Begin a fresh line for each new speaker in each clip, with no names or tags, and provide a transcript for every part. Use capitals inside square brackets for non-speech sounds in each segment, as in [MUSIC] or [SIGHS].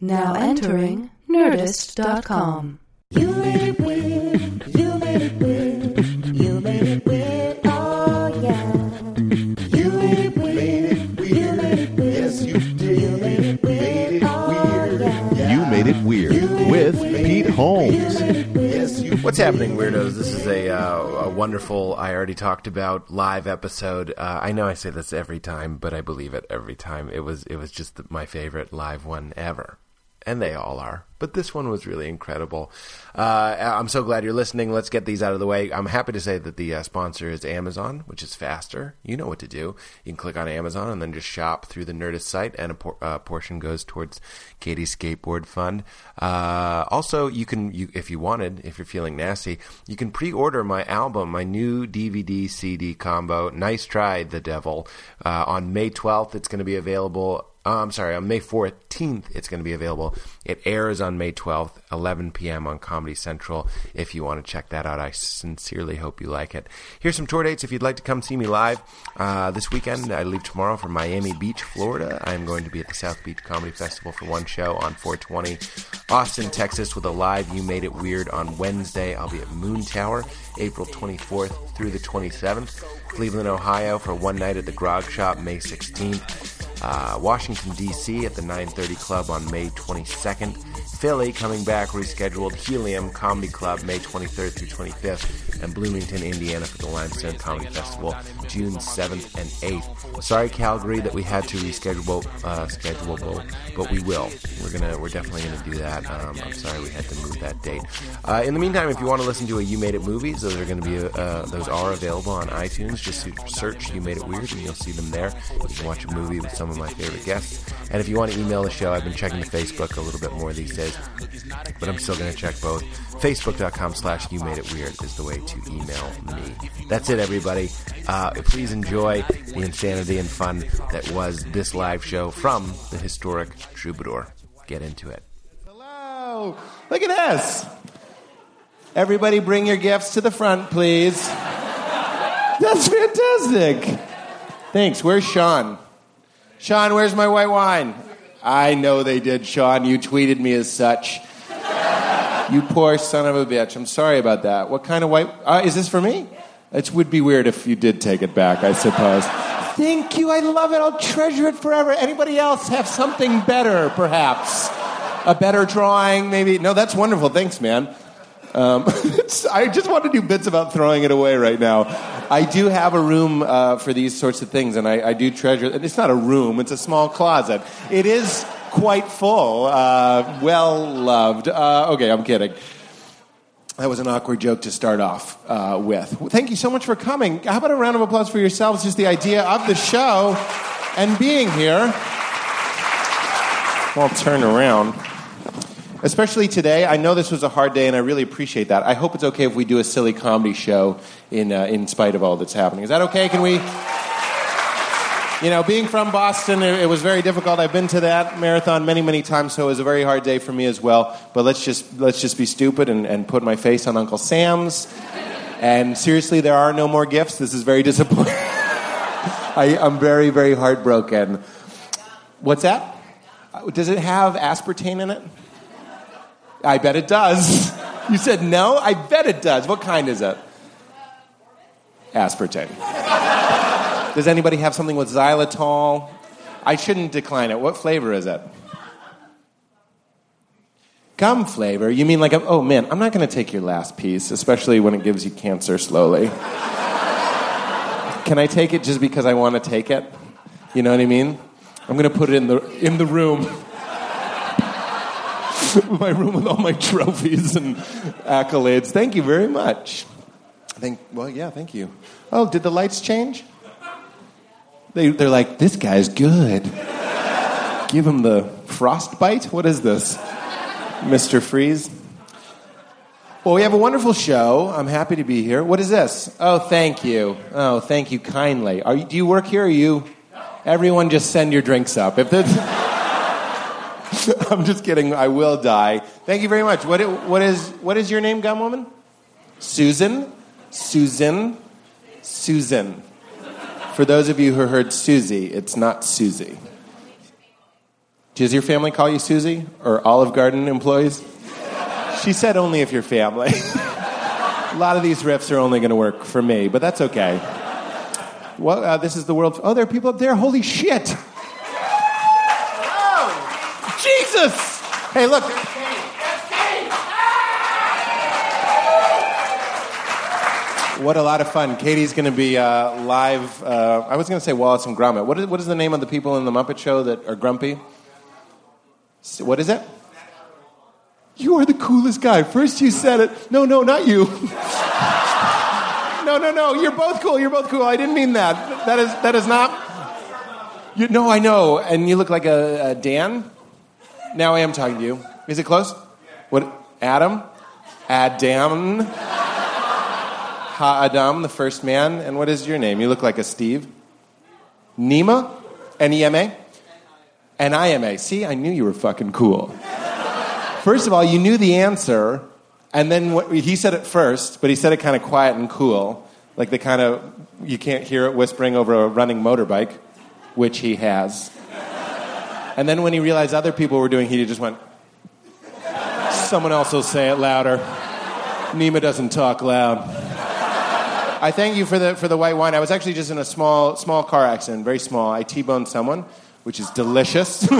Now entering Nerdist.com.
You made it weird. You made it weird. You made it weird. Oh yeah. You made it weird. You made it weird. Yes, you did. You made it weird. Oh yeah.
You Made It Weird with Pete Holmes.
What's happening, weirdos? This is a, uh, a wonderful, I already talked about live episode. Uh, I know I say this every time, but I believe it every time. It was it was just the, my favorite live one ever, and they all are. But this one was really incredible. Uh, I'm so glad you're listening. Let's get these out of the way. I'm happy to say that the uh, sponsor is Amazon, which is faster. You know what to do. You can click on Amazon and then just shop through the Nerdist site, and a por- uh, portion goes towards Katie's skateboard fund. Uh, also, you can, you, if you wanted, if you're feeling nasty, you can pre-order my album, my new DVD CD combo. Nice try, the devil. Uh, on May 12th, it's going to be available. uh, I'm sorry, on May 14th, it's going to be available. It airs on May 12th, 11 p.m. on Comedy Central. If you want to check that out, I sincerely hope you like it. Here's some tour dates if you'd like to come see me live. Uh, this weekend, I leave tomorrow for Miami Beach, Florida. I'm going to be at the South Beach Comedy Festival for one show on 420. Austin, Texas, with a live You Made It Weird on Wednesday. I'll be at Moon Tower, April 24th through the 27th. Cleveland, Ohio, for one night at the Grog Shop, May 16th. Uh, Washington, D.C. at the 930 Club on May 22nd. Philly coming back, rescheduled. Helium Comedy Club May 23rd through 25th. And Bloomington, Indiana for the Limestone Comedy Festival June 7th and 8th. Sorry, Calgary, that we had to reschedule, uh, scheduleable, but we will. We're gonna, we're definitely gonna do that. Um, I'm sorry we had to move that date. Uh, in the meantime, if you want to listen to a You Made It movies, those are gonna be, uh, those are available on iTunes. Just search You Made It Weird and you'll see them there. You can watch a movie with some of my favorite guests. And if you want to email the show, I've been checking the Facebook a little bit more these days, but I'm still going to check both. Facebook.com slash You Made It Weird is the way to email me. That's it, everybody. Uh, please enjoy the insanity and fun that was this live show from the historic Troubadour. Get into it.
Hello. Look at this. Everybody bring your gifts to the front, please. That's fantastic. Thanks. Where's Sean? Sean, where's my white wine? I know they did, Sean. You tweeted me as such. You poor son of a bitch. I'm sorry about that. What kind of white? Uh, is this for me? It would be weird if you did take it back, I suppose. Thank you. I love it. I'll treasure it forever. Anybody else have something better, perhaps? A better drawing, maybe? No, that's wonderful. Thanks, man. Um, [LAUGHS] it's- I just want to do bits about throwing it away right now. I do have a room uh, for these sorts of things, and I, I do treasure. And it's not a room; it's a small closet. It is quite full, uh, well loved. Uh, okay, I'm kidding. That was an awkward joke to start off uh, with. Well, Thank you so much for coming. How about a round of applause for yourselves? Just the idea of the show and being here. Well, turn around especially today. I know this was a hard day, and I really appreciate that. I hope it's okay if we do a silly comedy show in uh, in spite of all that's happening. Is that okay? Can we? You know, being from Boston, it, it was very difficult. I've been to that marathon many, many times, so it was a very hard day for me as well. But let's just let's just be stupid and, and put my face on Uncle Sam's. And seriously, there are no more gifts. This is very [LAUGHS] disappointing. I, I'm very, very heartbroken. What's that? Uh, Does it have aspartame in it? I bet it does. [LAUGHS] You said no? I bet it does. What kind is it? Aspartame. Does anybody have something with xylitol? I shouldn't decline it. What flavor is it? Gum flavor? You mean like, a, oh man, I'm not going to take your last piece, especially when it gives you cancer slowly. Can I take it just because I want to take it? You know what I mean? I'm going to put it in the, in the room [LAUGHS] my room with all my trophies and accolades. Thank you very much. I think, well, yeah, thank you. Oh, did the lights change? They, they're like, this guy's good. Give him the frostbite? What is this? Mr. Freeze? Well, we have a wonderful show. I'm happy to be here. What is this? Oh, thank you. Oh, thank you kindly. Are you, do you work here? Or are you? Everyone, just send your drinks up. If that's. [LAUGHS] I'm just kidding. I will die. Thank you very much. What, i- what, is, what is your name, gum woman? Susan. Susan. Susan. For those of you who heard Susie, it's not Susie. Does your family call you Susie or Olive Garden employees? she said only if you're family. [LAUGHS] A lot of these riffs are only going to work for me, but that's okay. Well, uh, this is the world. Oh, there are people up there. Holy shit! Oh, Jesus! Hey, look. there's Kate. What a lot of fun. Katie's going to be uh, live. Uh, I was going to say Wallace and Gromit. What is, what is the name of the people in the Muppet Show that are grumpy? S- What is it? You are the coolest guy. First you said it. No, no, not you. [LAUGHS] no, no, no. You're both cool. You're both cool. I didn't mean that. That is that is not. You, no, I know. And you look like a, a Dan. Now I am talking to you. Is it close? What? Adam? Adam? Ha Adam, the first man. And what is your name? You look like a Steve. Nima? N E M A? N I M A. See, I knew you were fucking cool. First of all, you knew the answer, and then what, he said it first, but he said it kind of quiet and cool, like the kind of you can't hear it whispering over a running motorbike, which he has. And then when he realized other people were doing, he just went, "Someone else will say it louder." Nima doesn't talk loud. I thank you for the for the white wine. I was actually just in a small small car accident, very small. I t-boned someone, which is delicious. [LAUGHS]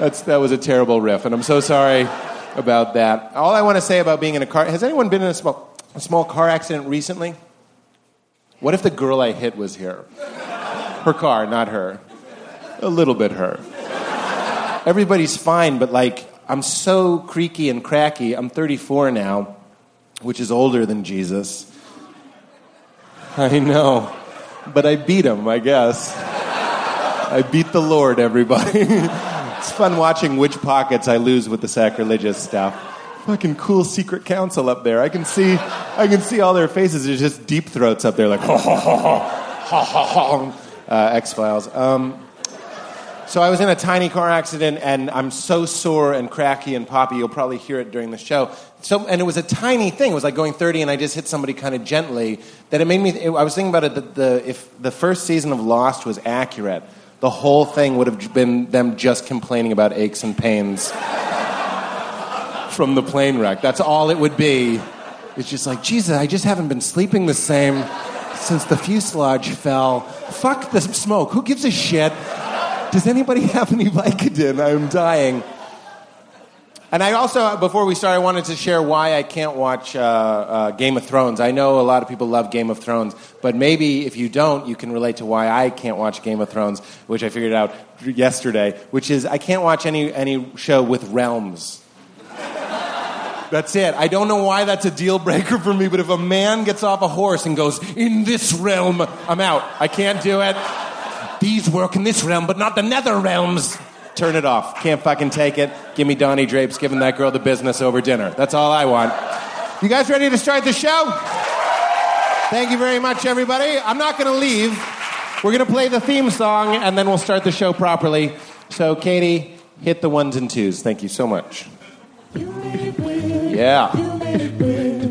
That's, that was a terrible riff, and I'm so sorry about that. Uh, All I want to say about being in a car has anyone been in a small, a small car accident recently? What if the girl I hit was here? Her car, not her. A little bit her. Everybody's fine, but like, I'm so creaky and cracky. I'm 34 now, which is older than Jesus. I know. But I beat him, I guess. I beat the Lord, everybody. [LAUGHS] it's fun watching which pockets I lose with the sacrilegious stuff. Fucking cool secret council up there. I can see, I can see all their faces. There's just deep throats up there, like [LAUGHS] ho ho ho ho ho ho ho. Uh, X Files. Um, so I was in a tiny car accident, and I'm so sore and cracky and poppy. You'll probably hear it during the show. So, and it was a tiny thing. It was like going 30, and I just hit somebody kind of gently. That it made me. It, I was thinking about it. That the if the first season of Lost was accurate, the whole thing would have been them just complaining about aches and pains from the plane wreck. That's all it would be. It's just like, Jesus, I just haven't been sleeping the same since the fuselage fell. Fuck the smoke. Who gives a shit? Does anybody [LAUGHS] have any Vicodin? I'm dying. And I also, before we start, I wanted to share why I can't watch uh, uh, Game of Thrones. I know a lot of people love Game of Thrones, but maybe if you don't, you can relate to why I can't watch Game of Thrones, which I figured out yesterday, which is I can't watch any, any show with realms. That's it. I don't know why that's a deal breaker for me, but if a man gets off a horse and goes, in this realm, I'm out. I can't do it. These work in this realm, but not the nether realms. Turn it off. Can't fucking take it. Give me Donnie Drapes giving that girl the business over dinner. That's all I want. You guys ready to start the show? Thank you very much, everybody. I'm not going to leave. We're going to play the theme song, and then we'll start the show properly. So, Katie, hit the ones and twos. Thank you so much. Yeah.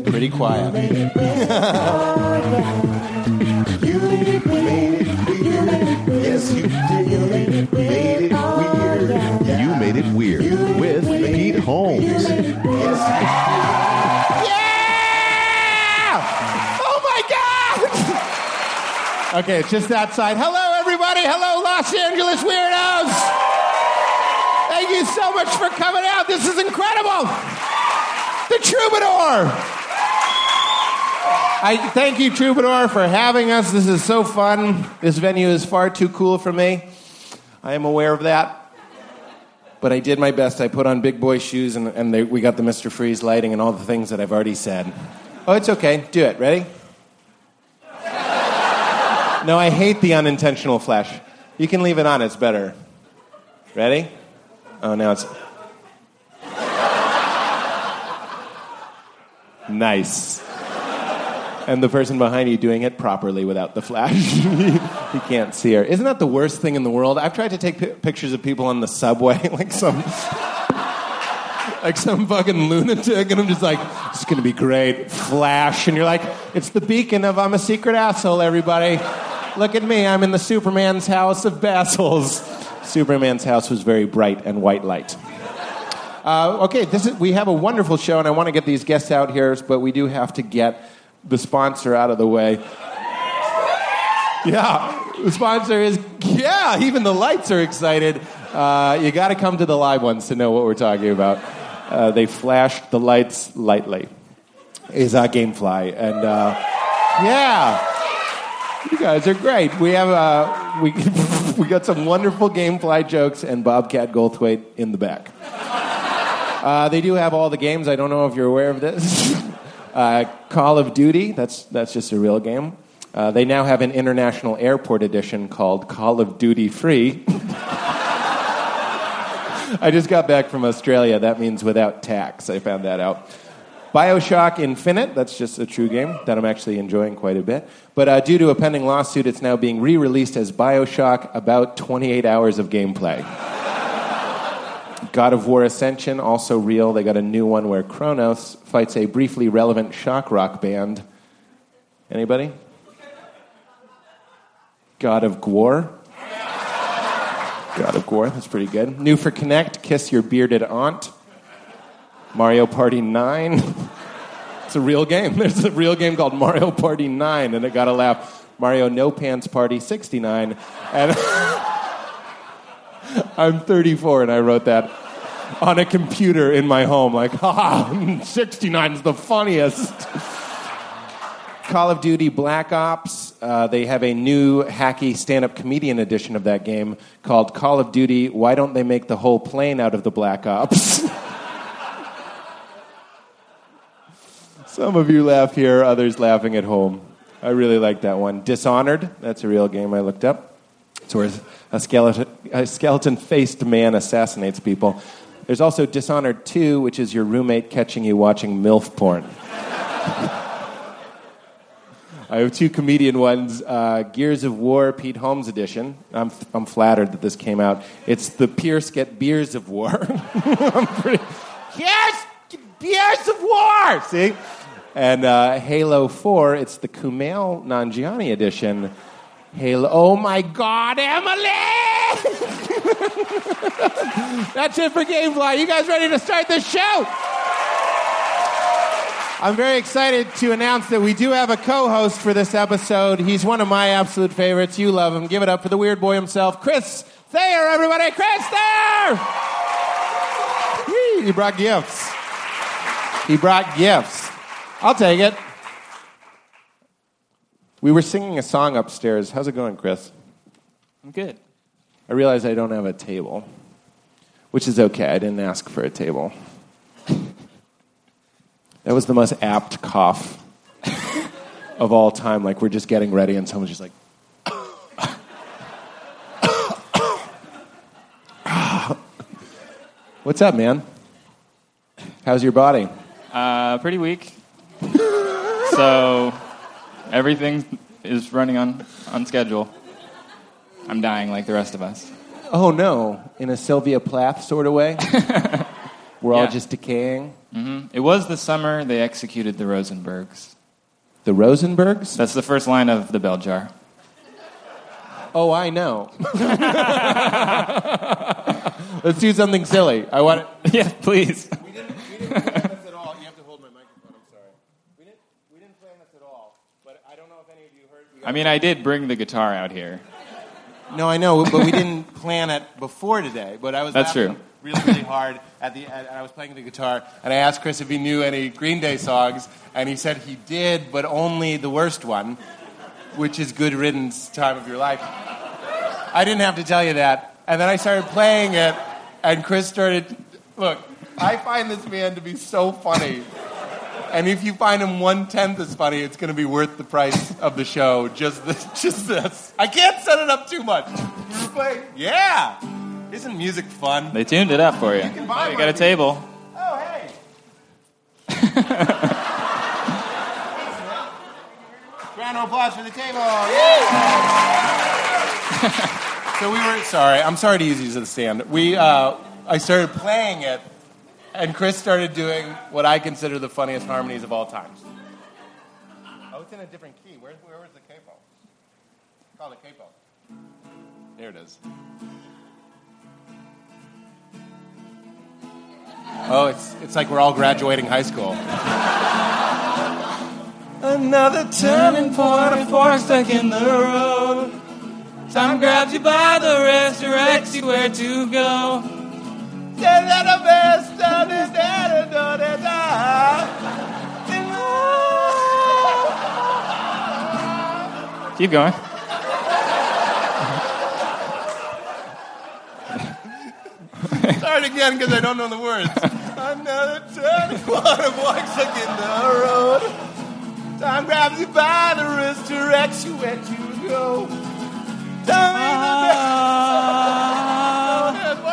Pretty quiet.
Yes, you did. Made it weird. You made it weird with Pete Holmes.
Yeah! Oh my God! okay, it's just outside. Hello, everybody. Hello, Los Angeles weirdos. Thank you so much for coming out. This is incredible. The Troubadour. I thank you, Troubadour, for having us. This is so fun. This venue is far too cool for me. I am aware of that but I did my best. I put on big boy shoes and, and they, we got the Mr. Freeze lighting and all the things that I've already said. Oh, it's okay. Do it. Ready? No, I hate the unintentional flash. You can leave it on, it's better. Ready? Oh, now it's. Nice. And the person behind you doing it properly without the flash. [LAUGHS] you can't see her. Isn't that the worst thing in the world? I've tried to take pi pictures of people on the subway, [LAUGHS] like some, like some fucking lunatic, and I'm just like, "It's gonna be great." Flash, and you're like, "It's the beacon of I'm a secret asshole." Everybody, look at me. I'm in the Superman's house of Basils. Superman's house was very bright and white light. Uh, okay, this is, we have a wonderful show, and I want to get these guests out here, but we do have to get the sponsor out of the way. Yeah, the sponsor is, yeah, even the lights are excited. Uh, you got to come to the live ones to know what we're talking about. Uh, they flashed the lights lightly, is uh, Gamefly. And uh, yeah, you guys are great. We have uh, we, [LAUGHS] we got some wonderful Gamefly jokes and Bobcat Goldthwait in the back. Uh, they do have all the games. I don't know if you're aware of this. [LAUGHS] uh, Call of Duty, that's, that's just a real game. Uh, they now have an international airport edition called Call of Duty Free. [LAUGHS] I just got back from Australia. That means without tax. I found that out. Bioshock Infinite, that's just a true game that I'm actually enjoying quite a bit. But uh, due to a pending lawsuit, it's now being re released as Bioshock About 28 Hours of Gameplay. God of War Ascension, also real. They got a new one where Kronos fights a briefly relevant shock rock band. Anybody? God of Gwar? God of Gwar, that's pretty good. New for Connect, Kiss Your Bearded Aunt. Mario Party 9. [LAUGHS] it's a real game. [LAUGHS] There's a real game called Mario Party 9, and it got a laugh. Mario No Pants Party 69. And. [LAUGHS] I'm 34 and I wrote that on a computer in my home. Like, [LAUGHS] ha 69 is the funniest. Call of Duty Black Ops, uh, they have a new hacky stand up comedian edition of that game called Call of Duty Why Don't They Make the Whole Plane Out of the Black Ops? [LAUGHS] Some of you laugh here, others laughing at home. I really like that one. Dishonored, that's a real game I looked up. It's where a skeleton, a skeleton-faced man assassinates people. There's also Dishonored 2, which is your roommate catching you watching MILF porn. [LAUGHS] I have two comedian ones uh, Gears of War, Pete Holmes edition. I'm, I'm flattered that this came out. It's the Pierce Get Beers of War. [LAUGHS] I'm pretty, Pierce Get Beers of War! See? And uh, Halo 4, it's the Kumail Nanjiani edition. Halo, oh my God, Emily! [LAUGHS] That's it for Gamefly. You guys ready to start this show? I'm very excited to announce that we do have a co-host for this episode. He's one of my absolute favorites. You love him. Give it up for the weird boy himself, Chris Thayer, everybody. Chris Thayer! Yee, He brought gifts. He brought gifts. I'll take it. We were singing a song upstairs. How's it going, Chris?
I'm good.
I realize I don't have a table, which is okay. I didn't ask for a table. That was the most apt cough of all time. Like, we're just getting ready, and someone's just like, [COUGHS] What's up, man? How's your body?
Uh, pretty weak. [LAUGHS] so everything is running on, on schedule. I'm dying like the rest of us.
Oh, no. In a Sylvia Plath sort of [LAUGHS] way? we're all
Yeah. Mm-hmm.
just decaying.
It was the summer they executed the Rosenbergs.
The Rosenbergs?
That's the first line of the bell jar.
Oh, I [LAUGHS] know. Let's do something silly. I want.
yeah, please.
We didn't, we didn't plan this at all. You have to hold my microphone. I'm sorry. We didn't. We didn't plan this at all. But I don't know if any of you heard. We
I mean, I did bring the guitar out here.
no, I know, but we didn't [LAUGHS] plan it before today. But I was.
That's
laughing
true.
Really, really hard at the end, and I was playing the guitar, and I asked Chris if he knew any Green Day songs, and he said he did, but only the worst one, which is "Good Riddance, Time of Your Life." I didn't have to tell you that. And then I started playing it, and Chris started. Look, I find this man to be so funny. And if you find him one tenth as funny, it's going to be worth the price of the show. Just this, [LAUGHS] just this. I can't set it up too much. You're playing, yeah. Isn't music fun?
They tuned it up for you.
can buy
Oh, you
one
got
here.
a table.
Oh hey.
[LAUGHS]
Round of applause for the table. so we were sorry. I'm sorry to use these as a stand. We uh, I started playing it, and Chris started doing what I consider the funniest harmonies of all time. Oh, it's in a different key. Where, where was the capo? It's called a capo. There it is.
Oh, it's, it's like we're all graduating high school. Another turning point, a fork stuck in the road. Time grabs you by the wrist, directs you where to go. Said that the best of this dead and all that I- and I-
Keep going. [LAUGHS]
Start again because I don't know the words. Another turning point, a fork stuck in the road. Time grabs you by the wrist, directs you where to go. Time is the best. Ah.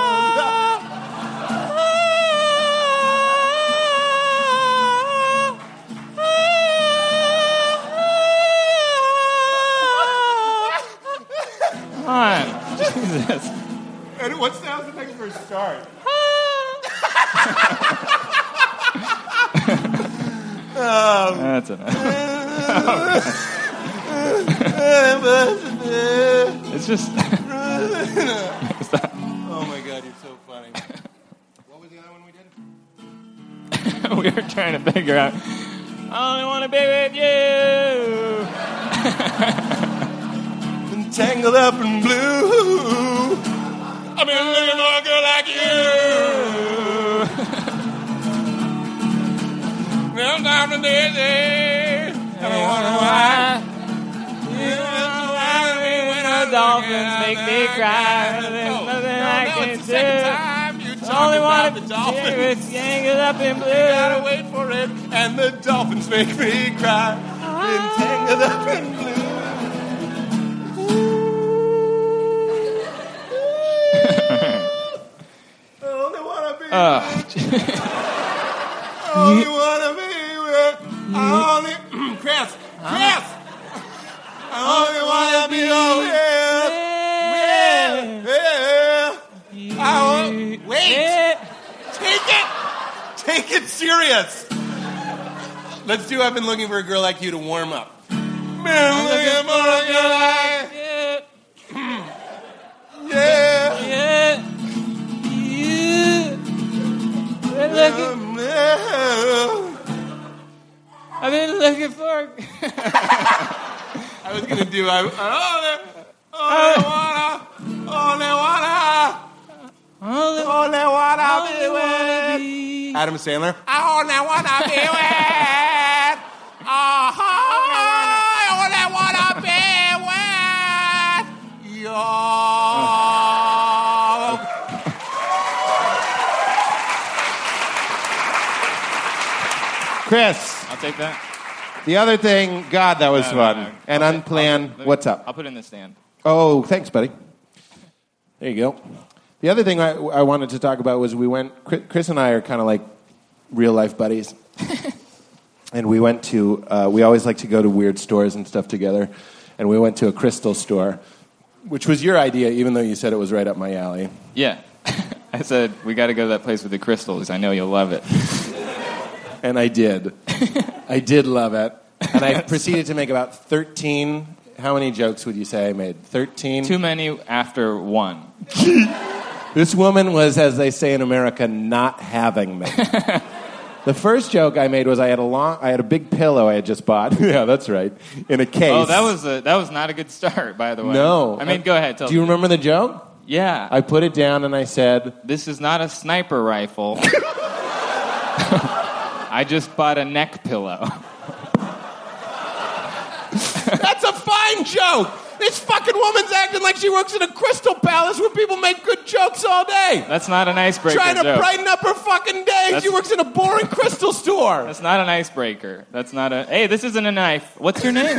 [LAUGHS] [LAUGHS]
Come on. Jesus. [LAUGHS]
And what sounds the next verse start?
That's enough. [LAUGHS]
oh
It's just.
my god, you're so funny. What was the other one we did?
we were trying to figure out. I only want to be with you. [LAUGHS]
been tangled up in blue. I've been looking for a girl like you. Now down to Daisy. I don't wonder why. You just laugh at me when I
The
look
dolphins
at
make
the
me cry.
guy.
There's
No, Oh, no,
nothing I
no,
can
it's the second
do.
time you talk
only
about
want
the
to do
dolphins.
is tangled up in
Gotta
blue.
wait for it, and the dolphins make me cry.
Ah.
Been tangled up in blue. I only wanna be.
Ugh.
I only wanna be with. I only. Chris. Chris. I only wanna be with. With. With. I want. Wait. Take it! Take it serious! Let's do I've been looking for a girl like you to warm up. Man, looking for a girl like yeah. Man.
I've been looking for.
I was gonna do I only, only wanna only wanna only wanna be with Adam Sandler. I only wanna be with I only wanna be with you. Chris,
I'll take that.
the other thing, God, that was
Uh,
No, no,
fun.
no.
And
I'll take-
unplanned,
I'll-
what's up?
I'll put it in the stand.
Oh, thanks, buddy. There you go. The other thing I, I wanted to talk about was we went, Chri- Chris and I are kind of like real life [LAUGHS] buddies. and we went to, uh, we always like to go to weird stores and stuff together. And we went to a crystal store, which was your idea, even though you said it was right up my alley.
Yeah. [LAUGHS] I said, we got to go to that place with the crystals. I know you'll love it. Oh,
And I
[LAUGHS]
did. I did love it. And I proceeded to make about 13. How many jokes would you say I made? 13?
Too many after one.
[LAUGHS] This woman was, as they say in America, not having
[LAUGHS]
me. the first joke I made was I had a long, I had a big pillow I had just bought. [LAUGHS] yeah, that's right. In a case.
Oh, that was a, that was not a good start, by the way.
no.
I mean, go ahead. Tell
Do you
the-
remember the joke?
Yeah.
I put it down and I said,
this is not a
[LAUGHS]
sniper rifle. I just bought a neck pillow. [LAUGHS]
"That's a fine joke." This fucking woman's acting like she works in a crystal palace where people make good jokes all day,
That's not an icebreaker
trying to
joke.
brighten up her fucking day.
That's-
she works in a boring crystal store.
That's not an icebreaker. That's not a. Hey, this isn't a knife. What's your name?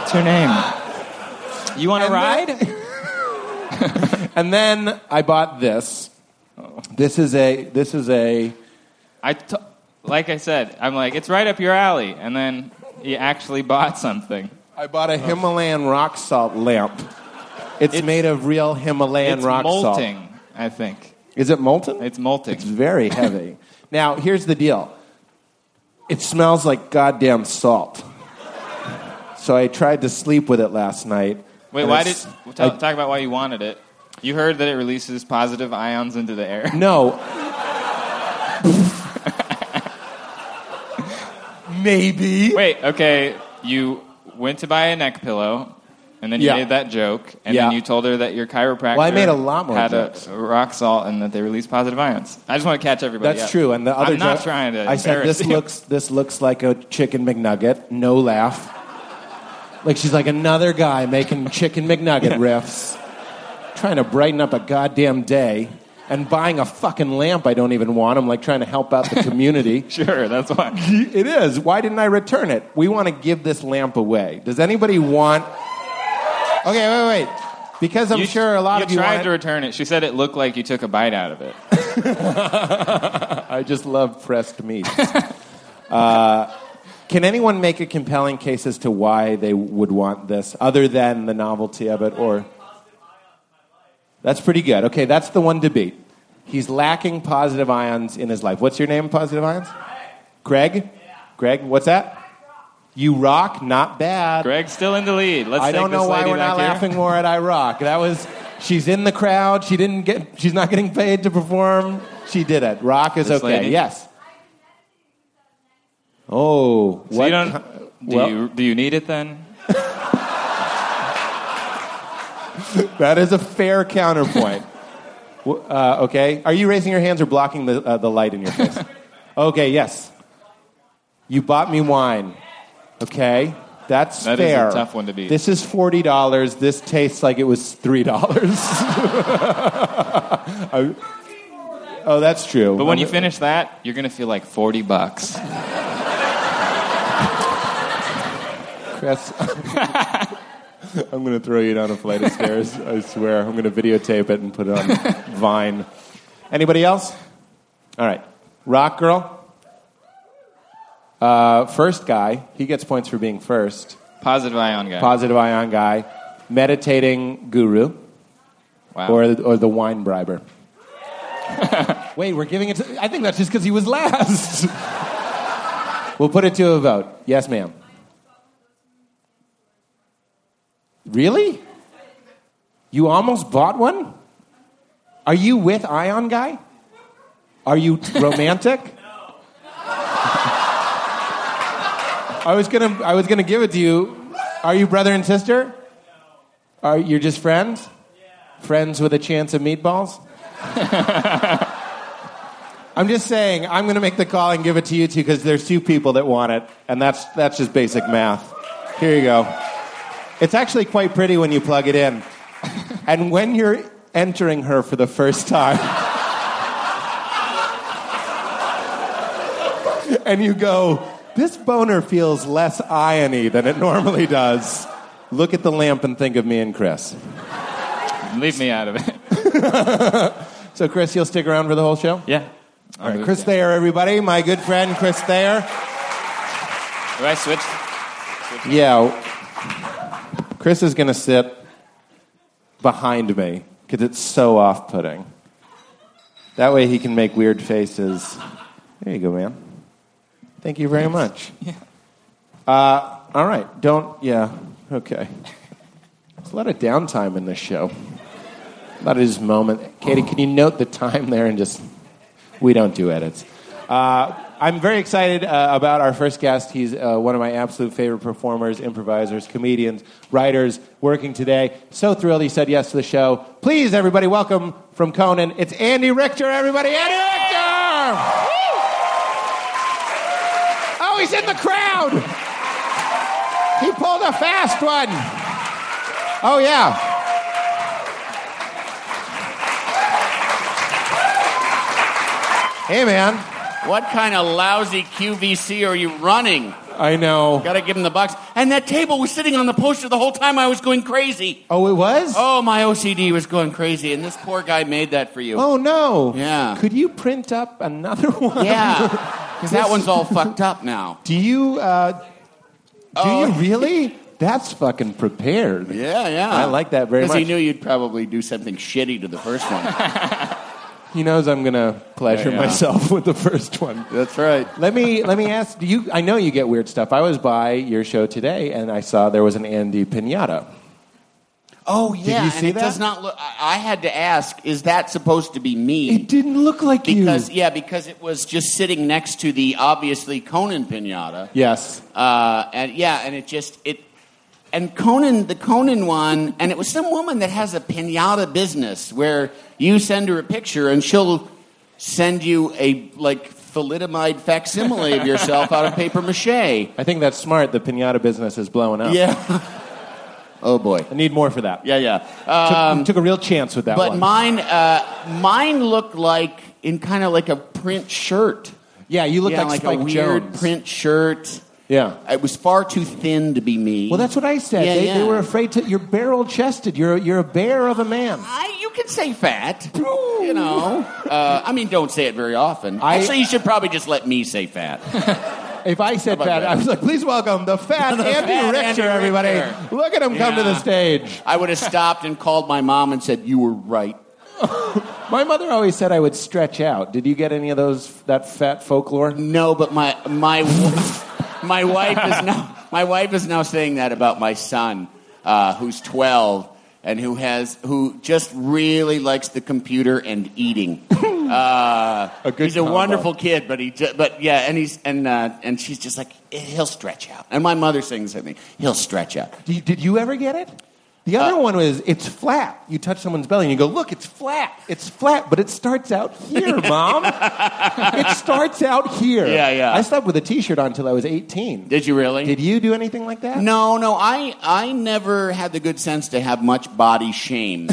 What's your name? You want to ride?
And
[LAUGHS]
then- and then I bought this. This is a this is a
I t- like I said, I'm like it's right up your alley, and then you actually bought something.
I
oh.
bought a
Uh,
Himalayan rock salt lamp. It's, made of real Himalayan
it's
rock
molting, I think.
salt.
Is it molten?
It's molting.
It's very
[LAUGHS]
heavy. now, here's the deal it smells like goddamn salt. So I tried to sleep with it last night.
Wait,
and
why did
it's-
tell,
I-
talk about why you wanted it? You heard that it releases positive ions into the air. [LAUGHS]
No. Maybe.
Wait, okay. You went to buy a neck pillow, and then you
Yeah.
made that joke, and
Yeah.
then you told her that your chiropractor
Well, I made a lot more
had
jokes.
a rock salt and that they release positive ions. I just want to catch everybody.
That's
up.
true. And the other
I'm not
joke-
trying to.
I said
embarrass
this
you.
looks this looks like a chicken McNugget. No laugh. Like she's like another guy making chicken
[LAUGHS]
McNugget riffs, trying to brighten up a goddamn day, and buying a fucking lamp I don't even want. I'm like trying to help out
[LAUGHS]
the community.
Sure, that's why.
it is. Why didn't I return it? We want to give this lamp away. Does anybody want? Okay, wait, wait. Because I'm sure a lot
you
of you
tried
want
to return it. She said it looked like you took a bite out of it.
[LAUGHS] I just love pressed meat. [LAUGHS] uh, can anyone make a compelling case as to why they would want this, other than the novelty of it? Or that's pretty good. Okay, that's the one to beat. He's lacking positive ions in his life. What's your name? Positive ions? Greg. Greg. What's that? You rock. Not bad.
Greg's still in the lead. Let's
I
take
don't
this
know why
lady
we're
back
not
here.
laughing more at Iraq. That was she's in the crowd. She didn't get. She's not getting paid to perform. She did it. Rock is
This
okay.
lady?
Yes. [LAUGHS] Oh,
So
what?
you don't,
ki-
do,
well,
you, do you need it then?
that is a fair counterpoint. [LAUGHS] W- uh, okay. Are you raising your hands or blocking the uh, the light in your
[LAUGHS]
face? okay. Yes. You bought me wine. Okay. That's
That is a
fair.
tough one to beat.
This is forty dollars. This tastes like it was three dollars. [LAUGHS] Oh, that's true.
But when you finish that, you're going to feel like 40 bucks.
Chris, [LAUGHS] I'm going to throw you down a flight of stairs. I swear. I'm going to videotape it and put it on Vine. Anybody else? All right. Rock girl. Uh, first guy. He gets points for being first.
Positive ion guy.
Positive ion guy. Meditating guru.
wow.
Or, or the wine briber. [LAUGHS] Wait, we're giving it to. I think that's just because he was last. [LAUGHS] we'll put it to a vote. Yes, ma'am. Really? You almost bought one? Are you with Ion Guy? Are you t- romantic? I was gonna, I was gonna give it to you. Are you brother and sister? Are you're just friends? Friends with a chance of meatballs? I'm just saying, I'm going to make the call and give it to you two because there's two people that want it, and that's, that's just basic math. Here you go. It's actually quite pretty when you plug it in. And when you're entering her for the first time, [LAUGHS] and you go, this boner feels less iony than it normally does, look at the lamp and think of me and Chris.
Leave me out of it. [LAUGHS]
So, Chris, you'll stick around for the whole show?
yeah.
All right, Chris Thayer, everybody, my good friend Chris Thayer.
Do I switch?
Yeah, Chris is going to sit behind me because it's so off putting. That way he can make weird faces. There you go, man. Thank you very much. Yeah. Uh, all right, don't, yeah, okay. There's a lot of downtime in this show. A lot of this moment. Katie, can you note the time there and just, we don't do edits. Uh, I'm very excited uh, about our first guest. He's uh, one of my absolute favorite performers, improvisers, comedians, writers working today. So thrilled he said yes to the show. Please, everybody, welcome from Conan. It's Andy Richter, everybody. Andy Richter! Woo! Oh, he's in the crowd. He pulled a fast one. Oh, yeah. Hey, man.
What kind of lousy QVC are you running?
I know.
Gotta give him the box. And that table was sitting on the poster the whole time I was going crazy.
Oh, it was?
Oh, my OCD was going crazy, and this poor guy made that for you.
Oh no!
Yeah.
Could you print up another [LAUGHS] one?
Yeah. Because that one's all fucked up now. Oh.
Do you? Uh, do you really? That's fucking prepared.
Yeah, yeah.
I like that very
Because he
much.
knew you'd probably do something shitty to the first one.
He knows I'm gonna pleasure
Yeah, yeah.
myself with the first one.
That's right.
Let me let me ask do you. I know you get weird stuff. I was by your show today, and I saw there was an Andy Pinata.
Oh yeah,
you
and
see
it
that?
does not look. I, I had to ask: Is that supposed to be me?
It didn't look like
because
you.
yeah, because it was just sitting next to the obviously Conan pinata.
Yes,
Uh, and yeah, and it just it and Conan the Conan one, and it was some woman that has a pinata business where you send her a picture and she'll send you a like thalidomide facsimile of yourself
[LAUGHS]
out of paper mache.
I think that's smart. The pinata business is blowing up.
Yeah. oh boy.
I need more for that.
Yeah, yeah.
Took,
Um,
took a real chance with that
but
one.
mine, uh, mine looked like in kind of like a print shirt.
yeah, you look
yeah,
like,
like,
Spike
a weird
Jones.
print shirt.
Yeah.
It was far too thin to be me.
Well, that's what I said.
Yeah,
they, they
yeah.
were afraid to. You're barrel chested. You're you're a bear of a man.
I, you can say
[LAUGHS]
fat. You know, uh, I mean, don't say it very often.
I-
Actually, you should probably just let me say
[LAUGHS]
fat.
If I said
How about
fat,
that?
I was like, please welcome the fat
[LAUGHS] The
Andy
fat Andy
Richter, everybody.
Richter.
Look at him come to the
Yeah.
stage.
I would have stopped and called my mom and said, "You were right."
My mother always said I would stretch out. Did you get any of those that fat folklore?
No, but my my w- my wife is now my wife is now saying that about my son, uh, who's twelve and who has who just really likes the computer and eating. Uh,
A good
he's a
combo.
wonderful kid, but he ju- but yeah, and he's and uh, and she's just like "Eh, he'll stretch out. And my mother sings at me, he'll stretch out. Uh,
Do you- did you ever get it? The other one was it's flat. You touch someone's belly and you go, look, it's flat. It's flat, but it starts out
[LAUGHS]
here, mom. it starts out here.
Yeah, yeah.
I slept with a T-shirt on until I was 18.
Did you really?
Did you do anything like that?
No, no, I I never had the good sense to have much body
[LAUGHS]
shame.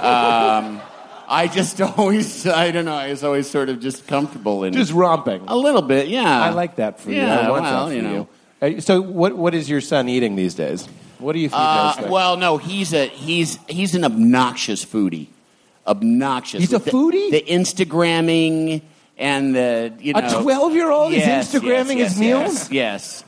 um, I just [LAUGHS] always, I don't know, I was always sort of just comfortable in
Just
it.
romping.
a little bit, yeah.
I like that for you.
Yeah,
I want
well,
that for
you know.
you. Uh, So, what, what is your son eating these days? What do you feed
Uh,
those things?
well, no, he's a he's he's an obnoxious foodie, obnoxious.
He's a
With the-
foodie?
The, Instagramming and the you know
a 12 year old
Yes,
is Instagramming
yes, yes,
his meals?
Yes.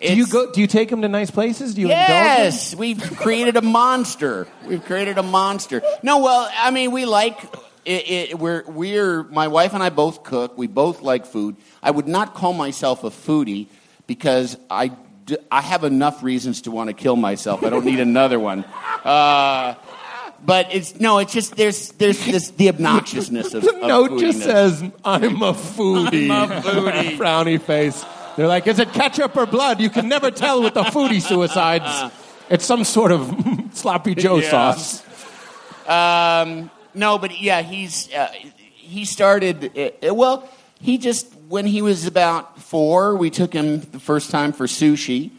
Do you
It's-
go? Do you take him to nice places? Do you indulge him?
yes, we've created a monster. We've created a monster. No, well, I mean, we like it, it, we're we're my wife and I both cook. We both like food. I would not call myself a foodie because I d- I have enough reasons to want to kill myself. I don't need another one. Uh, but it's no, it's just there's there's this the obnoxiousness of
The
of
note just
foodiness.
says, "I'm a foodie."
I'm a foodie.
[LAUGHS] Frowny face. They're like, "Is it ketchup or blood?" You can never tell with the foodie
[LAUGHS]
suicides. It's some sort of [LAUGHS] sloppy Joe
Yeah.
sauce.
Um, no, but yeah, he's uh, he started. Uh, well, he just when he was about four, we took him the first time for sushi,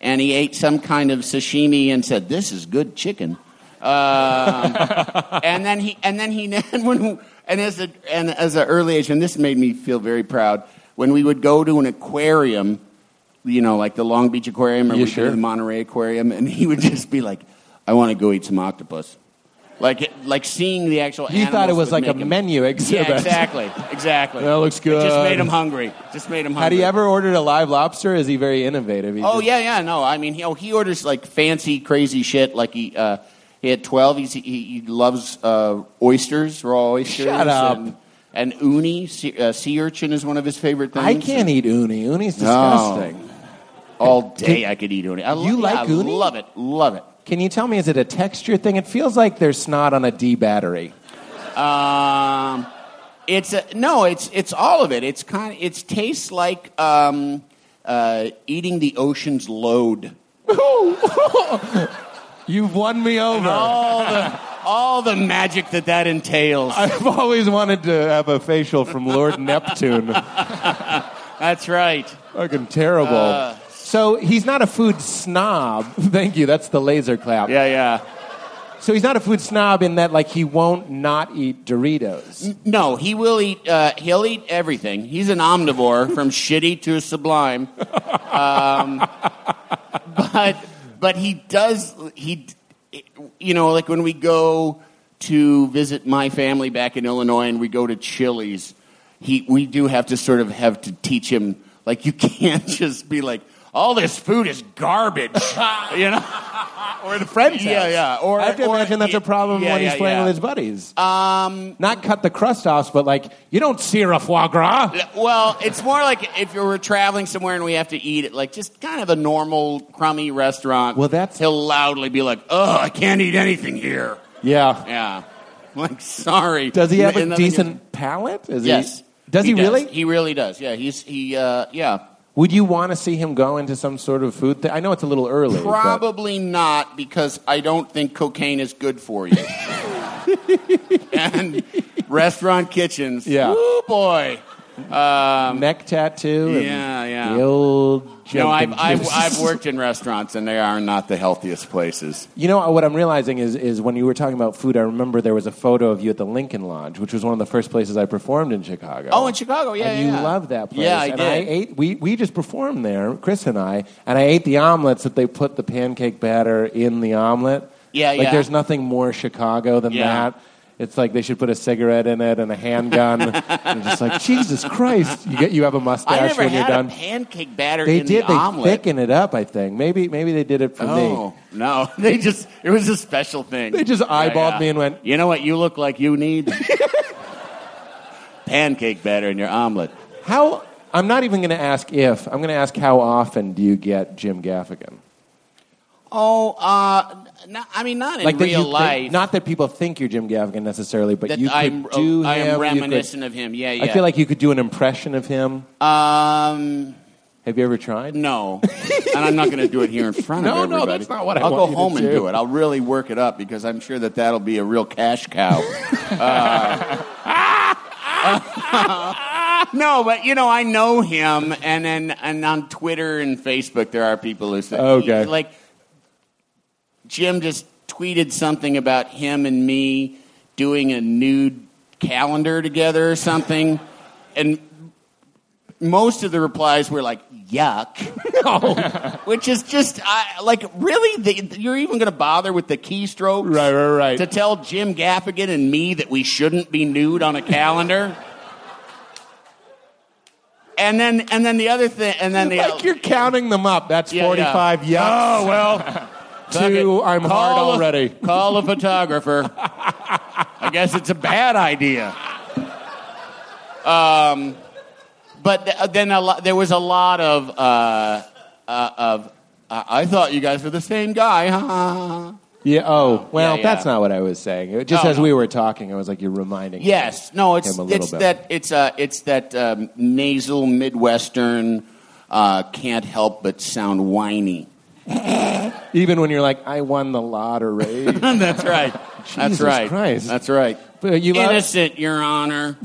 and he ate some kind of sashimi and said, "This is good chicken." Um, [LAUGHS] and then he and then he [LAUGHS] and when and as a and as an early age, and this made me feel very proud when we would go to an aquarium. You know, like the Long Beach Aquarium or
Yeah,
we
sure.
go to the Monterey Aquarium, and he would just be like, "I want to go eat some octopus." Like, it- like seeing the actual.
You thought it
animals
was
would
like a
make him-
menu exhibit.
Yeah, exactly, exactly.
That looks
It just
good.
made him hungry. Just made him hungry.
[LAUGHS] Had he ever ordered a live lobster? Is he very innovative? He
Oh
just-
yeah, yeah. No, I mean, he, oh, he orders like fancy, crazy shit. Like he, uh, he had twelve. He's, he, he loves uh, oysters, raw oysters.
Shut up.
And, and uni, sea, uh, sea urchin is one of his favorite things.
I can't eat uni. Uni's disgusting.
all
[LAUGHS]
day. I could eat uni. I lo-
You like
yeah,
uni?
I love it. Love it.
Can you tell me, is it a texture thing? It feels like there's snot on a D battery.
Um, it's a, no, it's it's all of it. It's kind. Of, it's tastes like um, uh, eating the ocean's load.
[LAUGHS] You've won me over.
All the all the magic that that entails.
I've always wanted to have a facial from [LAUGHS] Lord Neptune.
That's right.
Fucking terrible.
Uh.
so he's not a food snob. [LAUGHS] Thank you. That's the laser clap.
Yeah, yeah.
So he's not a food snob in that, like, he won't not eat Doritos.
No, he will eat. Uh, he'll eat everything. He's an omnivore,
[LAUGHS]
from shitty to sublime. Um, but but he does. He, you know, like when we go to visit my family back in Illinois, and we go to Chili's. He, we do have to sort of have to teach him. [LAUGHS] Like [LAUGHS] you can't just be like, all this food is garbage. you know,
or at a friend's
Yeah,
house.
yeah, or-
I have to
or-
imagine that's a problem
yeah,
when he's
yeah,
playing
yeah.
with his buddies.
Um,
Not cut the crust off, but like you don't sear a foie gras.
well, it's more like if you were traveling somewhere and we have to eat at like just kind of a normal crummy restaurant.
Well, that's-
he'll loudly be like, "Oh, I can't eat anything here."
Yeah.
Yeah, [LAUGHS] like sorry.
Does he have
And
a
nothing-
decent palate? Is he-
Yes.
does he, really?
He really does. Yeah. He's he. Uh, yeah.
Would you want to see him go into some sort of food thing? I know it's a little early. but-
Probably not because I don't think cocaine is good for
[LAUGHS]
you. and restaurant kitchens.
Yeah.
Ooh, boy. Um,
neck tattoo. and
Yeah, yeah.
The old
no, I've,
Jenkins.
I've, I've worked in restaurants and they are not the healthiest places.
You know what I'm realizing is is when you were talking about food, I remember there was a photo of you at the Lincoln Lodge, which was one of the first places I performed in Chicago.
Oh, in Chicago, yeah,
and you
yeah.
loved that place.
Yeah, I
and
did.
I ate. We we just performed there, Chris and I, and I ate the omelets that they put the pancake batter in the omelet.
Yeah,
like
yeah.
there's nothing more Chicago than
Yeah.
that. It's like they should put a cigarette in it and
[LAUGHS]
a handgun. and just like Jesus Christ, you get you have a mustache
I never
when
had
you're done.
a pancake batter
they
in
did.
the
they
omelet.
thicken it up. I think maybe maybe they did it for me.
oh, no. [LAUGHS] They just, it was a special thing.
They just eyeballed
Yeah, yeah.
me and went,
You know what you look like you
[LAUGHS]
need? Pancake batter in your omelet.
How? I'm not even going to ask if. I'm going to ask how often do you get Jim Gaffigan?
Oh, uh, n- I mean, not in
that
real
you- that-
life.
not that people think you're Jim Gaffigan necessarily, but
that
you could
I'm,
do him.
I
you
am
could-
reminiscent of him. Yeah, yeah. Uh,
I feel like you could do an impression of him.
um,
Have you ever tried?
no, and I'm not going to do it here in front of
[LAUGHS] No, no,
everybody.
that's not what I
I'll
want you
go
to
home and
do.
do it. I'll really work it up because I'm sure that that'll be a real cash cow. Uh, [LAUGHS] no, but you know, I know him, and then and on Twitter and Facebook, there are people who say,
Okay.
like Jim just tweeted something about him and me doing a nude calendar together or something, and most of the replies were like yuck [LAUGHS] Oh, which is just I, like really the, you're even going to bother with the keystrokes
Right, right, right.
to tell jim gaffigan and me that we shouldn't be nude on a calendar and then and then the other thing and then the
like you're counting them up. That's
Yeah, yeah.
45 yucks. Oh, well. Two, I'm hard
Call a-
already.
call a photographer. I guess it's a bad idea. Um, but th- uh, then a lot, there was a lot of uh, uh, of uh, I thought you guys were the same guy. Ha, ha, ha, ha.
yeah, oh, well,
yeah.
that's not what I was saying. It- Just
Oh,
as
no.
we were talking, I was like, you're reminding me.
Yes. No, it's
Him a little
it's
bit.
that it's uh it's that um, nasal midwestern uh, can't help but sound whiny.
Even when you're like, I won the
[LAUGHS]
lottery.
That's right. That's
Jesus
right.
Christ.
That's right.
But you love-
Innocent, Your Honor.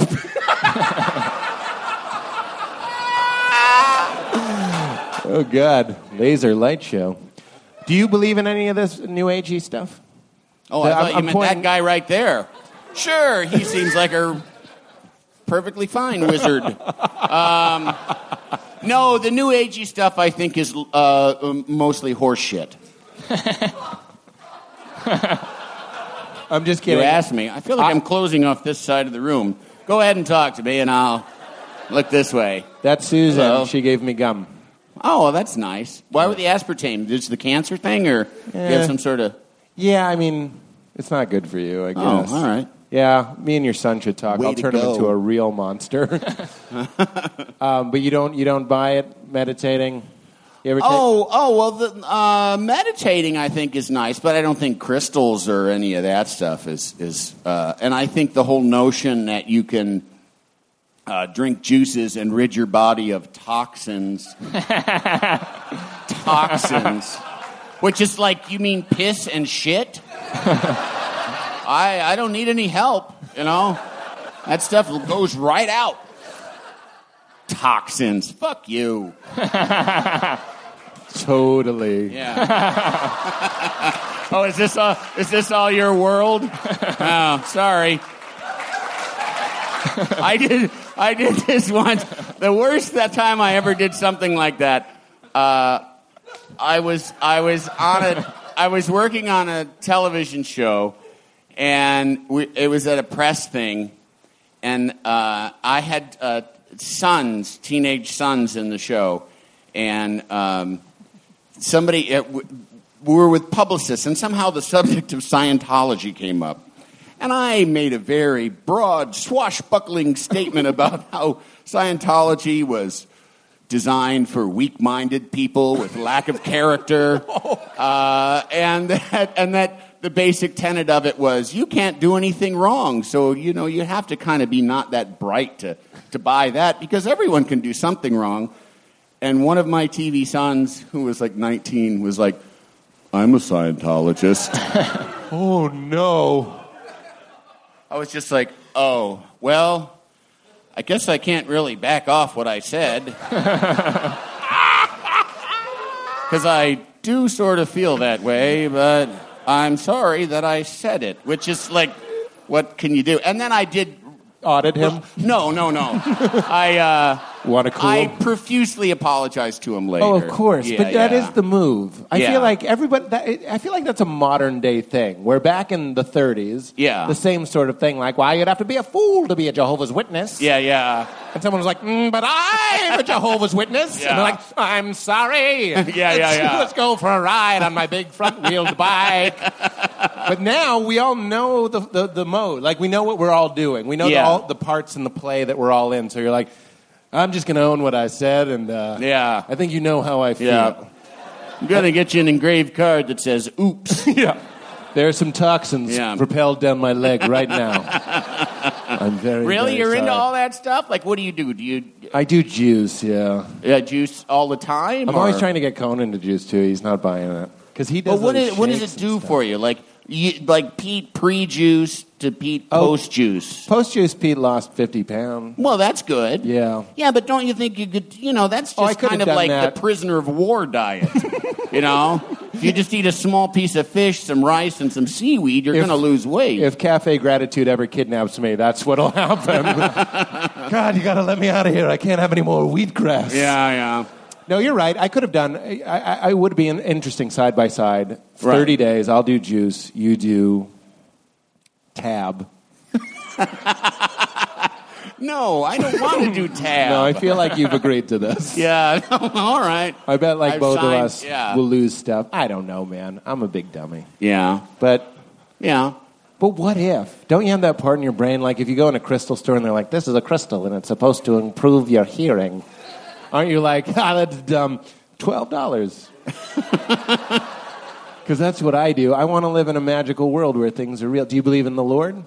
Oh God, laser light show. Do you believe in any of this new agey stuff?
Oh,
The-
I thought
I'm-
you
I'm
meant
pointing-
that guy right there. Sure, he seems like a perfectly fine wizard. Um, no, the new agey stuff I think is uh, um, mostly horseshit.
[LAUGHS] I'm just
You
kidding.
asked me. I feel like I, am closing off this side of the room. Go ahead and talk to me, and I'll look this way.
That's Susan.
Hello.
She gave me gum.
Oh, well, that's nice. Why would the aspartame? Is it the cancer thing, or do you
Eh.
have some sort of?
Yeah, I mean, it's not good for you. I guess.
Oh, all right.
Yeah, me and your son should talk.
Way
I'll
to
turn him
go.
into a
[LAUGHS]
real monster. [LAUGHS] um, but you don't. You don't buy it. Meditating. You ever take-
Oh, oh well, the, uh, meditating I think is nice, but I don't think crystals or any of that stuff is is. Uh, and I think the whole notion that you can uh, drink juices and rid your body of
[LAUGHS]
toxins, toxins, which is like you mean piss and shit. I I don't need any help, you know. That stuff goes right out. Toxins, fuck
[LAUGHS]
you. [LAUGHS]
totally.
Yeah.
[LAUGHS]
[LAUGHS] oh, is this all, is this all your world? [LAUGHS] oh, sorry. I did I did this once. The worst that time I ever did something like that. Uh, I was I was on a I was working on a television show, and we, it was at a press thing, and uh, I had uh, sons, teenage sons, in the show, and. Um, somebody it, w- we were with publicists, and somehow the subject of Scientology came up. And I made a very broad, swashbuckling statement [LAUGHS] about how Scientology was designed for weak minded people with lack of character. Uh, and, that, and that the basic tenet of it was you can't do anything wrong. So, you know, you have to kind of be not that bright to, to buy that because everyone can do something wrong. And one of my TV sons, who was like 19, was like, I'm a Scientologist.
Oh no.
I was just like, oh, well, I guess I can't really back off what I said. [LAUGHS] Because I do sort of feel that way, but I'm sorry that I said it, which is like, what can you do? And then I did.
Audit him.
No, no, no.
[LAUGHS]
I, uh,
Want to cool?
I profusely apologized to him later.
Oh, of course,
Yeah,
but that is
yeah.
the move. I
Yeah.
feel like everybody. That, I feel like that's a modern day thing. Where back in the 30s,
Yeah.
the same sort of thing. Like, why you'd have to be a fool to be a Jehovah's Witness.
Yeah, yeah.
And someone was like, mm, "But I'm a Jehovah's Witness," and
Yeah.
they're like, "I'm sorry." yeah,
[LAUGHS] yeah, yeah.
Let's go for a ride on my big front-wheeled
[LAUGHS]
bike. but now we all know the, the the mode. Like we know what we're all doing. We know the,
Yeah.
all, the parts in the play that we're all in. So you're like, "I'm just going to own what I said," and uh,
Yeah.
I think you know how I feel.
Yeah. I'm going to get you an engraved card that says, oops.
yeah. There are some toxins
Yeah.
propelled down my leg right
[LAUGHS]
now. I'm very
Really?
very
You're into
sorry.
all that stuff? Like, what do you do? Do you
I do juice. Yeah,
uh, juice all the time?
I'm always
or-
trying to get Conan to juice too. He's not buying it because he
But
does.
what,
those
is, what does
shakes
it
and
do
stuff.
for you? Like, you, like Pete pre-juice to Pete
Oh.
post-juice.
Post juice, Pete lost 50 pounds.
Well, that's good.
Yeah.
Yeah, but don't you think you could? You know, that's
Oh, I
just
could
kind
have
of
done
like
that.
the prisoner of war diet. [LAUGHS] you know, if you just eat a small piece of fish, some rice, and some seaweed, you're
If-
going to lose weight.
If Cafe Gratitude ever kidnaps me, that's what'll [LAUGHS] happen. God, you gotta let me out of here. I can't have any more wheatgrass.
[LAUGHS] yeah, yeah.
No, you're right. I could have done. I, I, I would be an interesting side by side. Thirty days. I'll do juice. You do tab.
No, I don't want to do tab.
[LAUGHS] No, I feel
[LAUGHS]
like you've agreed to this.
yeah. all right.
I bet like
I've
both of
signed-
us
yeah.
will lose stuff. I don't know, man. I'm a big dummy.
Yeah.
But
Yeah.
But what if? Don't you have that part in your brain? Like, if you go in a crystal store and they're like, this is a crystal and it's supposed to improve your hearing, aren't you like, [LAUGHS] ah, that's dumb? $12. [LAUGHS] Because that's what I do. I want to live in a magical world where things are real. Do you believe in the Lord?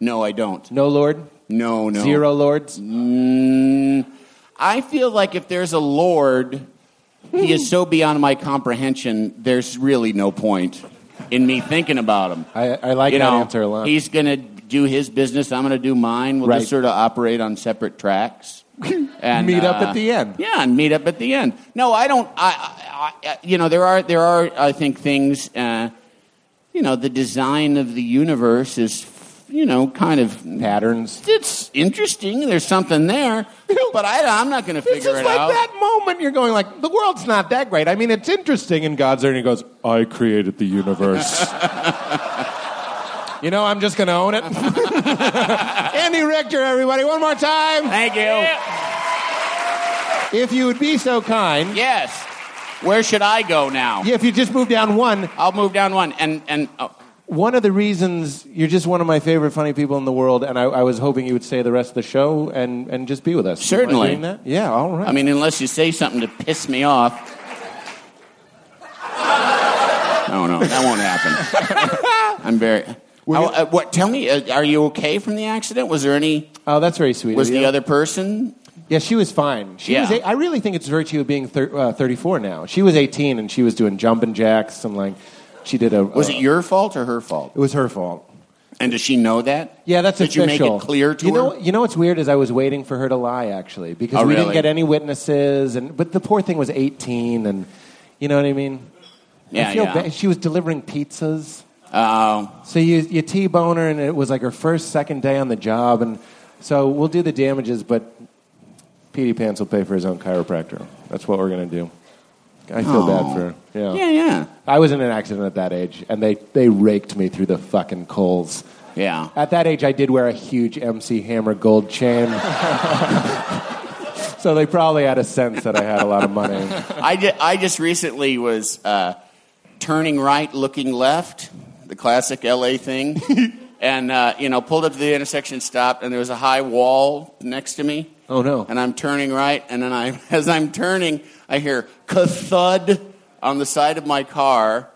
No, I don't.
No Lord?
No, no.
Zero Lords?
Mm, I feel like if there's a Lord, he is so beyond my comprehension, there's really no point in me thinking about him.
I, I like
you
that
know,
answer a lot.
he's going to do his business, I'm going to do mine. We'll
Right.
just sort of operate on separate
[LAUGHS]
tracks. And,
Meet up
uh,
at the end.
Yeah, and meet up at the end. No, I don't. I, I, I you know, there are there are I think things. Uh, you know, the design of the universe is, you know, kind of
Patterns.
it's interesting. There's something
[LAUGHS]
there, but I, I'm not going to
This
figure
is
it
like
out.
that moment you're going like, the world's not that great. I mean, it's interesting, and God's there, and he goes, I created the universe.
[LAUGHS]
you know, I'm just going to own it. [LAUGHS] Andy Richter, everybody, one more time.
Thank you.
If you would be so kind,
Yes. Where should I go now?
yeah, if you just move down one,
I'll move down one. And and oh,
one of the reasons you're just one of my favorite funny people in the world, and I, I was hoping you would stay the rest of the show and, and just be with us. Do you mind
Certainly.
doing that? Yeah, all right.
I mean, unless you say something to piss me off. No, no, that won't happen.
[LAUGHS]
I'm very. How, uh, what? Tell me, uh, are you okay from the accident? Was there any?
oh, that's very sweet. of
Was
you.
the other person?
Yeah, she was fine. She
Yeah.
was. Eight, I really think it's virtue of being thir- uh, 34 now. She was 18 and she was doing jumping jacks and like she did a.
Was
uh,
it your fault or her fault?
It was her fault.
And does she know that?
Yeah, that's
Did
official.
you make it clear to
you
her?
Know, you know what's weird is I was waiting for her to lie actually because
Oh,
we didn't
really?
get any witnesses and but the poor thing was 18 and you know what I mean.
yeah,
I feel
yeah.
bad. She was delivering pizzas.
Oh.
So you you T-bone her and it was like her first second day on the job and so we'll do the damages but Petey Pants will pay for his own chiropractor. That's what we're gonna do. I feel bad for her.
Yeah, yeah.
I was in an accident at that age, and they, they raked me through the fucking coals.
Yeah.
At that age, I did wear a huge MC Hammer gold chain. [LAUGHS]
[LAUGHS]
so they probably had a sense that I had a lot of money.
I, ju- I just recently was uh, turning right, looking left, the classic LA
[LAUGHS]
thing. and, uh, you know, pulled up to the intersection, stopped, and there was a high wall next to me.
Oh, no.
And I'm turning right, and then I, [LAUGHS] as I'm turning, I hear thud on the side of my car,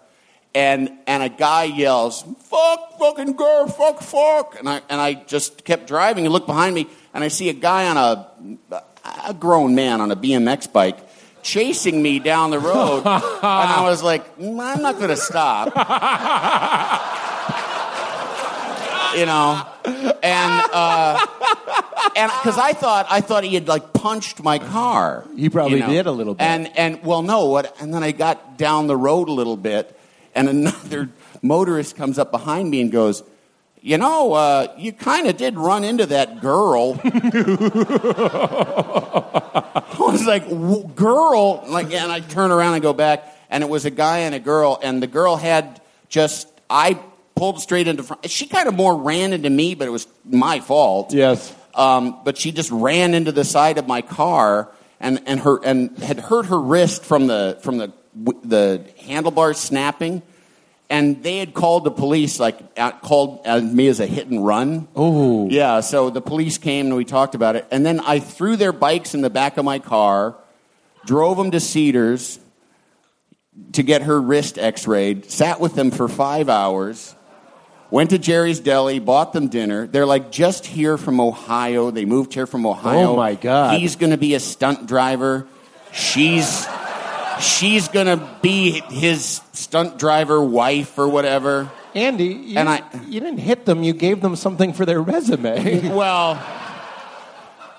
and and a guy yells, "Fuck, fucking girl, fuck, fuck!" And I and I just kept driving and looked behind me, and I see a guy on a a grown man on a BMX bike chasing me down the
[LAUGHS]
road, and I was like, "Mm, "I'm not going to stop." you know. And uh, and because I thought I thought he had like punched my car.
He probably did a little bit.
And and well, no. What? And then I got down the road a little bit, and another motorist comes up behind me and goes, "You know, uh, you kind of did run into that girl." I was like, "W- "Girl!" Like, and I turn around and go back, and it was a guy and a girl, and the girl had just I pulled straight into front. She kind of more ran into me, but it was my fault.
Yes.
Um, but she just ran into the side of my car and, and her and had hurt her wrist from the from the w- the handlebar snapping. And they had called the police, like out, called uh, me as a hit and run.
Oh.
yeah. So the police came and we talked about it. And then I threw their bikes in the back of my car, drove them to Cedars to get her wrist X-rayed. Sat with them for five hours. Went to Jerry's Deli, bought them dinner. They're like just here from Ohio. They moved here from Ohio.
Oh, my God.
He's going to be a stunt driver. She's she's going to be his stunt driver wife or whatever.
Andy, you,
And I-
you didn't hit them. You gave them something for
[LAUGHS]
their resume.
Well,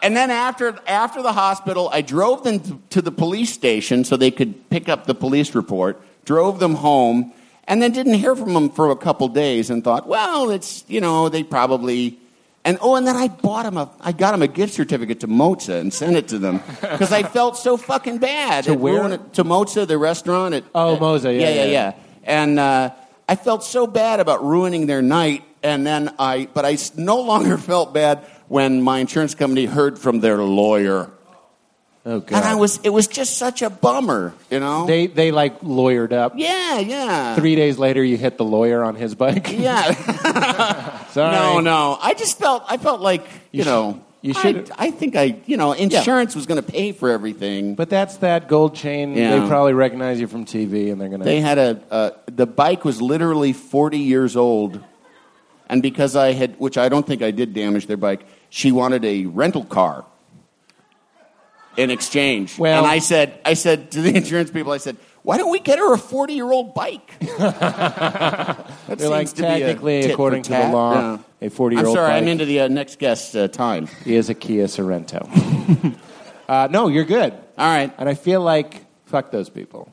and then after after the hospital, I drove them t- to the police station so they could pick up the police report. Drove them home, and then didn't hear from them for a couple days, and thought, well, it's you know they probably. And oh, and then I bought them a, I got them a gift certificate to Moza and sent it to them because I felt so fucking bad.
To
It
where?
ruined- To Moza, the restaurant at
Oh,
uh,
Moza, yeah,
yeah,
yeah.
yeah. yeah. And uh, I felt so bad about ruining their night, and then I, but I s- no longer [LAUGHS] felt bad when my insurance company heard from their lawyer,
oh God.
and I was, it was just such a bummer, you know.
They they like lawyered up.
yeah, yeah.
Three days later, you hit the lawyer on his bike.
Yeah.
[LAUGHS] Sorry.
no, no. I just felt, I felt like, you,
You sh-
know,
you
I-
should-
I, think I, you know, insurance was going to pay for everything.
But that's that gold chain.
Yeah.
They probably recognize you from TV, and they're gonna.
They had a uh, the bike was literally 40 years old, and because I had, which I don't think I did damage their bike, she wanted a rental car in exchange.
Well-
and I said, I said to the [LAUGHS] insurance people, I said, why don't we get her a 40 year old bike? that
They're like
seems to be a
technically,
tit for
according to the
tat.
law,
Yeah.
a forty-year-old.
I'm sorry, I'm
bike
into the uh, next guest uh, time.
is a Kia Sorento. uh, no, you're good.
All right.
And I feel like fuck those people.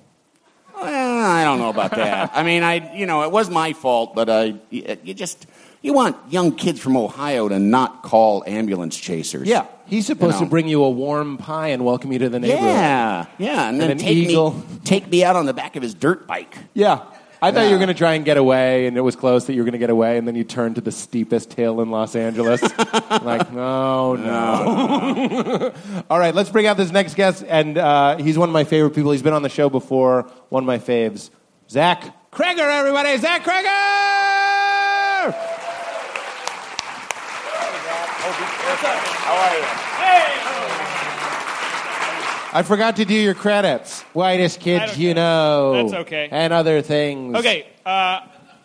Well, I don't know about that. I mean, I you know it was my fault, but I uh, you just you want young kids from Ohio to not call ambulance chasers.
Yeah, he's supposed
You know.
to bring you a warm pie and welcome you to the neighborhood.
yeah, yeah, and then
an
take
eagle.
me take me out on the back of his dirt bike.
Yeah. I thought you
Yeah.
were going to try and get away, and it was close that you were going to get away, and then you turned to the steepest hill in
[LAUGHS]
Los Angeles. like, no, no.
[LAUGHS]
All right, let's bring out this next guest, and uh, he's one of my favorite people. He's been on the show before, one of my faves, Zach Kreger, everybody. Zach Kreger! I forgot to do your credits. Whitest
I
kids
don't
you
care.
know.
That's okay.
And other things.
Okay, uh,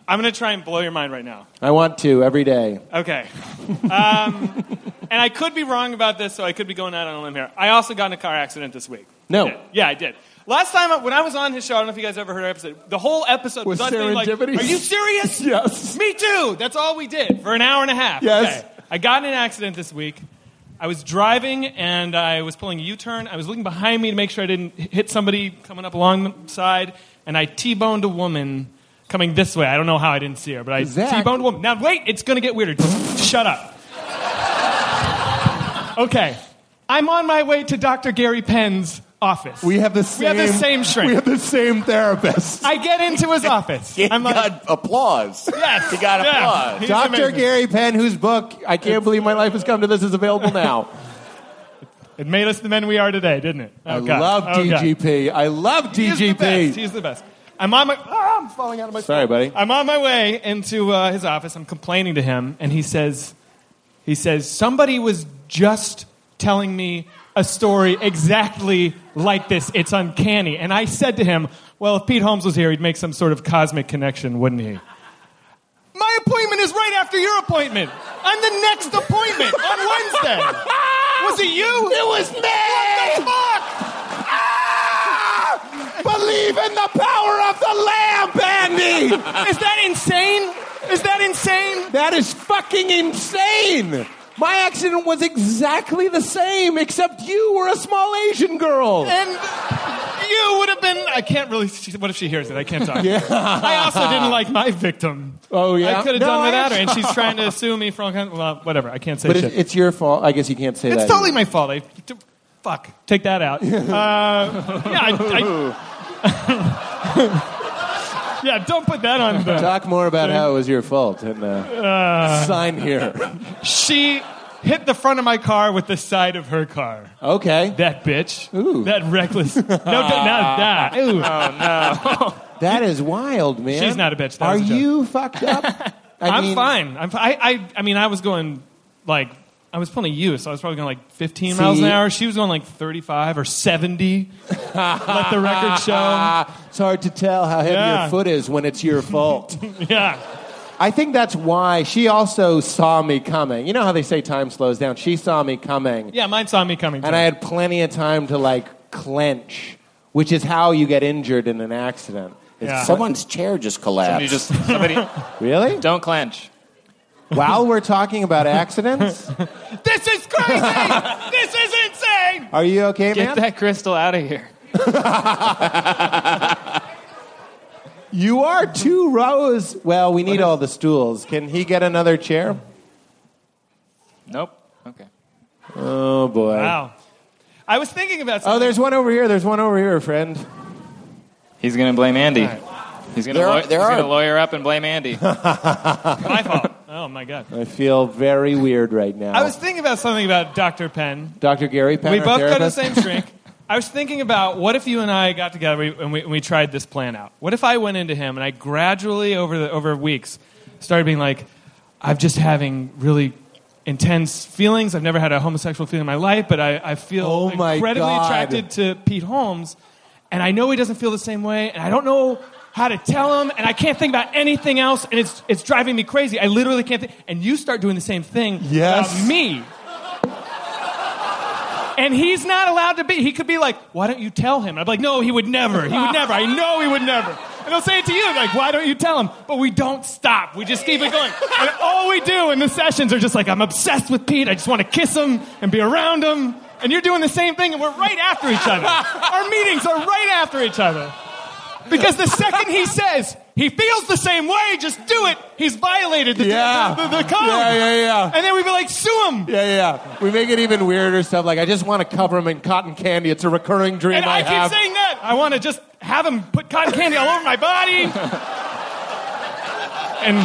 I'm going to try and blow your mind right now.
I want to every day.
Okay. [LAUGHS] Um, and I could be wrong about this, so I could be going out on a limb here. I also got in a car accident this week.
No.
I did. Yeah, I did. Last time uh, when I was on his show, I don't know if you guys ever heard our episode. The whole episode
Was
us being like,
serendipitous?
"Are you serious?
[LAUGHS] Yes.
Me too. That's all we did for an hour and a half.
Yes.
Okay. I got in an accident this week. I was driving and I was pulling a U-turn. I was looking behind me to make sure I didn't h- hit somebody coming up alongside, and I T-boned a woman coming this way. I don't know how I didn't see her, but I
Zach.
T-boned a woman. Now wait, it's going to get weirder. Shut
[LAUGHS]
up. Okay, I'm on my way to Dr. Gary Penn's office.
We have the
We
same.
have the same shrink.
We have the same therapist.
I get into his office. I'm like,
got applause.
yes,
he got
yeah.
applause.
He's
Dr.
amazing.
Gary Penn, whose book I can't believe my life has come to this is available now.
[LAUGHS] It made us the men we are today, didn't it? Oh,
I
God.
love
Oh, God.
DGP. I love
He's the best.
DGP.
He's the best. I'm on my. Ah, I'm falling out of my.
Sorry, buddy.
I'm on my way into uh, his office. I'm complaining to him, and he says, he says, somebody was just telling me a story exactly like this. It's uncanny. And I said to him, well, if Pete Holmes was here, he'd make some sort of cosmic connection, wouldn't he? My appointment is right after your appointment. I'm the next appointment on Wednesday.
[LAUGHS]
Was it you? It was me. What the fuck?
Ah! Believe in the power of the lamb, Bandy!
[LAUGHS] Is that insane? Is that insane?
That is fucking insane! My accident was exactly the same, except you were a small Asian girl.
And you would have been. I can't really. What if she hears it? I can't
[LAUGHS]
talk. I also didn't like my victim.
Oh, yeah?
I could have
No,
done
I
without her, and
actually-
she's trying to sue me for all kinds. Well, whatever. I can't say
But
shit.
it, it's your fault. I guess you can't say
It's
that.
totally my fault. I, t- fuck. Take that out. Uh, yeah, I, I- [LAUGHS] yeah, don't put that on the.
Talk more about how it was your fault and uh, sign here.
She hit the front of my car with the side of her car.
Okay,
That bitch.
Ooh. Oh,
That reckless. No, d-
[LAUGHS]
not that. Ooh.
that is wild, man.
She's not a bitch. That
Are
was a joke.
you fucked up? I
I'm
mean,
fine. I'm, fi- I, I, I mean, I was going like I was pulling a U, so I was probably going like 15 miles an
See?
hour. She was going like 35 or
[LAUGHS]
70. [LAUGHS] Let the record show.
It's hard to tell how heavy
Yeah.
your foot is when it's your fault.
[LAUGHS] Yeah.
I think that's why she also saw me coming. You know how they say time slows down. She saw me coming,
Yeah, mine saw me coming.
and I had plenty of time to like clench, which is how you get injured in an accident. It's
Yeah.
Someone's chair just collapsed.
You just somebody
[LAUGHS] Really?
don't clench.
While we're talking about accidents,
This is crazy. this is insane.
are you okay, man?
Get that crystal out of here.
You are two rows. Well, we need all the stools. Can he get another chair?
Nope. Okay.
Oh boy.
Wow. I was thinking about
Oh,
something.
there's one over here. There's one over here, friend.
He's gonna blame Andy. He's gonna
There are-
law-
there
he's
are-
gonna lawyer up and
[LAUGHS]
blame Andy.
my fault. Oh my god.
I feel very weird right now.
I was thinking about something about Dr. Penn.
Dr. Gary Penn.
we
our
both go to the
therapist.
same
[LAUGHS]
shrink. I was thinking about what if you and I got together and we, and we tried this plan out. What if I went into him and I gradually over the, over weeks started being like, I'm just having really intense feelings. I've never had a homosexual feeling in my life, but I, I feel
Oh my
incredibly
God.
attracted to Pete Holmes, and I know he doesn't feel the same way, and I don't know how to tell him, and I can't think about anything else, and it's it's driving me crazy. I literally can't think. And you start doing the same thing
Yes.
about me. And he's not allowed to be. He could be like, why don't you tell him? I'd be like, no, he would never. He would never. I know he would never. And he'll say it to you, like, why don't you tell him? But we don't stop. We just keep it going. And all we do in the sessions are just like, I'm obsessed with Pete. I just want to kiss him and be around him. And you're doing the same thing, and we're right after each other. Our meetings are right after each other. Because the second he says he feels the same way, just do it, he's violated the,
Yeah.
the, the, the code.
Yeah, yeah, yeah.
And then we'd be like, sue him.
Yeah, yeah. We make it even weirder stuff. Like I just want to cover him in cotton candy. It's a recurring dream
And I, keep
have.
saying that. I want to just have him put cotton candy all over my
[LAUGHS]
body. and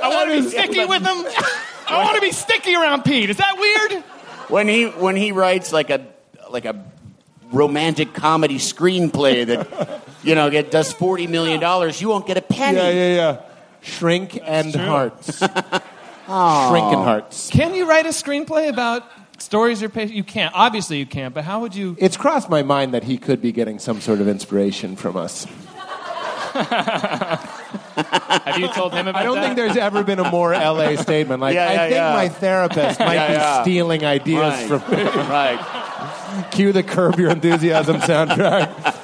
I want to be sticky with him. I want to be sticky around Pete. Is that weird?
when he when he writes like a like a romantic comedy screenplay that you know get does forty million dollars, you won't get a penny.
yeah, yeah, yeah. Shrink and
[LAUGHS]
hearts. Shrink and hearts.
Can you write a screenplay about stories or patients? You can't. Obviously, you can't. But how would you?
It's crossed my mind that he could be getting some sort of inspiration from us.
Have you told him about
I don't
that?
think there's ever
[LAUGHS]
been a more LA statement. Like,
[LAUGHS] Yeah,
I
yeah,
think
yeah.
my therapist might
Yeah,
be
yeah.
stealing ideas
Right.
from me.
right.
Cue the Curb Your Enthusiasm soundtrack.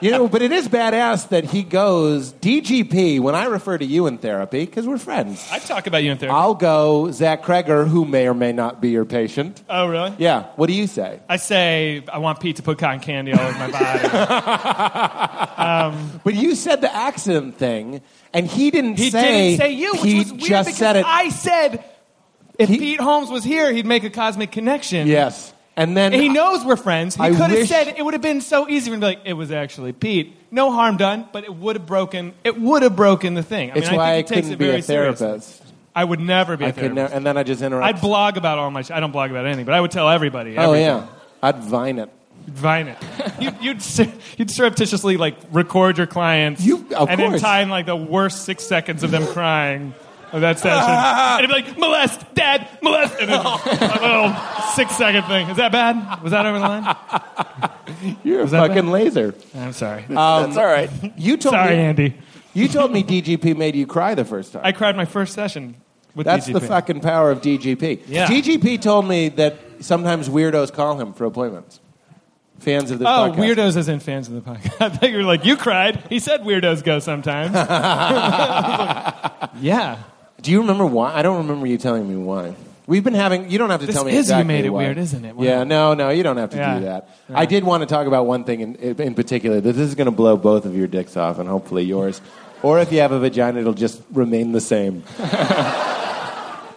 You know, but it is badass that he goes DGP when I refer to you in therapy because we're friends.
I talk about you in therapy.
I'll go Zach Kreger, who may or may not be your patient.
oh, really?
Yeah. What do you say?
I say I want Pete to put cotton candy all over my body. Um,
But you said the accident thing, and he didn't
He
say.
didn't say you, which
he
was weird
just
because
said it.
I said if
He-
Pete Holmes was here, he'd make a cosmic connection.
yes, and then
And he knows we're friends. He
I
could have
wish-
said it would have been so easy for him to be like, it was actually Pete. No harm done, but it would have broken. It would have broken the thing. I
It's
mean, I,
why I
think he takes
couldn't
it
be
very
a therapist.
seriously. I would never be a
I could
therapist.
never, and then I just interrupt.
I'd blog about all my. Sh- I don't blog about anything, but I would tell everybody.
oh
everything.
yeah, I'd vine it.
vine it. You, you'd sur- you'd surreptitiously like record your clients,
You- of
and then
course.
time like the worst six seconds of them crying of that session, [LAUGHS] and it'd be like molest, dad, molest, and [LAUGHS] then a little six second thing. Is that bad? Was that over the
[LAUGHS]
line?
[LAUGHS] You're a
that
fucking laser.
I'm sorry.
That's all right.
You told
Um, sorry,
me.
Andy.
You told me DGP made you cry the first time.
I cried my first session with
That's the
DGP.
fucking power of DGP.
Yeah.
DGP told me that sometimes weirdos call him for appointments. Fans of this
Oh,
podcast.
weirdos as in fans of the podcast. [LAUGHS] I thought you were like, you cried. He said weirdos go
[LAUGHS]
sometimes. yeah.
Do you remember why? I don't remember you telling me why. We've been having. You don't have to
This
tell me.
is You
exactly
Made It
why.
Weird, isn't it? Wow.
Yeah. No. No. You don't have to
Yeah.
do that. I did want to talk about one thing in, in particular. That this is going to blow both of your dicks off, and hopefully
[LAUGHS]
yours. Or if you have a vagina, it'll just remain the same.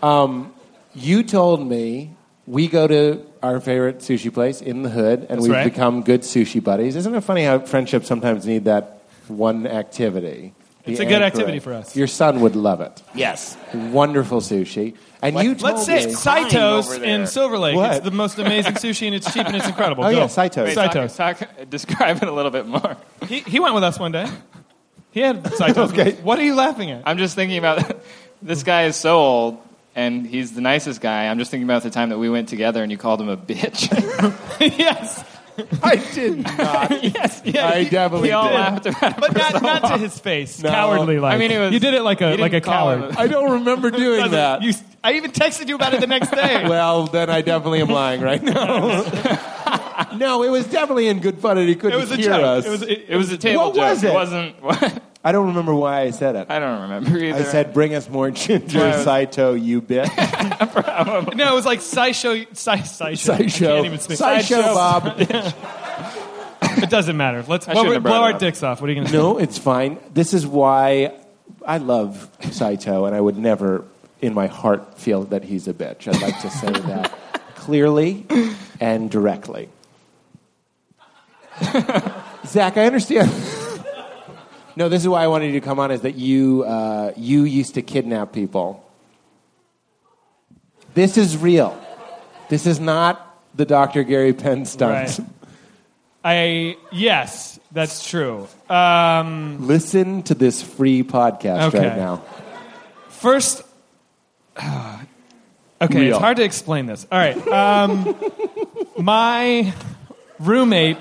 um, you told me we go to our favorite sushi place in the hood, and we've
right.
become good sushi buddies. Isn't it funny how friendships sometimes need that one activity?
It's
The
a good
anchor.
activity for us.
Your son would love it
Yes.
wonderful sushi. And you told
Let's say
me,
Saito's
over there.
in Silver Lake.
What?
It's the most amazing sushi, and it's cheap and it's incredible.
Oh,
Go.
yeah, Saito's. Wait,
Talk-
Saito's.
talk- describe it a little bit more.
He, he went with us one day. He had
[LAUGHS]
Saito's. What are you laughing at?
I'm just thinking about [LAUGHS] this guy is so old and he's the nicest guy. I'm just thinking about the time that we went together and you called him a bitch. [LAUGHS]
yes.
I did
[LAUGHS]
not. [LAUGHS]
Yes. Yeah.
I
he-
definitely
we all
did.
laughed about it.
but not, not to his face. Cowardly like.
I mean, it was-
you did it like a
you
like a
didn't call him
coward.
a-
I don't
[LAUGHS]
remember doing that.
You, I even texted you about [LAUGHS] it the next day.
well, then I definitely am lying
[LAUGHS]
right now. no, it was definitely in good fun, and he couldn't
it was a
hear
joke.
us.
It was, it,
It was a table
What
joke.
was it?
[LAUGHS]
wasn't. What?
I don't remember why I said it.
I don't remember either.
I said, "Bring us more ginger,
Why was-
Saito, you bitch."
No, it was like SciShow. Sci, SciShow. I
Sideshow,
can't even speak.
sideshow, Bob.
[LAUGHS] It doesn't matter. Let's blow,
shouldn't have brought
blow
it
our
up.
dicks off. What are you going to
no, it's fine. This is why I love Saito, and I would never, in my heart, feel that he's a bitch. I'd like to say that clearly and directly. Zach, I understand. no, this is why I wanted you to come on. Is that you? Uh, you used to kidnap people. This is real. This is not the Dr. Gary Penn stunt.
Right. I yes, that's true. Um,
Listen to this free podcast
Okay.
right now.
first, [SIGHS] okay,
Real.
it's hard to explain this. All right, um, [LAUGHS] my roommate,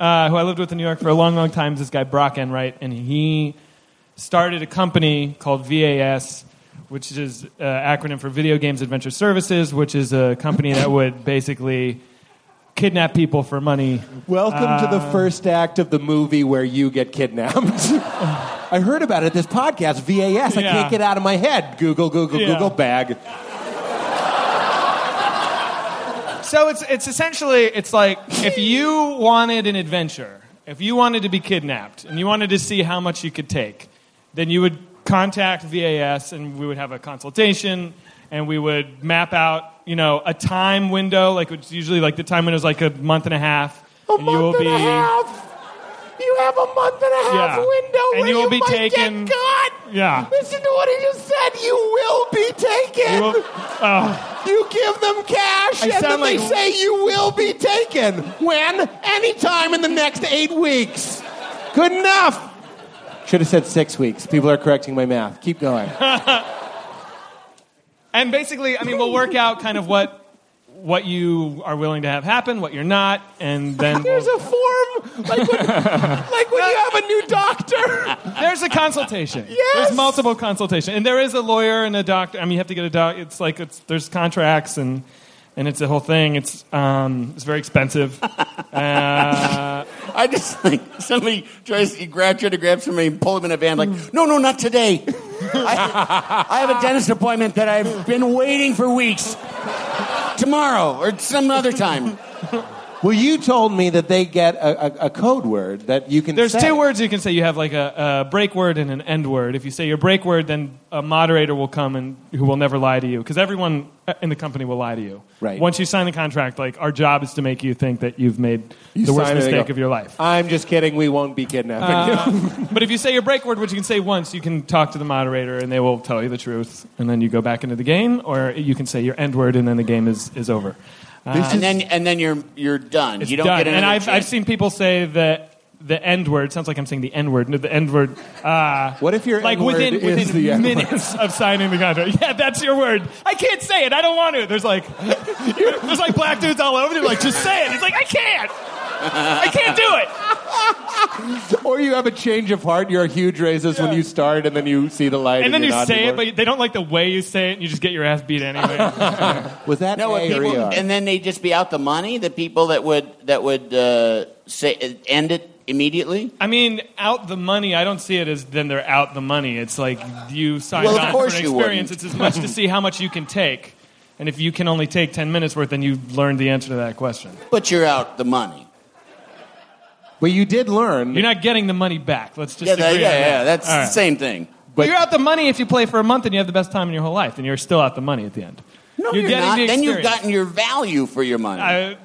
uh, who I lived with in New York for a long, long time, is this guy Brock Enright, and he started a company called VAS, which is uh, acronym for Video Games Adventure Services, which is a company that would basically kidnap people for money.
Welcome to
Uh,
the first act of the movie where you get kidnapped.
[LAUGHS]
I heard about it this podcast, VAS. I
Yeah.
can't get out of my head. Google, Google,
Yeah.
Google bag.
So it's it's essentially it's like if you wanted an adventure, if you wanted to be kidnapped, and you wanted to see how much you could take, then you would contact VAS, and we would have a consultation, and we would map out you know a time window, like it's usually like the time window is like a month and a half,
A
and
month
you will
and
be
a half. You have a month and a half
Yeah.
window
And
where
you will be
might
taken-
get caught.
Yeah.
Listen to what he just said. You will be taken.
You
You,
will- uh,
give them
I
cash, and then
sound
they
like-
say you will be taken. When? Anytime in the next eight weeks. Good enough. Should have said six weeks. People are correcting my math. Keep going.
[LAUGHS] and basically, I mean, we'll work out kind of what. What you are willing to have happen, what you're not, and
[LAUGHS]
then
There's
we'll-
a form,
[LAUGHS]
like when, like when you have a new doctor.
There's a consultation.
[LAUGHS] Yes!
There's multiple consultation, and there is a lawyer and a doctor. I mean, you have to get a doc. It's like it's, there's contracts and and it's a whole thing. It's um, it's very expensive. [LAUGHS] Uh,
I just [LAUGHS] think somebody tries to grab, try to grab somebody and pull him in a van, like, no, no,
[LAUGHS]
not today. I, I have a dentist appointment that I've been waiting for weeks. Tomorrow or some other time.
Well, you told me that they get a, a, a code word that you can.
There's
say.
two words you can say. You have like a, a break word and an end word. If you say your break word, then a moderator will come and who will never lie to you because everyone uh, in the company will lie to you.
Right.
Once you sign the contract, like our job is to make you think that you've made
You
the worst
sign it and
mistake
go,
of your life.
I'm just kidding. We won't be kidnapping. [LAUGHS]
Um, But if you say your break word, which you can say once, you can talk to the moderator and they will tell you the truth, and then you go back into the game, or you can say your end word and then the game is, is over.
Ah. and then and then you're you're done.
It's
You don't
done.
get
And
another
I've, I've
chance.
seen people say that the N word sounds like I'm saying the N word. No, the N word. Uh,
What if your
like
N-word
within
is
within
the N-word?
minutes [LAUGHS]
[LAUGHS]
of signing the contract? Yeah, that's your word. I can't say it. I don't want to. There's like [LAUGHS] there's like black dudes all over. They're like, just say it. It's like I can't. I can't do it.
Or you have a change of heart. You're a huge racist when you start, and then you see the light.
And then
you're
you
not
say it,
anymore.
but they don't like the way you say it, and you just get your ass beat anyway.
[LAUGHS] was that
No,
A
and
or
people,
ER?
and then they'd just be out the money. The people that would that would uh, say end it immediately.
I mean, out the money. I don't see it as then they're out the money. It's like you signed
Well, of
on
course
for an
you
experience.
wouldn't.
It's as much to see how much you can take, and if you can only take ten minutes worth, then you learned the answer to that question.
But you're out the money.
But you did learn.
You're not getting the money back. Let's just
Yeah, that, yeah,
agree on that.
yeah. That's
All right.
the same thing.
But you're out the money if you play for a month and you have the best time in your whole life, and you're still out the money at the end.
No, you're,
getting
not.
the
then you've
experience.
gotten your value for your money.
I,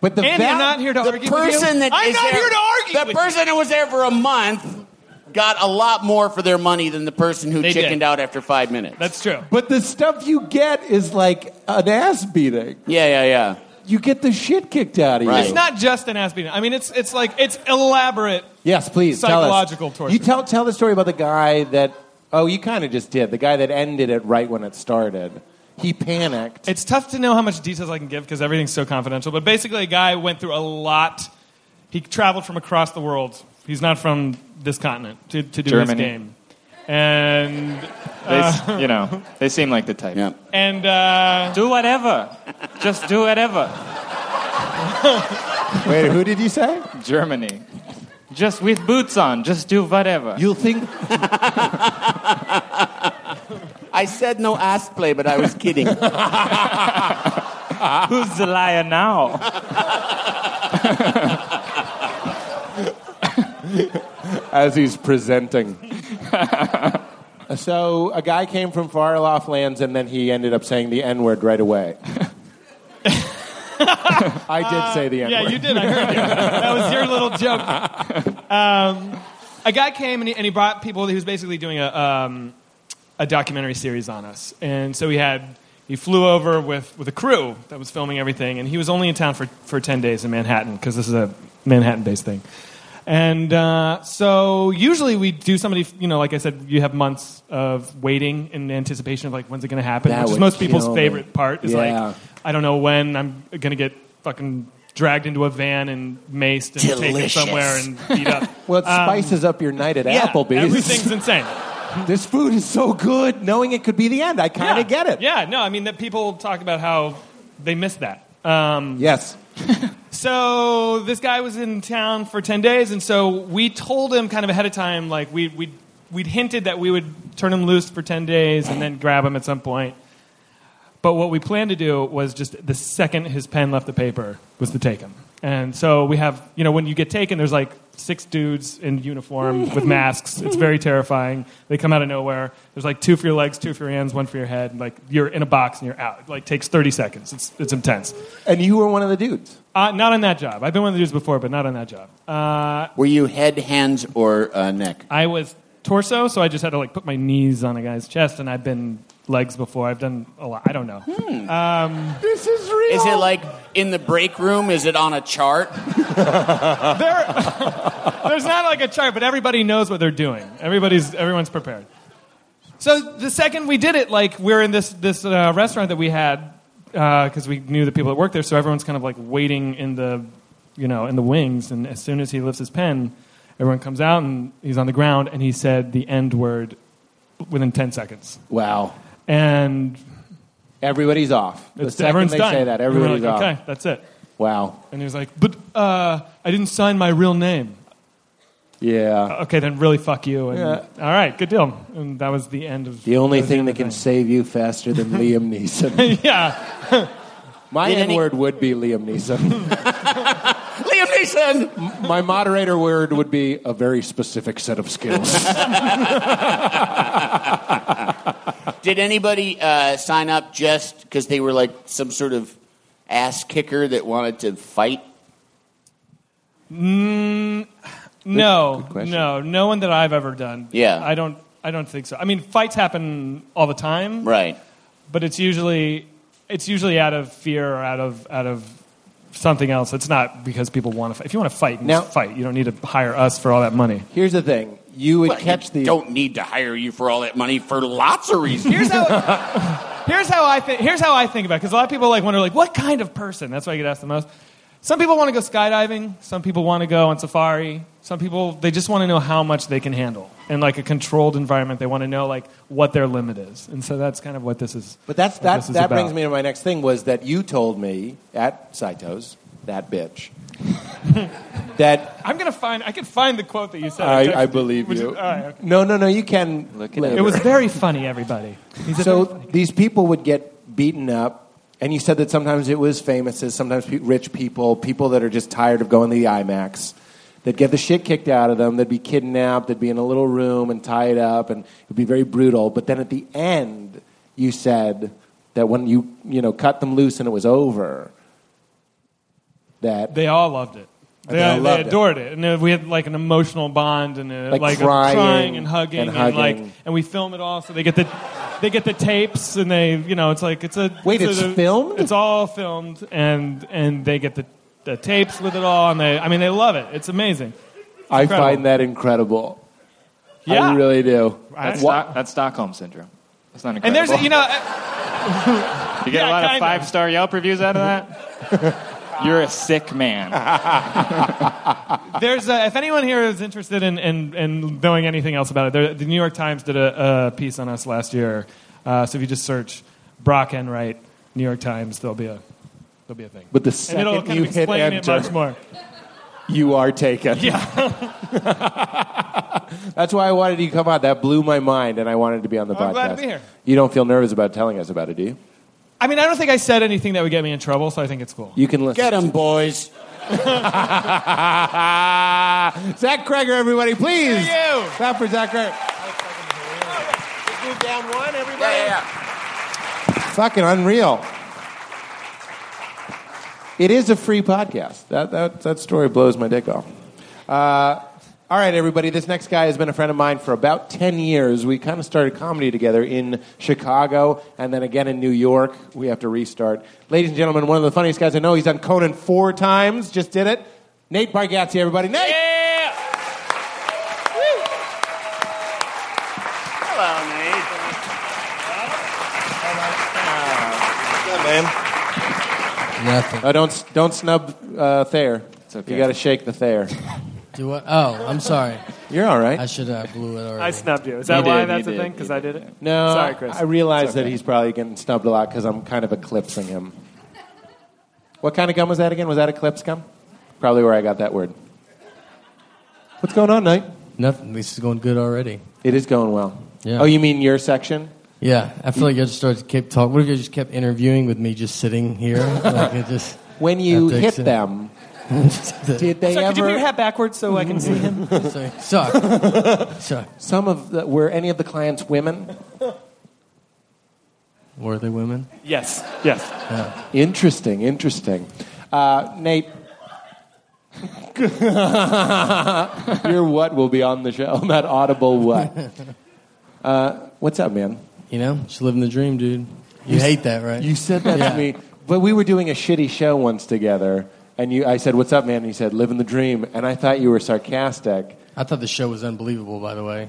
but the
and
val-
you're not here to
the
argue with you.
person that
I'm
is
not
there-
here to argue.
The
with you.
person that was there for a month got a lot more for their money than the person who
They
chickened
did.
out after five minutes.
That's true.
But the stuff you get is like an ass beating.
yeah, yeah, yeah.
You get the shit kicked out of you.
Right.
It's not just an ass beating. I mean, it's it's like it's elaborate.
Yes, please. tell
Psychological
us.
torture.
You tell tell the story about the guy that. Oh, you kind of just did. The guy that ended it right when it started.
[LAUGHS]
He panicked.
It's tough to know how much details I can give because everything's so confidential. But basically, a guy went through a lot. He traveled from across the world. He's not from this continent to, to do
Germany.
this game. And
They, s
Uh.
you know, they seem like the type.
Yeah.
[LAUGHS] and uh,
Do whatever. Just do whatever.
Wait, who did you [LAUGHS] say?
[LAUGHS] Germany. Just with boots on. Just do whatever.
You'll
[LAUGHS]
think
I
[LAUGHS]
said no ass play, but I
[LAUGHS]
was kidding.
Who's the liar now?
as he's presenting. [LAUGHS] so a guy came from far off lands, and then he ended up saying the N word
[LAUGHS]
right away. I did say the N word.
yeah, you did. I heard you. That was your little joke. Um, a guy came and he, and he brought people. He was basically doing a um, a documentary series on us, and so he had he flew over with with a crew that was filming everything, and he was only in town for for ten days in Manhattan because this is a Manhattan based thing. And uh, so usually we do somebody, you know, like I said, you have months of waiting in anticipation of like when's it going to happen,
That
which is
would
most people's
kill me.
favorite part. Is
Yeah.
like I don't know when I'm gonna get fucking dragged into a van and maced and taken
Delicious.
somewhere and beat up.
Well, it
Um,
spices up your [LAUGHS] night at
yeah,
Applebee's.
everything's insane.
this food is so good. Knowing it could be the end, I kind
yeah.
of get it.
Yeah, no, I mean that people talk about how they miss that. Um,
Yes.
[LAUGHS] so this guy was in town for ten days, and so we told him kind of ahead of time, like we we we'd hinted that we would turn him loose for ten days and then grab him at some point. But what we planned to do was just the second his pen left the paper was to take him. And so we have, you know, when you get taken, there's like six dudes in uniform with masks. It's very terrifying. They come out of nowhere. There's like two for your legs, two for your hands, one for your head. Like you're in a box and you're out. It like takes 30 seconds. It's, it's intense.
And you were one of the dudes.
Uh, not on that job. I've been one of the dudes before, but not on that job. Uh,
[LAUGHS] Were you head, hands, or uh, neck?
I was torso, so I just had to like put my knees on a guy's chest, and I've been legs before. I've done a lot. I don't
[LAUGHS]
know. Um,
This is real.
Hmm. Is it like in the break room? Is it on a chart?
[LAUGHS] there, there's not like a chart, but everybody knows what they're doing. Everybody's everyone's prepared. So the second we did it, like we're in this this uh, restaurant that we had because we knew the people that worked there, so everyone's kind of like waiting in the you know in the wings, and as soon as he lifts his pen, everyone comes out and he's on the ground, and he said the end word within ten seconds,
wow.
and
Everybody's off. The
it's,
second
everyone's
they
done.
say that,
And we're
everybody's
like,
off.
Okay, that's it.
Wow.
And he was like, "But uh, I didn't sign my real name."
Yeah.
okay, then really fuck you. And,
Uh, Yeah.
All right, good deal. And that was the end of
the only
was
thing
end
that
of
can
the
save you
[LAUGHS]
faster than Liam Neeson.
thing. [LAUGHS] yeah,
[LAUGHS] My
Did
N
any-
word would be Liam Neeson.
[LAUGHS]
Liam Neeson.
My moderator word would be a very specific set of skills.
[LAUGHS]
Did anybody uh, sign up just because they were like some sort of ass kicker that wanted to fight?
Mm, no,
question.
no, no one that I've ever done.
Yeah.
I don't, I don't think so. I mean, fights happen all the time,
Right.
but it's usually it's usually out of fear or out of out of something else. It's not because people want to fight. If you want to fight, you
Now-
just fight. You don't need to hire us for all that money.
Here's the thing. You would
Well,
catch
you
the.
Don't need to hire you for all that money for lots of
[LAUGHS]
reasons.
Here's how. here's how I think. Here's how I think about. Because a lot of people like wonder like what kind of person. That's what I get asked the most. Some people want to go skydiving. Some people want to go on safari. Some people they just want to know how much they can handle in like a controlled environment. They want to know like what their limit is, and so that's kind of what this is.
But that's
what
that.
this is
That
about.
brings me to my next thing was that you told me at Saito's
[LAUGHS]
that bitch that
I'm gonna find. I can find the quote that you said.
I, I
texted-
believe
would
you.
All right, okay.
No, no, no. You can
Look it
later.
up.
It was very funny, everybody. He's a
so
very funny-
these people would get beaten up. And you said that sometimes it was famouses, sometimes pe- rich people, people that are just tired of going to the IMAX, that get the shit kicked out of them, that'd be kidnapped, that'd be in a little room and tied up, and it'd be very brutal. But then at the end, you said that when you you know cut them loose and it was over, that
they all loved it. They,
They all
they
loved it.
adored it, and then we had like an emotional bond, and uh,
Like
like, a
crying
and hugging,
and
and,
hugging.
like, and we film it all, so they get the they get the tapes, and they you know it's like it's a
Wait, it's
a-
filmed?
It's all filmed, and and they get the the tapes with it all, and they I mean they love it. It's amazing.
I
incredible.
find that incredible. I
Yeah.
really do.
Right.
That's,
Wha-
Stock- that's Stockholm syndrome. That's not
And
incredible.
there's a, you know [LAUGHS]
you get
yeah,
a lot of
kinda.
five star Yelp reviews out of that. You're a
[LAUGHS]
sick man.
There's uh, if anyone here is interested in, in, in knowing anything else about it, there, the New York Times did a, a piece on us last year. Uh, so if you just search Brock Enright, New York Times, there'll be a there'll be a thing,
But the
and it'll
second
kind
you
of
hit
explain
enter,
it much more.
you are taken. Yeah. [LAUGHS] That's why I wanted you to come out. That blew my mind, and I wanted to be on the podcast.
I'm glad to be here.
You don't feel nervous about telling us about it, do you?
I mean, I don't think I said anything that would get me in trouble, so I think it's [LAUGHS] cool.
You can listen.
Get 'em, boys.
[LAUGHS] Zach Kreger, everybody, please.
Thank you.
Clap for Zach Kreger. Move down one, everybody. Fucking unreal. It is a free podcast. That, that, that story blows my dick off. Uh, all right, everybody. This next guy has been a friend of mine for about 10 years. We kind of started comedy together in Chicago and then again in New York. We have to restart. Ladies and gentlemen, one of the funniest guys I know. He's done Conan four times, just did it. Nate Bargatze, everybody. Nate!
Nothing.
Oh, don't, don't snub uh, Thayer.
It's okay.
You got to shake the Thayer.
Do what? Oh, I'm sorry.
You're all right.
I should have blew it already.
I snubbed you. Is
You
that why
did,
that's
you
a
did,
thing? Because
you
I did it.
No,
Sorry, Chris.
I realize
It's okay.
that he's probably getting snubbed a lot because I'm kind of eclipsing him. What kind of gum was that again? Was that eclipse gum? Probably where I got that word. What's going on, Knight?
Nothing. This is going good already.
It is going well.
Yeah.
Oh, you mean
[LAUGHS]
your section?
Yeah, I feel like I just started to keep talking. What if you just kept interviewing with me just sitting here? [LAUGHS] like it just.
When you
Oh, That
hit
takes it. [LAUGHS]
them, did they
Sorry, could you put your
ever?
hat backwards so Oh, I can see him?
[LAUGHS] sorry. Sorry. sorry.
Some of the, were any of the clients women?
Were they women?
yes, yes.
Interesting, interesting. Uh, Nate, [LAUGHS] your what will be on the show? [LAUGHS] Not audible what?
[LAUGHS]
Uh, what's up, man?
You know, just living the dream, dude. You hate that, right?
You said that to
Yeah.
me, but we were doing a shitty show once together, and you, I said, "What's up, man?" And you said, "Living the dream," and I thought you were sarcastic.
I thought the show was unbelievable, by the way.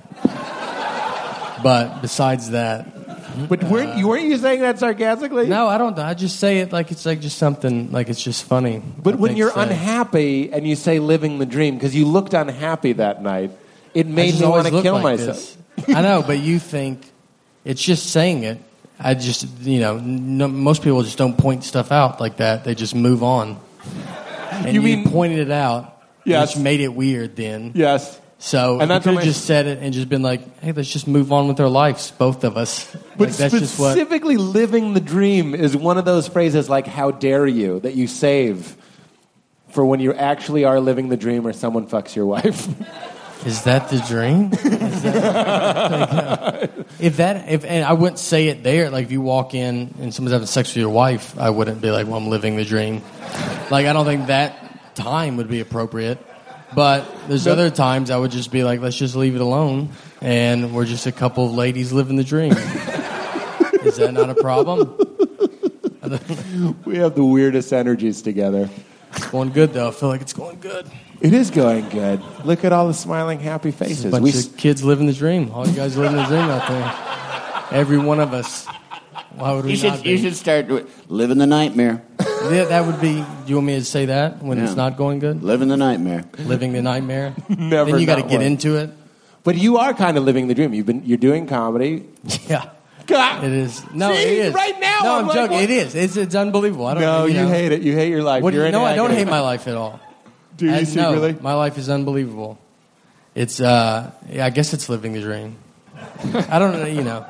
but besides that, uh,
But weren't you weren't you saying that sarcastically?
no, I don't. I just say it like it's like just something like it's just funny.
But
I
when
think
you're
so.
unhappy and you say "living the dream" because you looked unhappy that night, it
I
made
just
me
always
want to
look
kill
like
myself.
this. I know, but you think it's just saying it. I just, you know, no, most people just don't point stuff out like that. They just move
[LAUGHS]
on. And
You
you,
mean-
pointed it out,
Yes.
which made it weird then.
Yes,
So
And
and
that's
could
what
have
my-
just said it and just been like, "Hey, let's just move on with our lives, both of us."
but
like, that's just what.
specifically, "living the dream" is one of those phrases like "how dare you" that you save for when you actually are living the dream or someone fucks your wife.
Is that the dream? Is that- if that, if and I wouldn't say it there. Like if you walk in and someone's having sex with your wife, I wouldn't be like, "Well, I'm living the dream." Like I don't think that time would be appropriate. But there's other times I would just be like, "Let's just leave it alone," and we're [LAUGHS] just a couple of ladies living the dream. Is that not a problem? I other.
[LAUGHS] We have the weirdest energies together.
It's going good though. I feel like it's going good.
It is going good. Look at all the smiling, happy
There's a
faces.
bunch
We
of kids living the dream. All you guys living the dream out there. Every one of us. Why would we
You
not
should,
be?
you should start with living the nightmare.
Yeah, that would be. Do you want me to say that when
Yeah.
it's not going good?
Living the nightmare.
Living the nightmare.
[LAUGHS] Never
Then you got to
not
get
one.
into it.
But you are kind of living the dream. You've been you're doing comedy.
[LAUGHS] Yeah.
God.
It is. No,
See,
it is.
right now
No,
I'm
I'm,
like,
joking.
what-
It is. It's, it's unbelievable. I don't
No, you
know.
hate it. You hate your life.
What do
You're
you,
in
no, I don't
agony.
hate my life at all.
Do you
I-
secretly?
No, my life is unbelievable. It's. uh yeah, I guess it's living the dream. I don't. [LAUGHS] know, You know.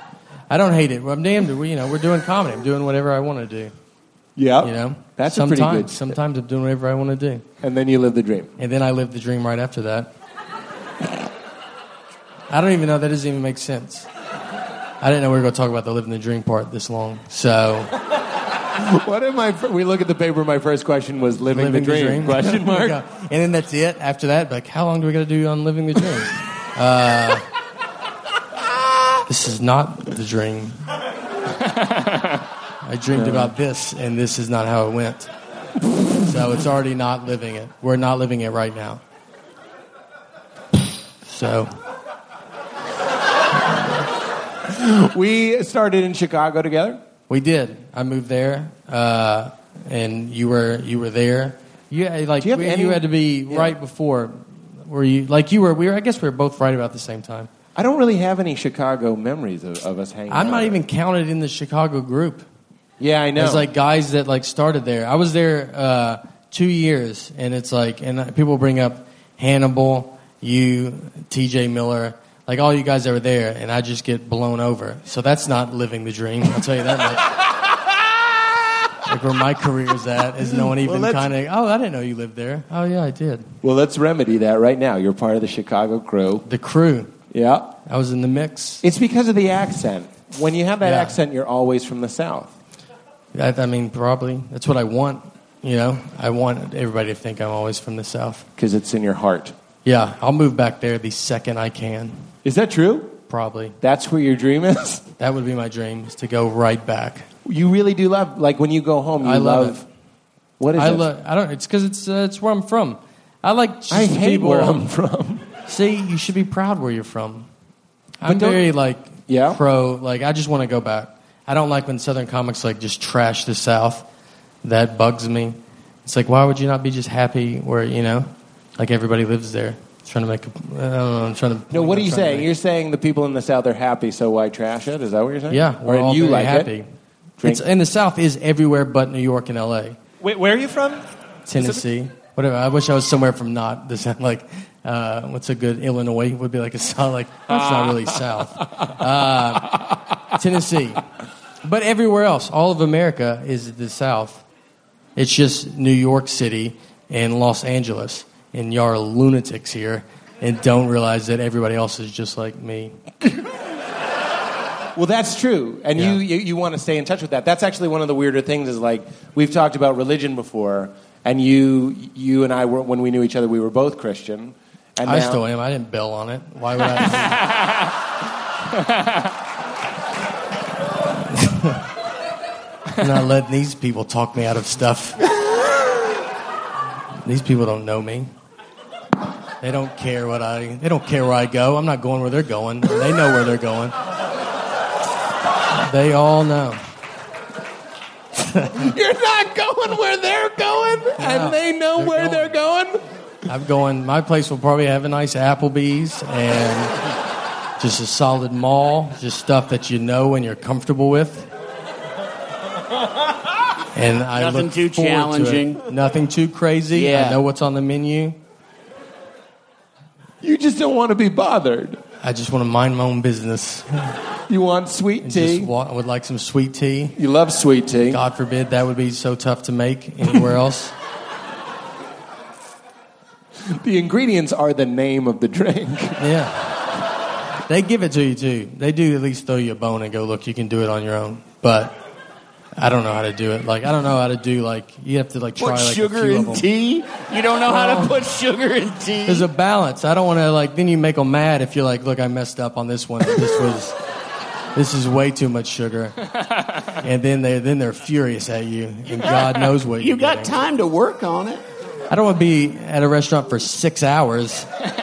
I don't hate it. Well, I'm damned. We, you know, we're doing comedy. I'm doing whatever I want to do.
Yeah.
You know.
That's
sometimes,
a pretty good.
Sometimes I'm doing whatever I want to do,
And then you live the dream.
and then I live the dream right after that. I don't even know. That doesn't even make sense. I didn't know we were going to talk about the living the dream part this long. So.
What am I? We look at the paper. My first question was living, the dream.
[LAUGHS]
[LAUGHS] Question mark.
Yeah. And then that's it. After that, like, how long do we got to do on living the dream?
[LAUGHS]
uh, this is not the dream.
[LAUGHS]
I dreamed about this, and this is not how it went. so it's already not living it. We're not living it right now. So
We started in Chicago together.
we did. I moved there, uh, and you were you were there. You had, like
Do you have
we-
any-
you had to be right before. Were you like you were? We were. I guess we were both right about the same time.
I don't really have any Chicago memories of, of us hanging.
I'm
out
not
there.
even counted in the Chicago group.
Yeah, I know.
There's like guys that like started there. I was there uh, two years, and it's like, and uh, people bring up Hannibal, you, T.J. Miller, like all you guys that were there, and I just get blown over. So that's not living the dream. I'll tell you that
[LAUGHS]
much. like where my career is at is no one even
let's-
kind of. Oh, I didn't know you lived there. Oh yeah, I did.
well, let's remedy that right now. You're part of the Chicago crew.
The crew.
Yeah,
I was in the mix.
it's because of the accent. When you have that
Yeah.
accent, you're always from the South.
I, I mean, probably that's what I want. You know, I want everybody to think I'm always from the south.
because it's in your heart.
Yeah, I'll move back there the second I can.
Is that true?
Probably.
That's where your dream is. [LAUGHS]
That would be my dream is to go right back.
You really do love, like when you go home, you
I love it.
What is
I
it?
lo- I don't it's cuz it's uh, it's where I'm from. I like just
I hate
people
where I'm [LAUGHS] from.
See, you should be proud where you're from. I'm
don't-
very like
Yeah?
pro like I just want to go back. I don't like when southern comics like just trash the south. That bugs me. It's like why would you not be just happy where, you know, like everybody lives there. Trying to make a, I don't know, I'm trying to
No, what are
I'm
you
trying to
saying?
make-
You're saying the people in the South are happy, so why trash it? Is that what you're saying?
Yeah, we're
or
all
you
very
like
happy.
it? Drink.
It's, and the South is everywhere but New York and L.A.,
Wait, where are you from?
Tennessee, whatever. I wish I was somewhere from not [LAUGHS] the South. Like, uh, what's a good Illinois would be like a South. Like that's not really South. Uh, Tennessee, but everywhere else, all of America is the South. It's just New York City and Los Angeles, and y'all are lunatics here and don't realize that everybody else is just like me.
Well, that's true, and you,
Yeah.
you you want to stay in touch with that. That's actually one of the weirder things. Is like we've talked about religion before, and you you and I were when we knew each other, we were both Christian. And
I
now-
still am. I didn't bail on it. Why would I? I'm not letting these people talk me out of stuff. these people don't know me. They don't care what I. They don't care where I go. I'm not going where they're going. and They know where they're going. They all know.
[LAUGHS] You're not going where they're going,
No,
and they know
they're
where
going.
they're going. [LAUGHS]
I'm going. My place will probably have a nice Applebee's and just a solid mall, just stuff that you know and you're comfortable with. And I
Nothing
look
too
forward to it.
challenging.
Nothing too crazy.
Yeah.
I know what's on the menu.
You just don't want to be bothered.
I just want to mind my own business.
You want sweet
And
tea.
just wa- I would like some sweet tea.
you love sweet tea.
God forbid that would be so tough to make anywhere else.
[LAUGHS] The ingredients are the name of the
[LAUGHS]
drink.
Yeah. They give it to you too. They do at least throw you a bone and go, look, you can do it on your own. But I don't know how to do it. Like I don't know how to do like you have to like try
Put
like a
sugar
few
in
of them.
tea? You don't know how to
Well,
put sugar in tea?
There's a balance. I don't want to like then you make them mad if you're like, look, I messed up on this one. This was This is way too much [LAUGHS] sugar. and then they then they're furious at you, and God knows what
You
you're
got
getting.
time to work on it.
I don't want to be at a restaurant for six hours.
[LAUGHS]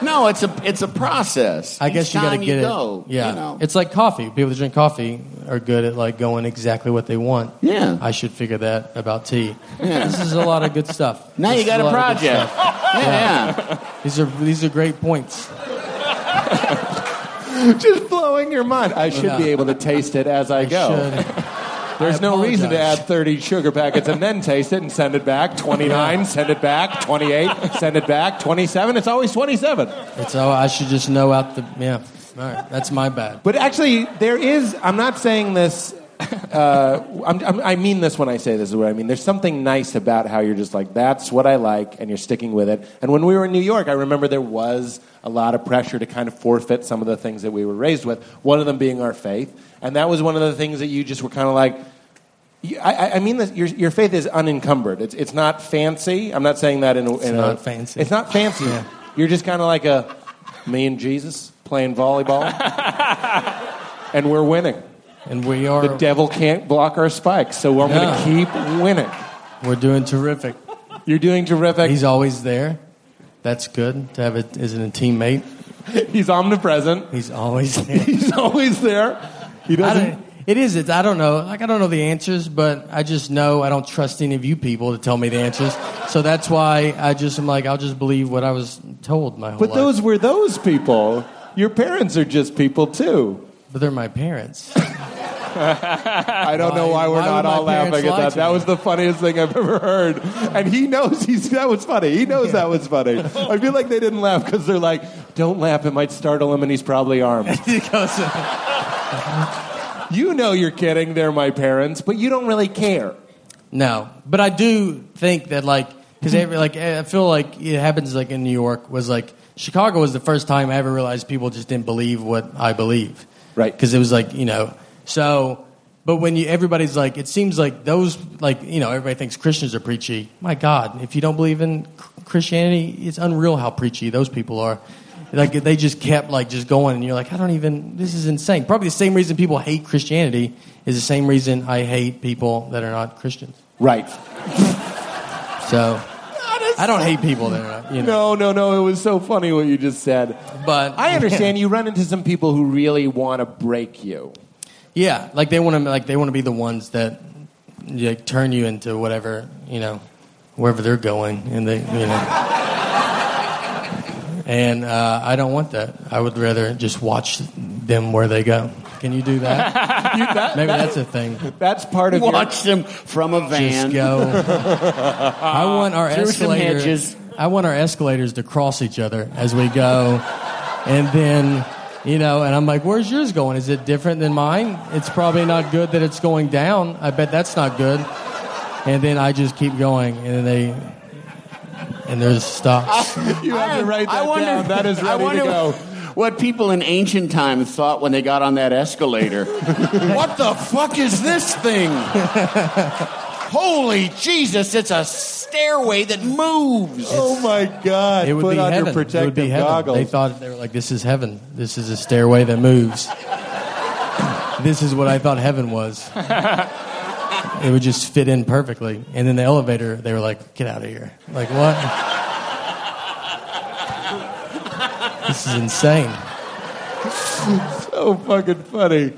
No, it's a it's a process.
I
Each
guess you got
time
to get
you
it.
Go,
yeah,
you know.
it's like coffee. People that drink coffee are good at like going exactly what they want.
Yeah.
I should figure that about tea.
Yeah.
This is a lot of good stuff.
[LAUGHS] now
This
you
is
got a
lot of good
project.
stuff.
Yeah, [LAUGHS] yeah.
These are these are great points.
[LAUGHS] Just blowing your mind. I should be able to taste it as I, go.
Should-
[LAUGHS] There's
I
no reason to
apologize.
add 30 sugar packets and then taste it and send
[LAUGHS]
it back. 29, send it back. 28, send it back. 27, it's always 27.
It's oh, I should just know out the yeah. All right, that's my bad.
But actually, there is. I'm not saying this. Uh, I'm, I'm, I mean this when I say this is what I mean. There's something nice about how you're just like that's what I like, and you're sticking with it. And when we were in New York, I remember there was a lot of pressure to kind of forfeit some of the things that we were raised with. One of them being our faith, and that was one of the things that you just were kind of like. you- I, I- I mean, this, your, your faith is unencumbered. It's, it's not fancy. I'm not saying that in a. It's in a,
not fancy.
uh, It's not fancy. You're just kind of like a me and Jesus
[LAUGHS]
playing volleyball and we're winning.
And we are
The devil can't block our spikes, so I'm
No.
going to keep winning.
we're doing terrific.
You're doing terrific.
He's
He's,
always there. That's good to have it as a
[LAUGHS]
teammate.
omnipresent.
He's
[LAUGHS]
always there.
He's always there. He
I
doesn't.
don't, it is. It's, I don't know. Like I don't know the answers, but I just know I don't trust any of you people to tell me the answers. So that's why I just am like I'll just believe what I was told my whole
But
life.
those were those people. Your parents are just people too.
but they're my
[LAUGHS]
parents.
I don't know
Why-
why we're
why
not
would my
all laughing
parents
at
lie
that.
to
That
me?
was the funniest thing I've ever heard. And he [LAUGHS] knows he's that was funny. He knows that was funny. I feel like they didn't laugh because they're like, "Don't laugh. It might startle him, and he's
[LAUGHS]
probably armed."
Because-
you know you're kidding. They're my parents, but you don't really care.
No, but I do think that like because every like I feel like it happens like in New York was like Chicago was the first time I ever realized people just didn't believe what I believe.
Right.
Because it was like you know so. But when you everybody's like, it seems like those like you know everybody thinks Christians are preachy. My God, if you don't believe in Chr- Christianity, it's unreal how preachy those people are. Like they just kept like just going, and you're like, I don't even. This is insane. Probably the same reason people hate Christianity is the same reason I hate people that are not Christians.
Right.
So I don't hate people that are, you know.
No, no, no. It was so funny what you just said.
But
I understand you run into some people who really want to break you. [LAUGHS]
Yeah, like they want to like they want to be the ones that like turn you into whatever you know, wherever they're going, and they you know. [LAUGHS] and uh, I don't want that. I would rather just watch them where they go. Can you do that?
You- that-
Maybe
that-
that's a thing.
[LAUGHS] That's part of your.
Watch them from a van.
Just go. I want our
Through some
escalators.
hedges.
I want our escalators to cross each other as we go, and then you know. And I'm like, "Where's yours going? Is it different than mine? It's probably not good that it's going down. I bet that's not good." And then I just keep going, and then they and there's stops.
[LAUGHS] You have to write that
I wonder,
down. That is
[LAUGHS]
ready
I wonder
to go.
what people in ancient times thought when they got on that
[LAUGHS]
escalator. what the fuck is this thing? Holy Jesus, it's a stairway that moves.
Oh my God!
It would
Put
be
on
heaven.
your
it would
protective
be heaven.
goggles.
They thought they were like, "This is heaven. This is a stairway that moves." [COUGHS] this is what I thought heaven was. it would just fit in perfectly. And then the elevator, they were like, "Get out of here!" Like what? this is insane.
so fucking funny.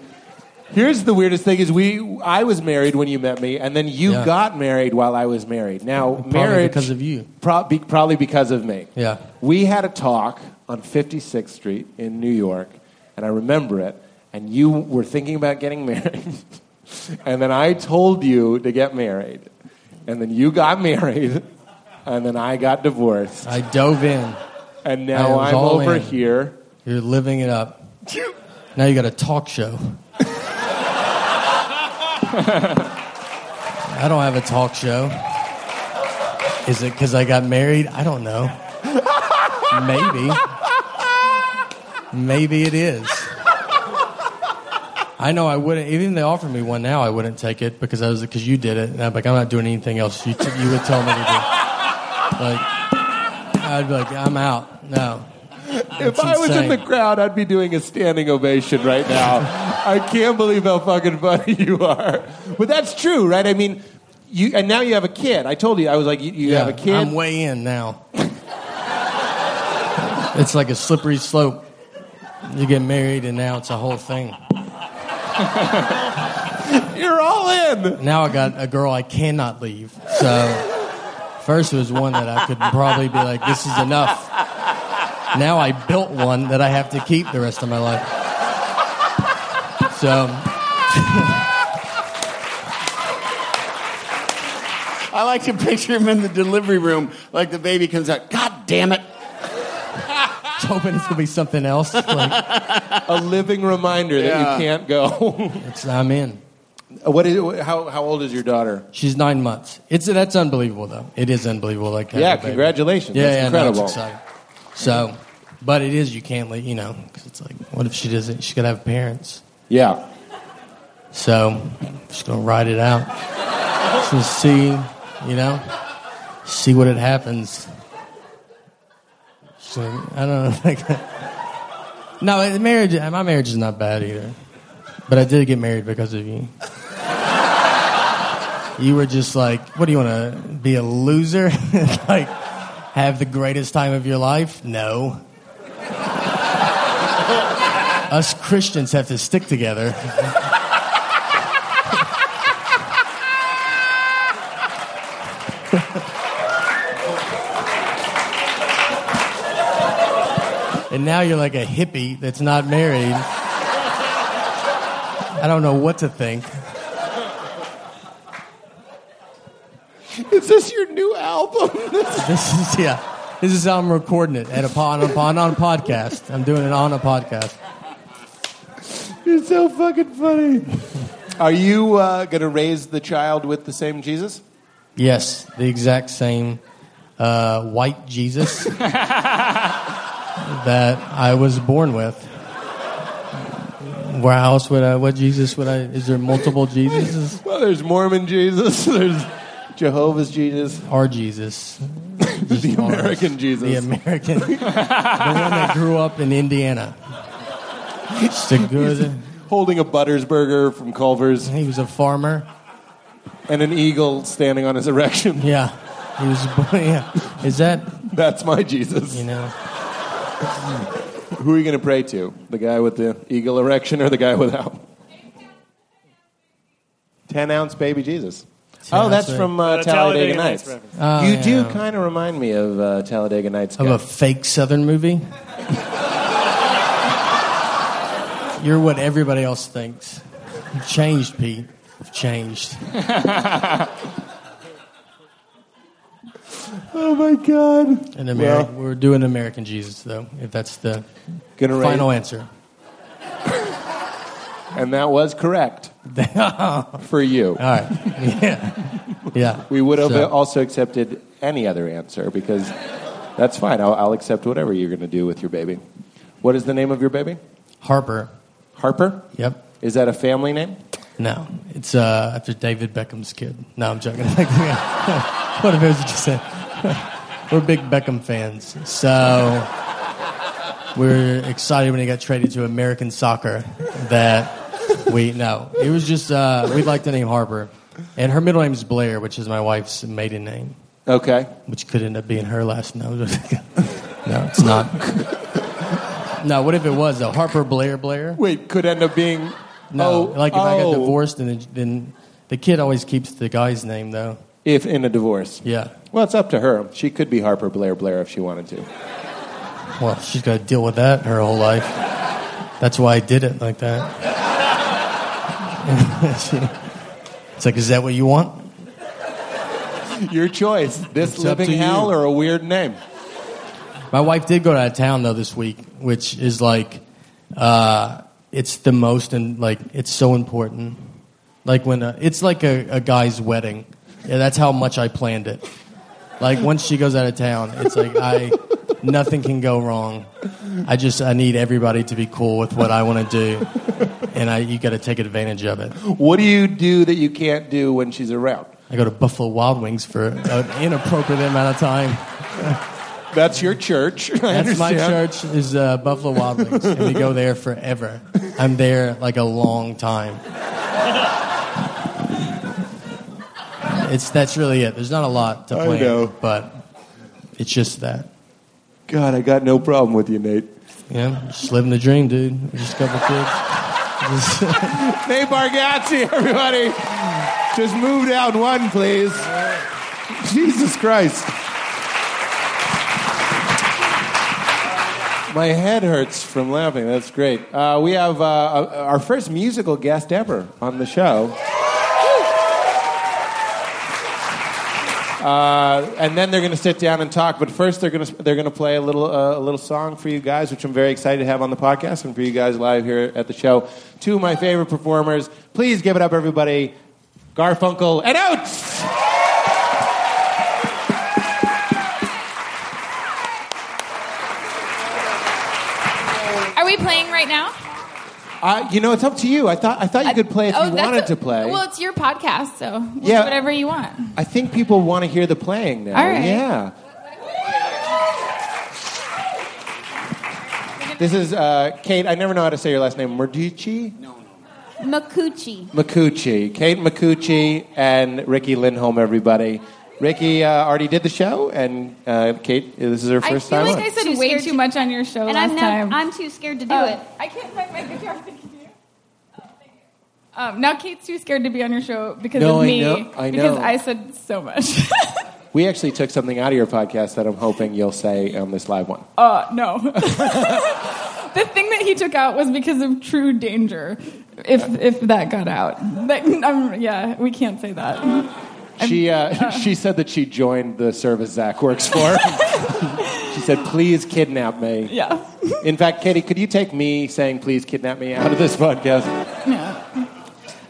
Here's the weirdest thing: is we I was married when you met me, and then you
Yeah.
got married while I was married. Now marriage
because of you.
pro- be- probably because of me.
Yeah.
we had a talk on 56th Street in New York, and I remember it. And you were thinking about getting [LAUGHS] married, and then I told you to get married, and then you got [LAUGHS] married, and then I got divorced,
I dove in.
and
I
now
was
I'm
all
over
in.
here.
You're living it up. Now you got a talk show. I don't have a talk show. Is it because I got married? I don't know. Maybe. Maybe it is. I know I wouldn't. Even if they offered me one now, I wouldn't take it because I was because you did it, and I'm like, I'm not doing anything else. You t- you would tell me to do. Like, I'd be like, I'm out. No.
If I was in the crowd, I'd be doing a standing ovation right now.
[LAUGHS]
I can't believe how fucking funny [LAUGHS] you are. But that's true, right? I mean, you and now you have a kid. I told you, I was like, you, you have a kid.
I'm way in now. it's like a slippery slope. You get married, and now it's a whole thing.
[LAUGHS] You're all in.
Now I got a girl I cannot leave. So first was one that I could probably be like, this is enough. Now I built one that I have to keep the rest of my life. So [LAUGHS]
I like to picture him in the delivery room, like the baby comes out. God damn it!
I was hoping it's gonna be something else. Like
A living reminder
Yeah.
that you can't go.
it's, I'm in.
[LAUGHS] what is? How how old is your daughter?
She's nine months. It's that's unbelievable though. It is unbelievable. Like
Yeah, congratulations.
Yeah,
That's
yeah, no, it's
incredible.
exciting. so, but it is you can't leave. You know, 'cause it's like, what if she doesn't? She could have parents.
Yeah.
So just gonna ride it out. Just gonna see, you know, see what it happens. So I don't know. [LAUGHS] Like, no, the marriage. My marriage is not bad either. But I did get married because of you. You were just like, what do you want to be a loser? [LAUGHS] like, have the greatest time of your life? No. [LAUGHS] Us Christians have to stick together. [LAUGHS] And now you're like a hippie that's not married. I don't know what to think.
Is this your new album? [LAUGHS] This-
This is yeah. This is how I'm recording it at a pod, on, a pod, on a podcast. I'm doing it on a podcast.
You're so fucking funny. Are you uh, going to raise the child with the same Jesus?
Yes, the exact same uh, white
[LAUGHS]
Jesus that I was born with. Where else would I? What Jesus would I? Is there multiple Jesuses?
Well, there's Mormon Jesus, [LAUGHS] there's Jehovah's Jesus,
Our Jesus,
the American
the
Jesus.
American, the one that grew up in Indiana. Just a good.
holding a Butters burger from Culver's
He was a farmer.
and an eagle standing on his erection.
Yeah, he was. Yeah, is that
That's my Jesus.
you know?
Who are you going to pray to? The guy with the eagle erection or the guy without? 10 ounce baby Jesus.
Yeah,
oh, that's
right.
from uh,
The
Talladega,
Talladega
Nights.
Nights
Oh,
you do
yeah.
kind of remind me of uh, Talladega Nights.
of
guy.
a fake Southern movie. You're what everybody else thinks. You've changed, Pete. You've changed.
[LAUGHS] oh my God.
And Ameri- we're doing American Jesus, though, if that's the
Gonna raise-
final answer.
And that
[LAUGHS]
was correct
All
for you.
right. Yeah. Yeah.
We would have
So-
also accepted any other answer because that's fine. I'll, I'll accept whatever you're going to do with your baby. What is the name of your baby?
Harper.
Harper?
Yep.
Is that a family name?
No, it's uh, after David Beckham's kid. No, I'm joking. [LAUGHS] what if it was just a, [LAUGHS] we're big Beckham fans, so we're excited when he got traded to American Soccer. That we no, it was just uh, we liked the name Harper, and her middle name is Blair, which is my wife's maiden name,
Okay.
which could end up being her last name. [LAUGHS] no, it's not. No, what if it was though? Harper Blair Blair.
Wait, could end up being.
No,
oh,
like if I got
oh.
divorced, and then, then the kid always keeps the guy's name though.
If in a divorce.
Yeah.
Well, it's up to her. She could be Harper Blair Blair if she wanted to.
Well, she's got to deal with that her whole life. That's why I did it like that. [LAUGHS] it's like, is that what you want?
[LAUGHS] Your choice. This
It's up
living
to you.
hell or a weird name.
My wife did go out of town though this week, which is like, uh, it's the most and like it's so important. Like when a, it's like a, a guy's wedding. Yeah, that's how much I planned it. Like once she goes out of town, it's like I nothing can go wrong. I just I need everybody to be cool with what I want to do, and I you got to take advantage of it.
What do you do that you can't do
[LAUGHS]
when she's around?
I go to Buffalo Wild Wings for an inappropriate amount of time.
That's your church. [LAUGHS] I
That's my
understand.
church is uh, Buffalo Wild Wings, and we go there forever. I'm there like a long time. It's that's really it. There's not a lot to
I
plan,
know.
but it's just that.
God, I got no problem with you, Nate.
Yeah, just living the dream, dude. Just a couple kids. Just-
[LAUGHS]
Nate Bargatze, everybody. Just move down one, please. Jesus Christ. My head hurts from laughing. That's great. Uh, we have uh, our first musical guest ever on the show. Uh, and then they're going to sit down and talk. But first, they're going to they're going to play a little uh, a little song for you guys, which I'm very excited to have on the podcast and for you guys live here at the show. Two of my favorite performers. Please give it up, everybody. Garfunkel and Oates.
Are we playing right now?
Uh, you know, it's up to you. I thought I thought you could play if
Oh,
you
that's
wanted
a-
to play.
Well, it's your podcast, so it's
Yeah.
whatever you want.
I think people want to hear the playing now.
All right.
Yeah. This is uh, Kate. I never know how to say your last name. Merducci.
Makuchi.
McCoochie, Kate McCoochie, and Ricky Lindholm, everybody. Ricky uh, already did the show, and uh, Kate, this is her
I
first
feel
time
like I
on.
said
Too
way
scared
too
to-
much on your show
And
last
I'm now,
time.
I'm too scared to do
Oh,
it.
I can't find my guitar. [LAUGHS] Thank you. Um, now Kate's too scared to be on your show because
No,
of
I
me.
know- I
because
know.
I said so much. [LAUGHS]
We actually took something out of your podcast that I'm hoping you'll say on this live one.
Uh, no. [LAUGHS] the thing that he took out was because of true danger. If if that got out, That- um, yeah, we can't say that. [LAUGHS]
She uh, [LAUGHS] she said that she joined the service Zach works for. she said, "Please kidnap me."
Yeah,
In fact, Katie, could you take me saying "Please kidnap me" out of this podcast?
yeah. Um,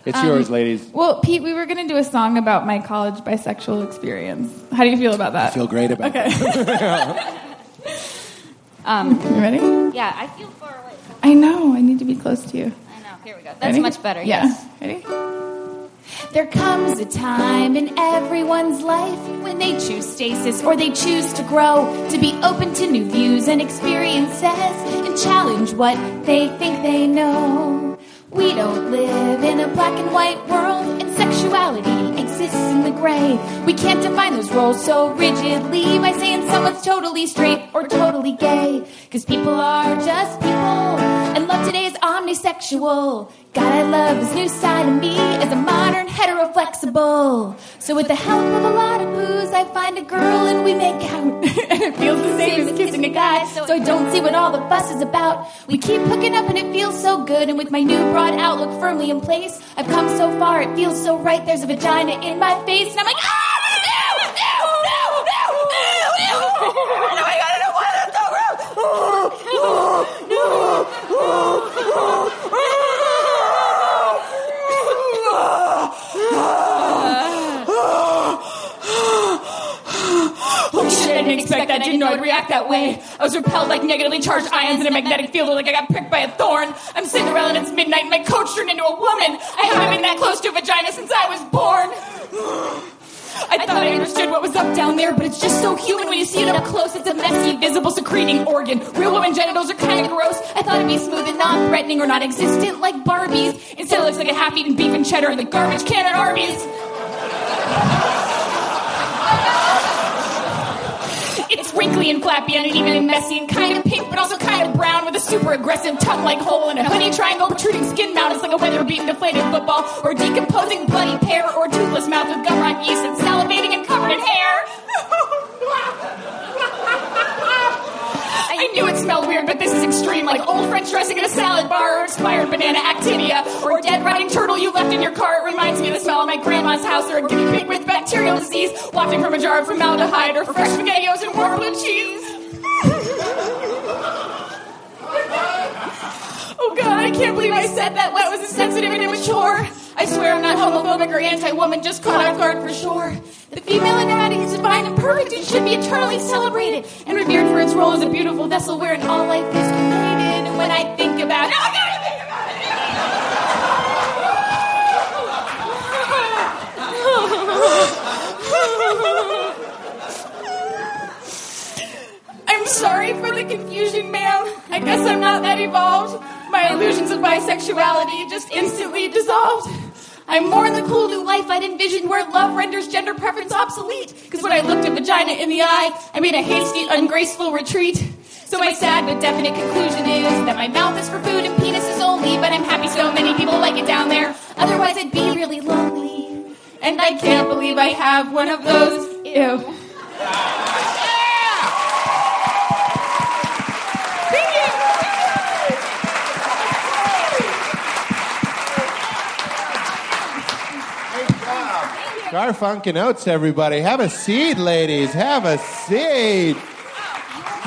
It's yours, ladies.
Well, Pete, we were gonna do a song about my college bisexual experience. How do you feel about that?
Feel great about
uh,
Uh-huh.
okay. [LAUGHS]
[LAUGHS]
Um,
You ready?
yeah, I feel far away. From
I know. I need to be close to you.
I know. Here we go. That's
Ready?
much better.
Yeah.
Yes.
Ready?
There comes a time in everyone's life when they choose stasis or they choose to grow, to be open to new views and experiences, and challenge what they think they know. We don't live in a black and white world, and sexuality exists in the gray. We can't define those roles so rigidly by saying someone's totally straight or totally gay. Cause people are just people, and love today is omnisexual. God, I love this new side of me as a modern heteroflexible. So with the help of a lot of booze, I find a girl and we make out. [LAUGHS] and it feels the same as kissing a guy, so I don't see what all the fuss is about. We keep hooking up and it feels so good. And with my new broad outlook firmly in place, I've come so far, it feels so right. There's a vagina in my face, and I'm like, ah! Ew, ew, ew, ew, ew, ew. Oh my God, I don't want it. It's so gross.
Oh, I didn't expect that. I didn't know I'd react that way. I was repelled like negatively charged ions in a magnetic field, or like I got pricked by a thorn. I'm Cinderella and it's midnight, and my coach turned into a woman. I haven't been that close to a vagina since I was born. [SIGHS] I thought I understood what was up down there, but it's just so human when you see it up close. It's a messy, visible, secreting organ. Real woman genitals are kind of gross. I thought it'd be smooth and non-threatening or non-existent, like Barbies. Instead, it looks like a half-eaten beef and cheddar in the garbage can at Arby's. It's wrinkly and flappy, uneven and messy, and kind of pink, but also kind of brown, with a super aggressive tongue-like hole and a honey triangle protruding skin mount. It's like a weather-beaten, deflated football, or a decomposing bloody pear, or a toothless mouth with gum rot yeast and salivating and covered in hair. [LAUGHS] I knew it smelled weird, but this is extreme, like old French dressing in a salad bar, or expired banana actinia, or a dead rotting turtle you left in your car. It reminds me of the smell of my grandma's house, or a guinea pig with bacterial disease, wafting from a jar of formaldehyde, or fresh spaghettios and warm blue cheese. [LAUGHS] Oh God, I can't believe I said that. That was insensitive and immature. I swear I'm not homophobic or anti-woman, just caught off guard for sure. The female anatomy is divine and perfect and should be eternally celebrated and revered for its role as a beautiful vessel wherein all life is created. And when I think about it, I gotta think about it.
sorry for the confusion, ma'am. I guess I'm not that evolved. My illusions of bisexuality just instantly dissolved. I'm more in the cool new life I'd envisioned where love renders gender preference obsolete. Because when I looked a vagina in the eye, I made a hasty, ungraceful retreat. So my sad but definite conclusion is that my mouth is for food and penis is only, but I'm happy so many people like it down there. Otherwise, I'd be really lonely. And I can't believe I have one of those. Ew.
Garfunk and Oates, everybody. Have a seat, ladies. Have a seat.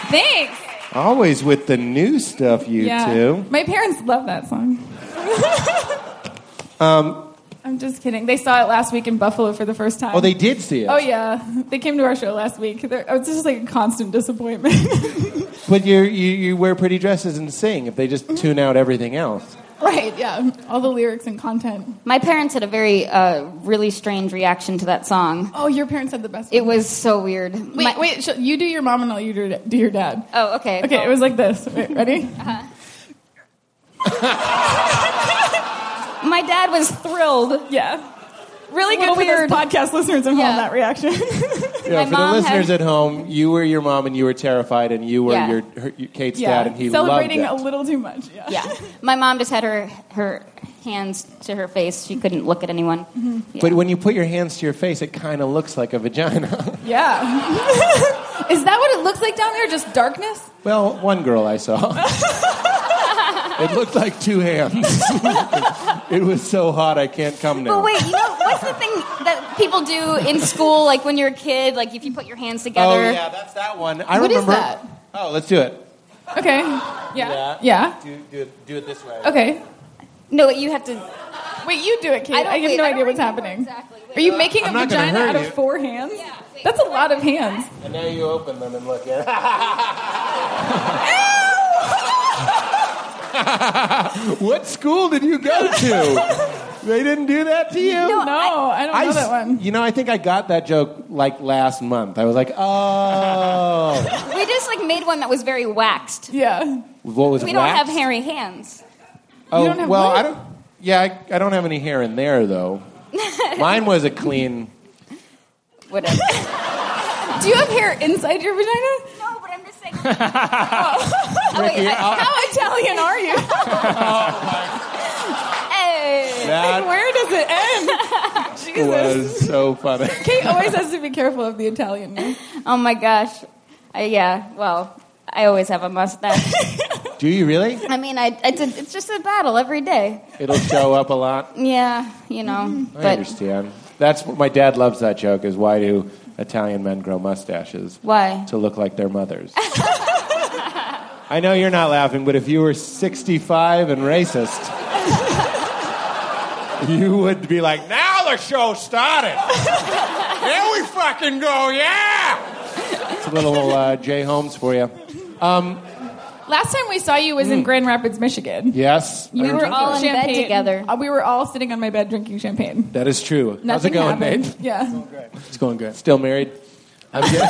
Thanks.
Always with the new stuff, you two.
My parents love that song.
Um,
I'm just kidding. They saw it last week in Buffalo for the first time.
oh, they did see it.
Oh yeah, they came to our show last week. They're, oh, it's just like a constant disappointment. [LAUGHS]
But you're, you, you wear pretty dresses and sing if they
Mm-hmm.
just tune out everything else.
right? Yeah, all the lyrics and content.
My parents had a very, uh, really strange reaction to that song.
Oh, your parents had the best.
It was so weird.
Wait, wait. Sh- you do your mom, and I'll you do, do your dad.
Oh, okay. Uh-huh.
Okay,
Well-
it was like this.
[LAUGHS]
Wait, ready?
My dad was thrilled.
Yeah.
Really
Well,
good
for
weird.
those podcast listeners at home,
Yeah.
that
[LAUGHS]
reaction.
You know,
My
for the
mom
listeners
had-
at home, you were your mom and you were terrified, and you were
Yeah.
your, her, your Kate's
yeah,
dad, and he
celebrating
loved it.
a little too much. Yeah. [LAUGHS]
yeah. My mom just had her her hands to her face. She couldn't look at anyone.
Mm-hmm.
But when you put your hands to your face, it kind of looks like a vagina. [LAUGHS]
Yeah. [LAUGHS] Is that what it looks like down there? Just darkness?
well, one girl I
[LAUGHS]
saw. it looked like two hands. [LAUGHS] it was so hot, I can't come now.
But wait, you know what's the thing that people do in school? Like when you're a kid, like if you put your hands
oh,
together.
yeah, that's that one. I
What is
remember.
that?
Oh, let's do it.
Okay. Yeah. Yeah.
Do, do, it, do it this way.
Okay.
No, you have to.
Wait, you do it, Kate.
I
I,
don't-
have
wait,
no
I don't
idea what's
remember
happening. Are you making
I'm
a
not gonna
vagina
hurt
out
you.
of four hands? That's a lot of hands.
[LAUGHS]
And now you open them and look [LAUGHS] at it. what school did you go to? they didn't do that to you?
No, I, don't know
s-
that one.
You know, I think I got that joke like last month. I was like, oh.
We just like made one that was very waxed.
Yeah.
what was
We
it?
don't
wax?
have hairy hands.
Oh,
don't have
well,
what?
I don't. Yeah, I, I don't have any hair in there though. Mine was a clean.
Whatever.
Do you have hair inside your vagina?
no, but I'm just
[LAUGHS]
saying.
How Italian are [LAUGHS] you?
Hey.
Like,
That
where does it end?
[LAUGHS]
Jesus.
was so funny.
Kate always has to be careful of the Italian name.
Oh my gosh. Uh, yeah. Well, I always have a mustache.
[LAUGHS]
Do you really?
I mean, I, it's, a, it's just a battle every day.
It'll show up a lot.
Yeah, you know.
Mm-hmm.
I
But
understand. That's my dad loves that joke. Is why do Italian men grow mustaches
why?
to look like their mothers? [LAUGHS] I know you're not laughing, but if you were 65 and racist, [LAUGHS] you would be like, now the show started. There we fucking go, yeah. It's a little uh, Jay Holmes for Um, you.
Last time we saw you was
Mm.
in Grand Rapids, Michigan.
Yes.
You
were all in bed together.
Uh, we were all sitting on my bed drinking champagne.
That is true. How's it
Nothing
going,
happened.
mate?
Yeah.
It's going good.
Still married?
I'm good.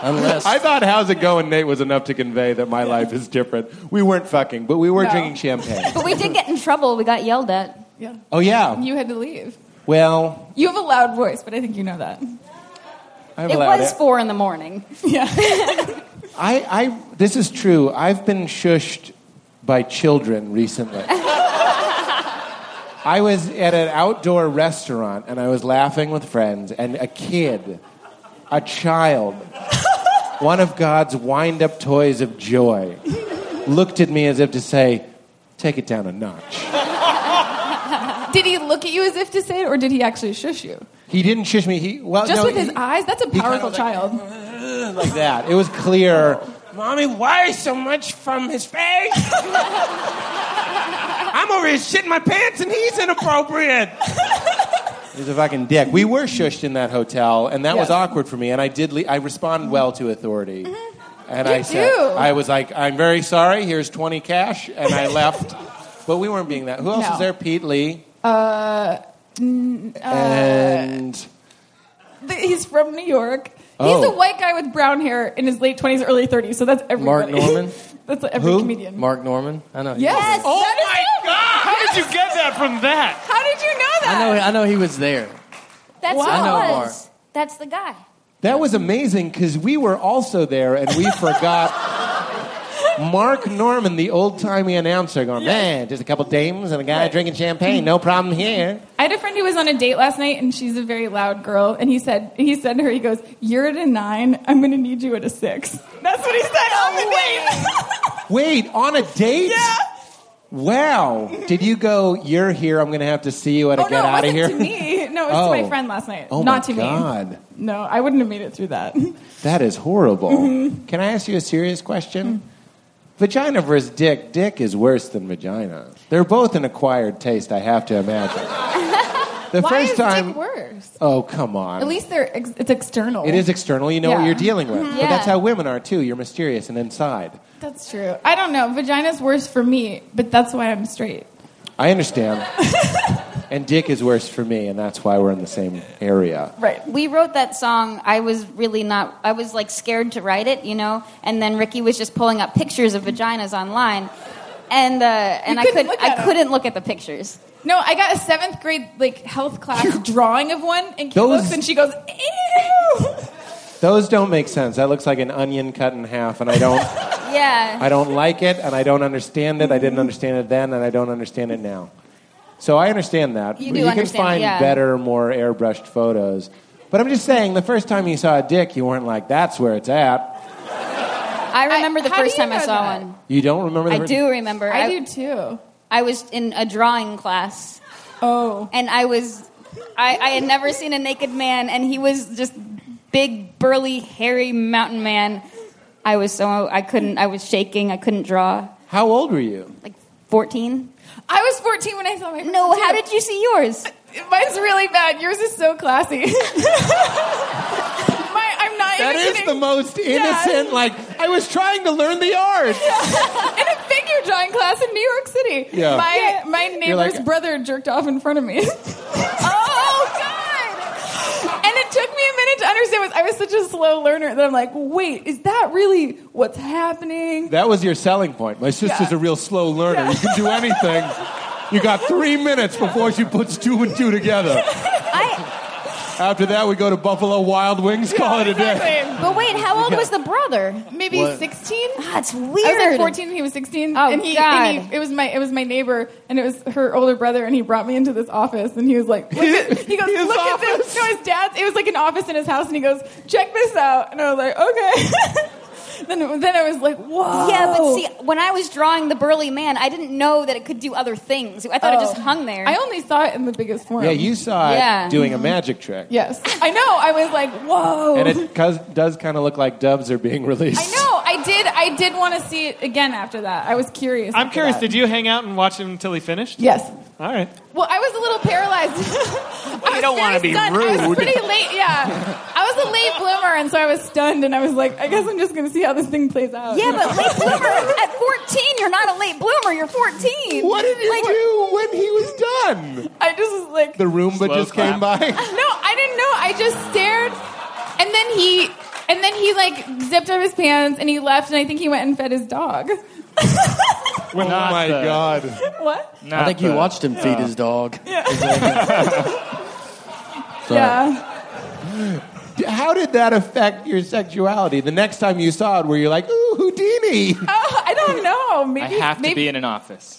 Unless
I thought how's it going, Nate, was enough to convey that my life is different. We weren't fucking, but we were
No.
drinking champagne.
But we did get in trouble. We got yelled at.
Yeah.
Oh, yeah.
You had to leave.
Well,
You have a loud voice, but I think you know that.
I've
It
allowed
was four in the morning.
I, I, this is true. I've been shushed by children recently. I was at an outdoor restaurant and I was laughing with friends, and a kid, a child, one of God's wind up toys of joy, looked at me as if to say, Take it down a notch.
Did he look at you as if to say it, or did he actually shush you?
He didn't shush me. He, well,
Just
Uh, no,
with his
he-
eyes? That's a
kinda
powerful
was like-
child.
like that. It was clear. Mommy, why so much from his face? [LAUGHS] I'm over here shitting my pants and he's inappropriate. [LAUGHS] He's a fucking dick. We were shushed in that hotel, and that was
Yes.
awkward for me. And I did. Le- I respond well to authority, and
Mm-hmm. You
I said,
do.
I was like, I'm very sorry. Here's twenty cash, and
[LAUGHS]
I left. but we weren't being that. Who else
No.
is there? Pete Lee
Uh, n- uh,
and
th- he's from New York.
Oh.
He's a white guy with brown hair in his late 20s, early 30s, so that's
Mark
everybody.
Norman?
[LAUGHS] that's every
Who?
comedian.
Mark Norman. I know. he
Yes!
was there.
Oh my
God! How did you get that from that?
How did you know
I know. I know he was there.
That's
Wow.
who
I
it
know
was. That's the guy.
That was amazing because we were also there and we
[LAUGHS]
forgot Mark Norman, the old timey announcer, going, man, just a couple dames and a guy drinking champagne, no problem here.
I had a friend who was on a date last night, and she's a very loud girl. And he said, he said to her, he goes, "You're at a nine. I'm going to need you at a six. [LAUGHS] That's what he said on the date.
Wait, on a date? Yeah. Wow. Did you go, you're here, I'm going to have to see you at a
oh
get
no, it
out
wasn't
of here?
to me. No, it was to
Oh.
my friend last night.
[LAUGHS] Oh
Not
my
to
God.
me. No, I wouldn't have made it through that.
That is horrible.
Mm-hmm. [LAUGHS]
Can I ask you a serious
Mm.
question? Vagina versus dick. Dick is worse than vagina. They're both an acquired taste, I have to imagine.
[LAUGHS]
The
Why
first
is
time.
dick worse?
Oh, come on.
At least they're ex- it's external.
It is external. You know what
Yeah.
you're dealing with.
Mhm.
But
Yeah.
that's how women are too. You're mysterious and inside.
That's true. I don't know. Vagina's worse for me, but that's why I'm straight. [LAUGHS]
I understand. and dick is worse for me, and that's why we're in the same area.
Right.
We wrote that song. I was really not. I was like scared to write it, you know. And then Ricky was just pulling up pictures of vaginas online, and uh, and I
couldn't
could
look
I
at 'em.
couldn't look at the pictures.
No, I got a seventh grade like health class drawing of one, and Kate
Those-
looks and she goes, "Ew."
Those don't make sense. That looks like an onion cut in half, and I don't.
Yeah.
I don't like it, and I don't understand it. I didn't understand it then, and I don't understand it now. So I understand that.
You do
can
understand it,
find
yeah.
better, more airbrushed photos. But I'm just saying, the first time you saw a dick, you weren't like, "That's where it's at."
I remember the
how do
first
you
time I
know
saw
that?
one.
You don't remember. The
I
first-
do remember.
I do too.
I was in a drawing class.
Oh.
And I was, I, I had never seen a naked man, and he was just big, burly, hairy mountain man. I was so I couldn't. I was shaking. I couldn't draw.
How old were you?
Fourteen.
I was 14 when I saw my.
No, how did you see yours?
[LAUGHS] Mine's really bad. Yours is so classy. [LAUGHS] My, I'm not
That
even
is
kidding.
the most innocent. Like I was trying to learn the art.
[LAUGHS] in a figure drawing class in New York City.
Yeah.
My my
You're like-
neighbor's brother jerked off in front of me. [LAUGHS] oh God! And it took me a minute to understand. Was I was such a slow learner that I'm like, wait, is that really what's happening?
That was your selling point. My sister's
Yeah.
a real slow learner. You can
[LAUGHS]
do anything. You got three minutes before she puts two and two together.
I.
After that, we go to Buffalo Wild Wings. Call it a day. [LAUGHS]
But wait, how old was the brother? Ah,
Maybe
What?
16.
That's
I was
weird.
like 14 and he was 16
Oh,
and, he,
God.
and he it was my it was my neighbor and it was her older brother and he brought me into this office and he was like look
[LAUGHS]
at- he goes look at this no his dad's it was like an office in his house and he goes check this out and I was like okay [LAUGHS] then then I was like whoa
Yeah, but see, when I was drawing the burly man, I didn't know that it could do other things. I thought it
Oh.
just hung there.
I only saw it in the biggest form
Yeah, you saw
Yeah.
it doing a magic trick.
yes I know I was like whoa [LAUGHS]
And it cos- does kind of look like doves are being released.
I know I did I did want to see it again after that I was curious
I'm
after
curious.
that.
Did you hang out and watch him until he finished?
yes
All right.
Well, I was a little paralyzed. [LAUGHS] I
you don't
was
wanna
very
be
stunned. I
rude.
was pretty late. Yeah, I was a late bloomer, and so I was stunned, and I was like, I guess I'm just gonna see how this thing plays out.
yeah, but
[LAUGHS]
late bloomer at 14, you're not a late bloomer. You're 14.
What did you
Like,
do when he was done?
I just was like,
The Roomba
Slow
just came
clap.
by.
[LAUGHS] no, I didn't know. I just stared, and then he, and then he like zipped up his pants and he left, and I think he went and fed his dog.
Oh
Not
my
the-
god! [LAUGHS]
What?
I think you
the-
watched him
Uh,
feed his dog.
Yeah.
How did that affect your sexuality? The next time you saw it, were you like, "Ooh, Houdini"?
Oh, I don't know. Maybe
I have to
maybe,
be in an office.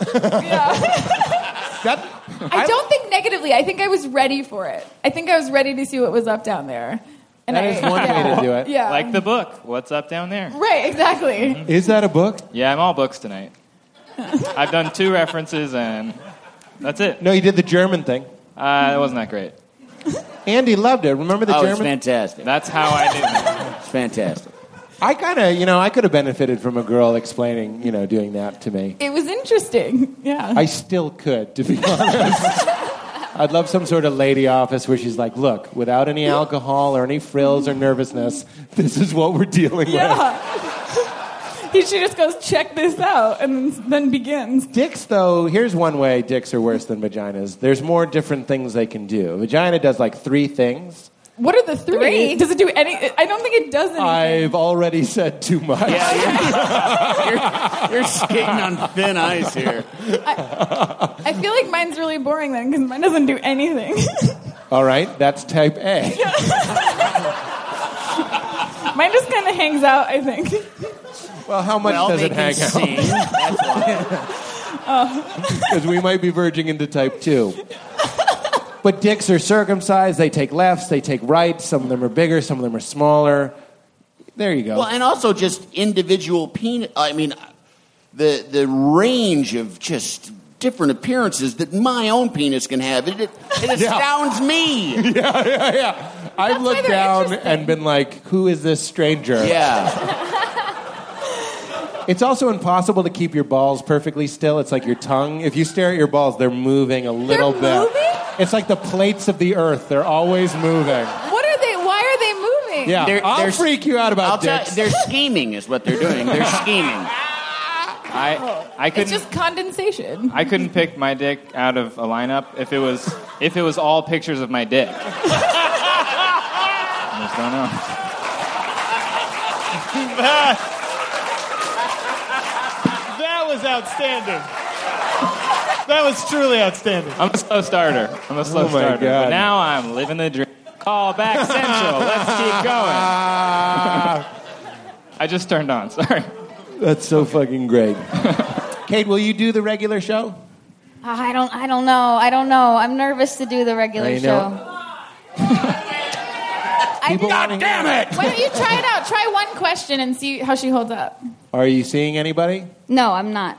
That,
I don't think negatively. I think I was ready for it. I think I was ready to see what was up down there. And
That
I,
is one
yeah.
way to do it. Mm-hmm. Is
Yeah.
like the book. What's up down there?
Right, exactly.
that a book?
Yeah, I'm all books tonight. I've done two references and that's it.
No, you did the German thing.
Uh, it wasn't that great.
Andy loved it. Remember the
Oh, it's
German?
fantastic.
That's how I
It's fantastic.
I kind of, you know, I could have benefited from a girl explaining, you know, doing that to me.
It was interesting. Yeah.
I still could, to be [LAUGHS] honest. I'd love some sort of lady office where she's like, look, without any alcohol or any frills or nervousness, this is what we're dealing with.
yeah. he, she just goes, check this out, and then begins.
Dicks, though, here's one way dicks are worse than vaginas. There's more different things they can do. Vagina does like three things.
What are the three?
Three.
Does it do any? I don't think it does anything.
I've already said too much. [LAUGHS]
you're, skating on thin ice here.
I feel like mine's really boring then because mine doesn't do anything. [LAUGHS]
All right, that's type A.
mine just kind of hangs out. I think.
Well, how much
Well,
does
they
it hang
can
out?
[LAUGHS] Oh.
Because we might be verging into type two. But dicks are circumcised. They take lefts. They take rights. Some of them are bigger. Some of them are smaller. There you go.
Well, and also just individual penis. I mean, the the range of just different appearances that my own penis can have. It, it, it
[LAUGHS] Yeah.
astounds me. [LAUGHS]
[LAUGHS] yeah, yeah, yeah. I've looked down and been like, "Who is this stranger?"
Yeah.
It's also impossible to keep your balls perfectly still. It's like your tongue. If you stare at your balls, they're moving a little bit. It's like the plates of the earth. They're always moving.
What are they? Why are they moving?
Yeah, I'll freak you out about
I'll tell-
dicks. [LAUGHS]
they're scheming, is what they're doing. They're scheming.
I I
It's
couldn't
just condensation.
I couldn't pick my dick out of a lineup if it was if it was all pictures of my dick. I just don't know.
that was outstanding. That was truly outstanding.
I'm a slow starter. I'm a slow
Oh my
starter. But
God.
now I'm living the dream. Call back central.
[LAUGHS]
Let's keep
Ah.
going. I just turned on. [LAUGHS] Sorry.
That's so fucking great. Kate, will you do the regular show?
Ah, I don't. I don't know. I don't know. I'm nervous to do the regular
I
show.
know. People God damn it!
Why don't you try it out? Try one question and see how she holds up.
Are you seeing anybody?
No, I'm not.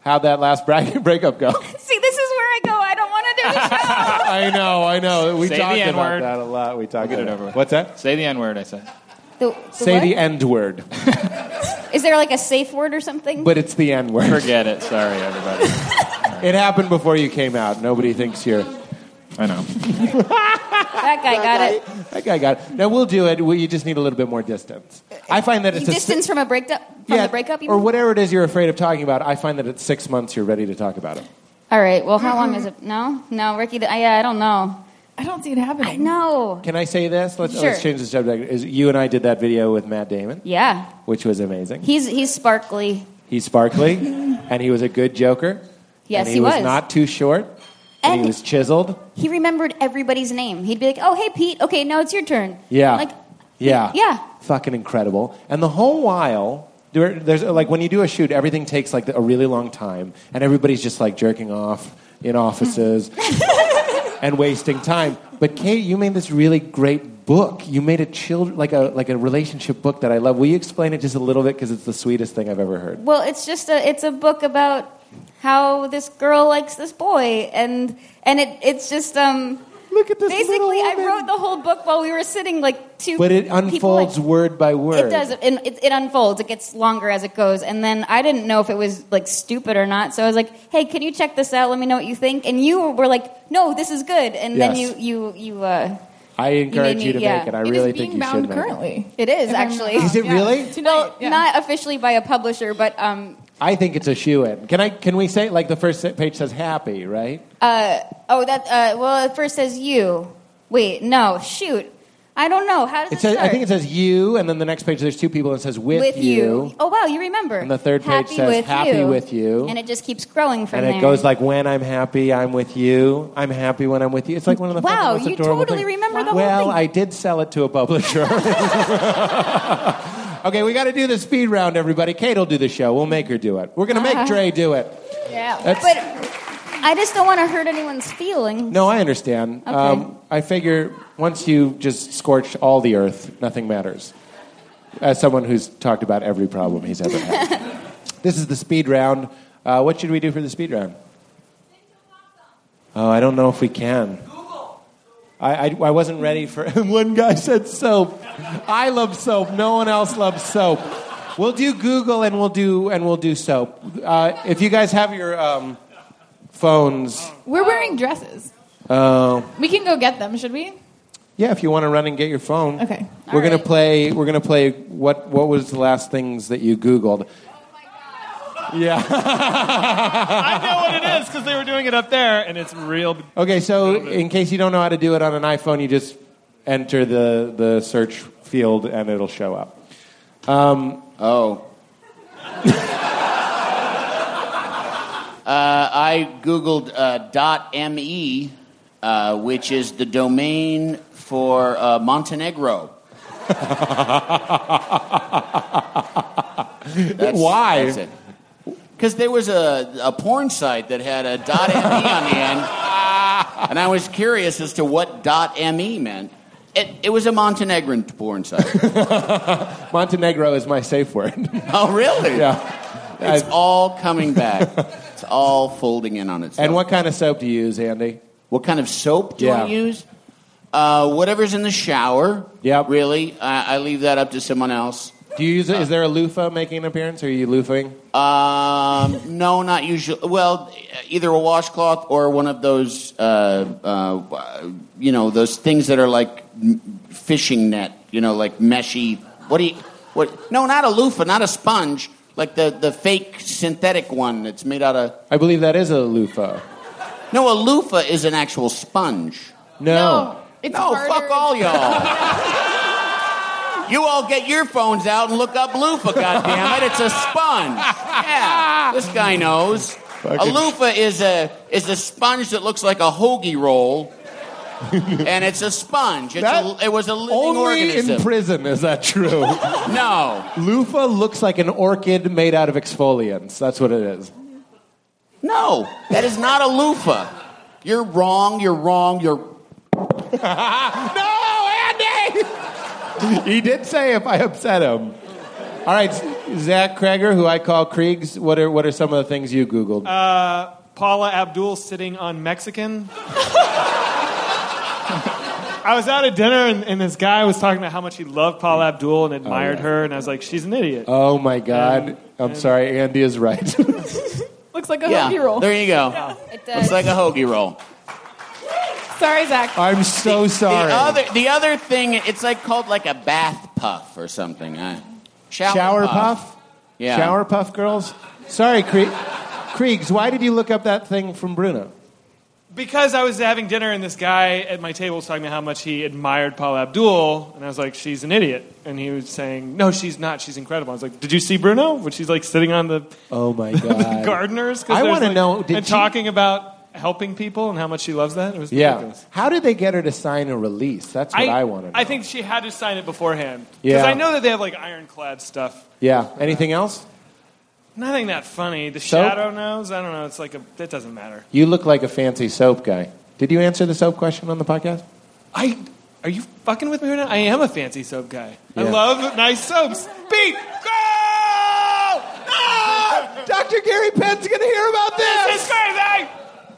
How'd that last bracket [LAUGHS] breakup go?
[LAUGHS] See, this is where I go. I don't want to do
[LAUGHS]
the show.
I know, I know. We
Say the
talked about
N-word.
that a lot. We talked
Get it
about
over with.
What's that?
Say the N word, I said.
The,
Say
what?
the end word,
Is there like a safe word or something?
but it's the N word.
Forget it. Sorry, everybody.
[LAUGHS] It happened before you came out. Nobody thinks you're.
I
[LAUGHS]
know.
that guy got it.
That guy got it. Now we'll do it. We, you just need a little bit more distance. I find [LAUGHS] that
You
it's a,
distance
si-
from a breakup. From the breakup. You
or
mean?
whatever it is you're afraid of talking about. I find that at six months you're ready to talk about it.
All right. Well, how long
Mm-hmm.
is it? No, no, Ricky. I, yeah, I don't know.
I don't see it happening.
I know.
Can I say this? Let's,
Sure.
let's change the subject. Is you and I did that video with Matt Damon,
Yeah,
which was amazing.
he's he's sparkly.
He's sparkly,
[LAUGHS]
and he was a good joker.
Yes,
and he,
he was.
not too short, and, he was chiseled.
He remembered everybody's name. He'd be like, "Oh, hey, Pete. Okay, now it's your turn."
Yeah,
Like,
yeah,
yeah.
fucking incredible. And the whole while, there- there's like when you do a shoot, everything takes like a really long time, and everybody's just like jerking off in
[LAUGHS]
offices and wasting time. But Kate, you made this really great book. You made a child like a like a relationship book that I love. Will you explain it just a little bit because it's the sweetest thing I've ever heard.
Well, it's just a it's a book about how this girl likes this boy, and and it it's just um.
Look at this.
Basically, I wrote the whole book while we were sitting like two.
But it
people, like-
unfolds word by word.
It does. It, it, it unfolds. It gets longer as it goes. And then I didn't know if it was like stupid or not. So I was like, "Hey, can you check this out? Let me know what you think." And you were like, "No, this is good." And then you
Yes.
you you uh,
I encourage you,
me-
to
yeah.
make it. I
It is
really
being
think you
bound
should. Make it.
currently.
it is
If I'm
actually.
not wrong.
Is it really?
well, not officially by a publisher, but um
I think it's a shoe in. Can I? Can we say like the first page says happy, right?
uh oh that uh well it first says you. Wait, no, shoot, I don't know. How does it,
It says.
start?
I think it says you, and then the next page there's two people and it says with,
Oh wow, you remember.
And the third page
happy
says
with
happy
you.
with you.
and it just keeps growing from
And
there.
it goes like when I'm happy, I'm with you. I'm happy when I'm with you. It's like one of the fucking
Wow,
most
you
adorable
totally
things.
remember the whole
well,
thing.
I did sell it to a publisher. [LAUGHS] okay, we got to do the speed round, everybody. Kate will do the show. We'll make her do it. We're gonna make
Uh-huh.
Dre do it.
Yeah.
That's-
But I just don't want to hurt anyone's feelings.
No, I understand.
Okay.
Um, I figure once you just scorch all the earth, nothing matters. As someone who's talked about every problem he's ever had. this is the speed round. Uh, what should we do for the speed round? Oh, I don't know if we can. I, I, I wasn't ready for. [LAUGHS] one guy said soap. I love soap. No one else loves soap. We'll do Google and we'll do and we'll do soap. Uh, if you guys have your um, phones,
We're wearing dresses.
uh,
We can go get them, should we?
Yeah, if you want to run and get your phone.
Okay.
We're gonna play. We're gonna play. What What was the last things that you Googled? Yeah.
I know what it is because they were doing it up there, and it's real.
okay, so in case you don't know how to do it on an iPhone, you just enter the, the search field and it'll show up. Um,
oh. Uh, I googled uh, .me, uh, which is the domain for uh,
[LAUGHS]
Montenegro. That's-
Why?
That's it. Because there was a, a porn site that had a .me on the
[LAUGHS]
end, and I was curious as to what .me meant. It, it was a Montenegrin porn
[LAUGHS]
site.
Montenegro is my safe word. [LAUGHS]
oh, really? [LAUGHS]
Yeah.
It's all coming back. It's all folding in on itself.
And what kind of soap do you use, Andy?
What kind of soap do
yeah.
I use? Uh, whatever's in the shower. Yeah. Really, I, I leave that up to someone else. Uh,
Do you use? Is there a loofah making an appearance? Or are you loofing?
Um, no, not usually. Well, either a washcloth or one of those, uh, uh, you know, those things that are like m- fishing net. You know, like meshy. What do you? What? No, not a loofah, not a sponge. Like the the fake synthetic one that's made out of.
I believe that is a loofah.
No, a loofah is an actual sponge.
No.
It's
no, fuck all
[LAUGHS]
y'all. you all get your phones out and look up loofah, goddammit.
[LAUGHS]
It's a sponge. Yeah, this guy knows. A
Fucking-
loofah is a is a sponge that looks like a hoagie
[LAUGHS]
roll, and it's a sponge. It's a, it was a living
Only
organism.
in prison is that
[LAUGHS]
true.
no.
Loofah looks like an orchid made out of exfoliants. That's what it is.
no, that is not a loofah. You're wrong. You're wrong. You're
[LAUGHS] he did say if I upset him. All right, Zach Krager, who I call Kriegs, what are, what are some of the things you Googled?
Uh, Paula Abdul sitting on Mexican. I was out at dinner and, and this guy was talking about how much he loved Paula Abdul and admired
Oh, yeah.
her, and I was like, she's an idiot.
Oh my God. I'm sorry, Andy is right.
Looks like a
yeah.
hoagie roll.
There you go.
It
Looks like a hoagie roll.
[LAUGHS] Sorry, Zach.
I'm so sorry.
The other, the other thing, it's like called like a bath puff or something. I, shower,
Shower puff?
Yeah.
Shower puff girls? Sorry, Krie- Kriegs, why did you look up that thing from Bruno?
Because I was having dinner and this guy at my table was talking about how much he admired Paula Abdul, and I was like, she's an idiot. And he was saying, no, she's not. She's incredible. I was like, did you see Bruno? When she's like sitting on the
Oh my
[LAUGHS]
God.
gardeners? 'Cause
I
there's,
want to
like-
know. Did
and
she-
talking about helping people and how much she loves that. It was
Yeah.
ridiculous.
How did they get her to sign a release? That's what I, want to know.
I think she had to sign it beforehand. Because
Yeah.
I know that they have like ironclad stuff.
yeah. Anything else?
Nothing that funny. The
Soap?
shadow knows. I don't know. It's like a. It doesn't matter.
You look like a fancy soap guy. Did you answer the soap question on the podcast?
I. Are you fucking with me right now? I am a fancy soap guy. I
Yeah.
love nice soaps. Beat.
Dr. Gary Penn's gonna hear about this.
This is
[LAUGHS]
crazy. I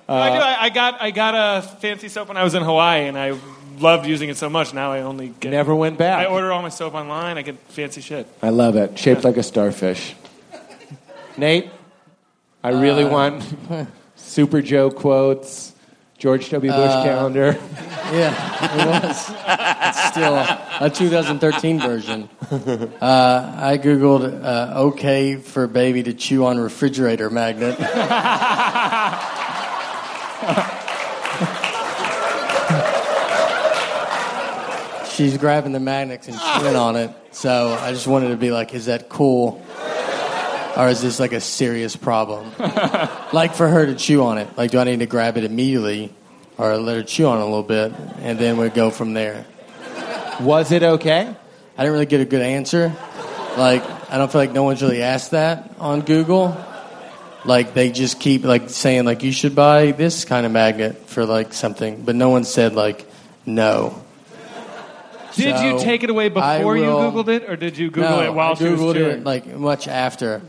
Uh,
do. I, I got. I got a fancy soap when I was in Hawaii, and I loved using it so much. Now I only get.
Never went back.
I order all my soap online. I get fancy shit.
I love it. Shaped like a starfish. Nate, I really
Uh,
want [LAUGHS] Super Joe quotes, George W. Bush
Uh,
calendar.
Yeah, it
[LAUGHS]
was. It's still a 2013 version. [LAUGHS]
[LAUGHS]
Uh, I googled uh, "okay for baby to chew on refrigerator magnet." [LAUGHS] She's grabbing the magnets and chewing on it. So I just wanted to be like, is that cool? Or is this like a serious
[LAUGHS]
problem? like for her to chew on it. Like, do I need to grab it immediately or let her chew on it a little bit? And then we go from there.
Was it okay?
I didn't really get a good answer. Like, I don't feel like no one's really asked that on Google. Like, they just keep like saying like you should buy this kind of magnet for like something, but no one said like no.
Did you
So,
take it away
I
before you
will-
googled it, or did you Google
No,
it while
I
she was
Googled
chewing?
it like much after,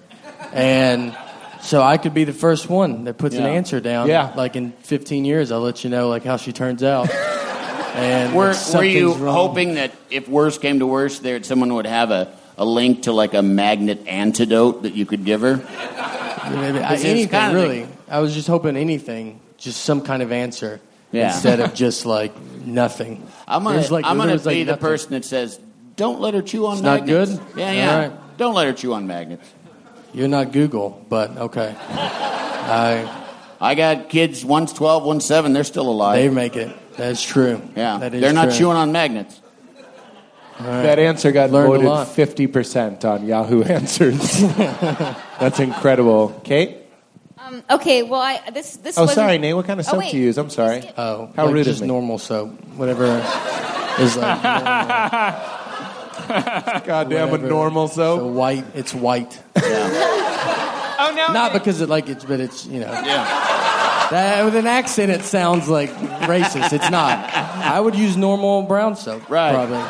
and so I could be the first one that puts an
Yeah.
answer down.
Yeah.
like in 15 years, I'll let you know like how she turns
[LAUGHS]
out. And
Were,
if
were you
something's wrong-
hoping that if worse came to worse, there someone would have a, a link to like a magnet antidote that you could give her?
Maybe, I,
This is
anything
kind of
really. I was just hoping anything, just some kind of answer
Yeah.
instead of just like nothing.
I'm
It
gonna,
was like-
I'm
there
gonna
was, like,
be the
nothing.
person that says, "Don't let her chew on
It's not
magnets."
good?
Yeah, yeah.
All right.
Don't let her chew on magnets.
You're not Google, but
[LAUGHS]
okay. I
I got kids. One's twelve, one's seven. They're still alive.
They make it. That's true.
Yeah,
That is
they're not
true.
chewing on magnets.
That answer got
Learned a
voted
lot.
50% on
[LAUGHS]
Yahoo [LAUGHS] Answers. That's incredible. Kate?
Um, okay, well, I this this.
oh,
wasn't-
sorry, Nate. What kind of
Oh,
soap
wait.
do you use? I'm sorry.
Oh,
how
like
rude
just
of me.
normal soap, whatever is
[LAUGHS]
like.
[LAUGHS]
Goddamn, a normal soap.
white. It's white.
Oh no!
Not
[LAUGHS]
because it like it's, but it's you know. That, with an accent, it sounds like racist. It's not. I would use normal brown soap, right? Probably.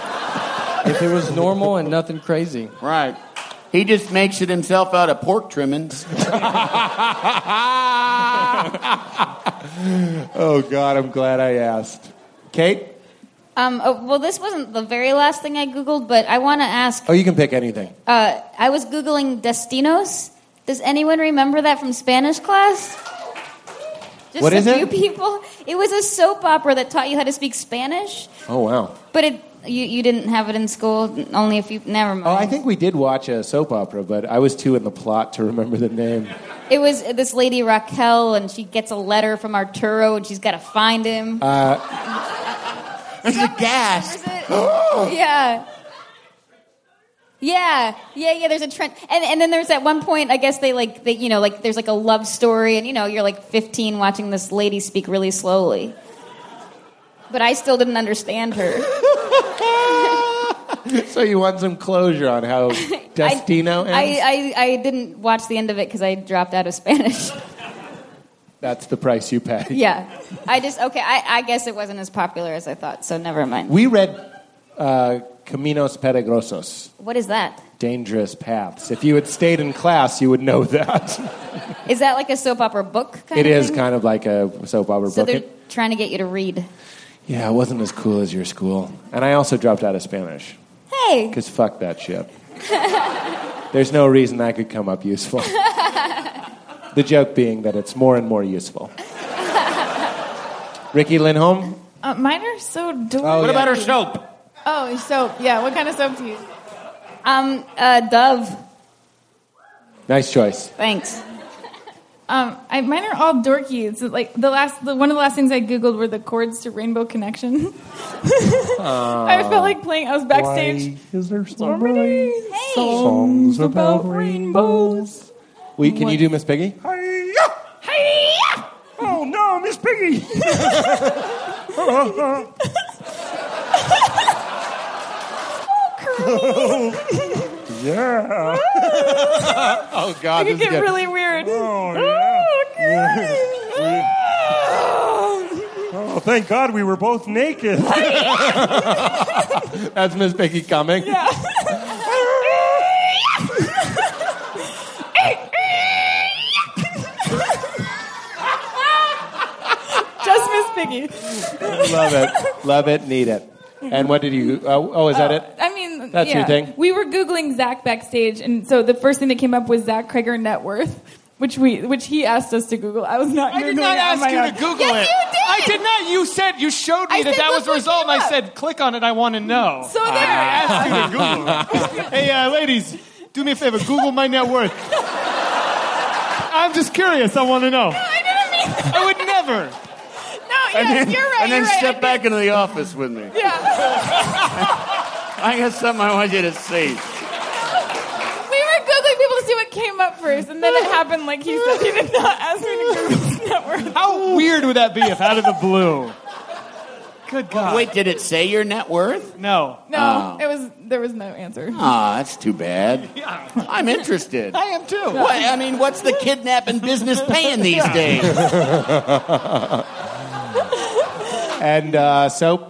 If it was normal and nothing crazy,
right? He just makes it himself out of pork trimmings.
Oh, God, I'm glad I asked. Kate?
Um, oh, well, this wasn't the very last thing I googled, but I want to ask.
Oh, you can pick anything.
Uh, I was googling destinos. Does anyone remember that from Spanish class? Just
What
a
is
few
it?
people. It was a soap opera that taught you how to speak Spanish,
Oh, wow.
but it you, you didn't have it in school. Only if you never mind.
Oh, I think we did watch a soap opera, but I was too in the plot to remember the name.
It was this lady Raquel, and she gets a letter from Arturo, and she's got to find him.
Uh,
Someone
[GASPS]
remembers it. [GASPS] yeah. Yeah, yeah, yeah. There's a trend, and and then there's at one point, I guess they like they you know like there's like a love story, and you know you're like 15 watching this lady speak really slowly, but I still didn't understand her.
[LAUGHS] so you want some closure
[LAUGHS]
on how [LAUGHS] Destino ends?
I, I I didn't watch the end of it because I dropped out of Spanish. [LAUGHS]
That's the price you pay.
yeah, I just okay. I I guess it wasn't as popular as I thought, so never mind.
We read uh, Caminos Peligrosos,
What is that?
Dangerous Paths. If you had stayed in class, you would know that. [LAUGHS]
Is that like a soap opera book? Kind
it
of
is
thing?
kind of like a soap opera
So
book.
they're trying to get you to read.
Yeah, it wasn't as cool as your school. And I also dropped out of Spanish,
Hey. [LAUGHS]
because fuck that shit. There's no reason I could come up
[LAUGHS]
useful. the joke being that it's more and
[LAUGHS]
more useful. Ricky Lindholm?
Uh, mine are so dorky.
Oh, What about yeah. her
soap? Oh, soap. Yeah. What kind of soap do you use?
Um, uh, Dove.
Nice choice.
Thanks.
Um, I, mine are all dorky. It's like the last, the, one of the last things I googled were the chords to Rainbow Connection. [LAUGHS] I
Oh.
felt like playing. I was backstage.
Is there
so many
songs about rainbows? We, can you do Miss Piggy?
Oh no, Miss
[LAUGHS]
Piggy! Oh,
Yeah. oh
[LAUGHS]
God,
it could
this is
get
good.
really weird. Oh,
[LAUGHS]
Oh, thank God we were both
[LAUGHS]
naked. That's Miss Piggy coming.
Oh. [LAUGHS] [LAUGHS] Just Miss Piggy.
Love it, love it, need it. And what did you? Oh, oh is that it?
I mean,
That's
yeah.
your thing?
We were googling Zach backstage, and so the first thing that came up was Zach Krager net worth, which we which he asked us to Google. I was not.
I did
Googling
not
it on
ask
Oh my
you
own.
to Google
Yes,
it.
you did.
I did not. You said you showed me
I
that
said,
that was
look
the
what
result.
came
And I
up.
said, click on it. I want to know.
So there.
I did not ask you
[LAUGHS]
to Google. it. hey, uh, ladies, do me a favor. Google my net worth. I'm just curious. I want to know.
I didn't mean that.
I would never.
No, yes, you're right.
And then
you're right.
step back into the office with me. I got something I want you to see.
We were googling people to see what came up first, and then it happened like he said. He did not ask me to Google his net worth.
How weird would that be if out of the blue? Good God.
Wait, did it say your net worth?
No.
No, it was there was no answer.
Oh. Ah, that's too bad. I'm interested.
I am too.
What, I mean, what's the kidnapping business paying these
[LAUGHS]
days?
[LAUGHS] And uh, soap.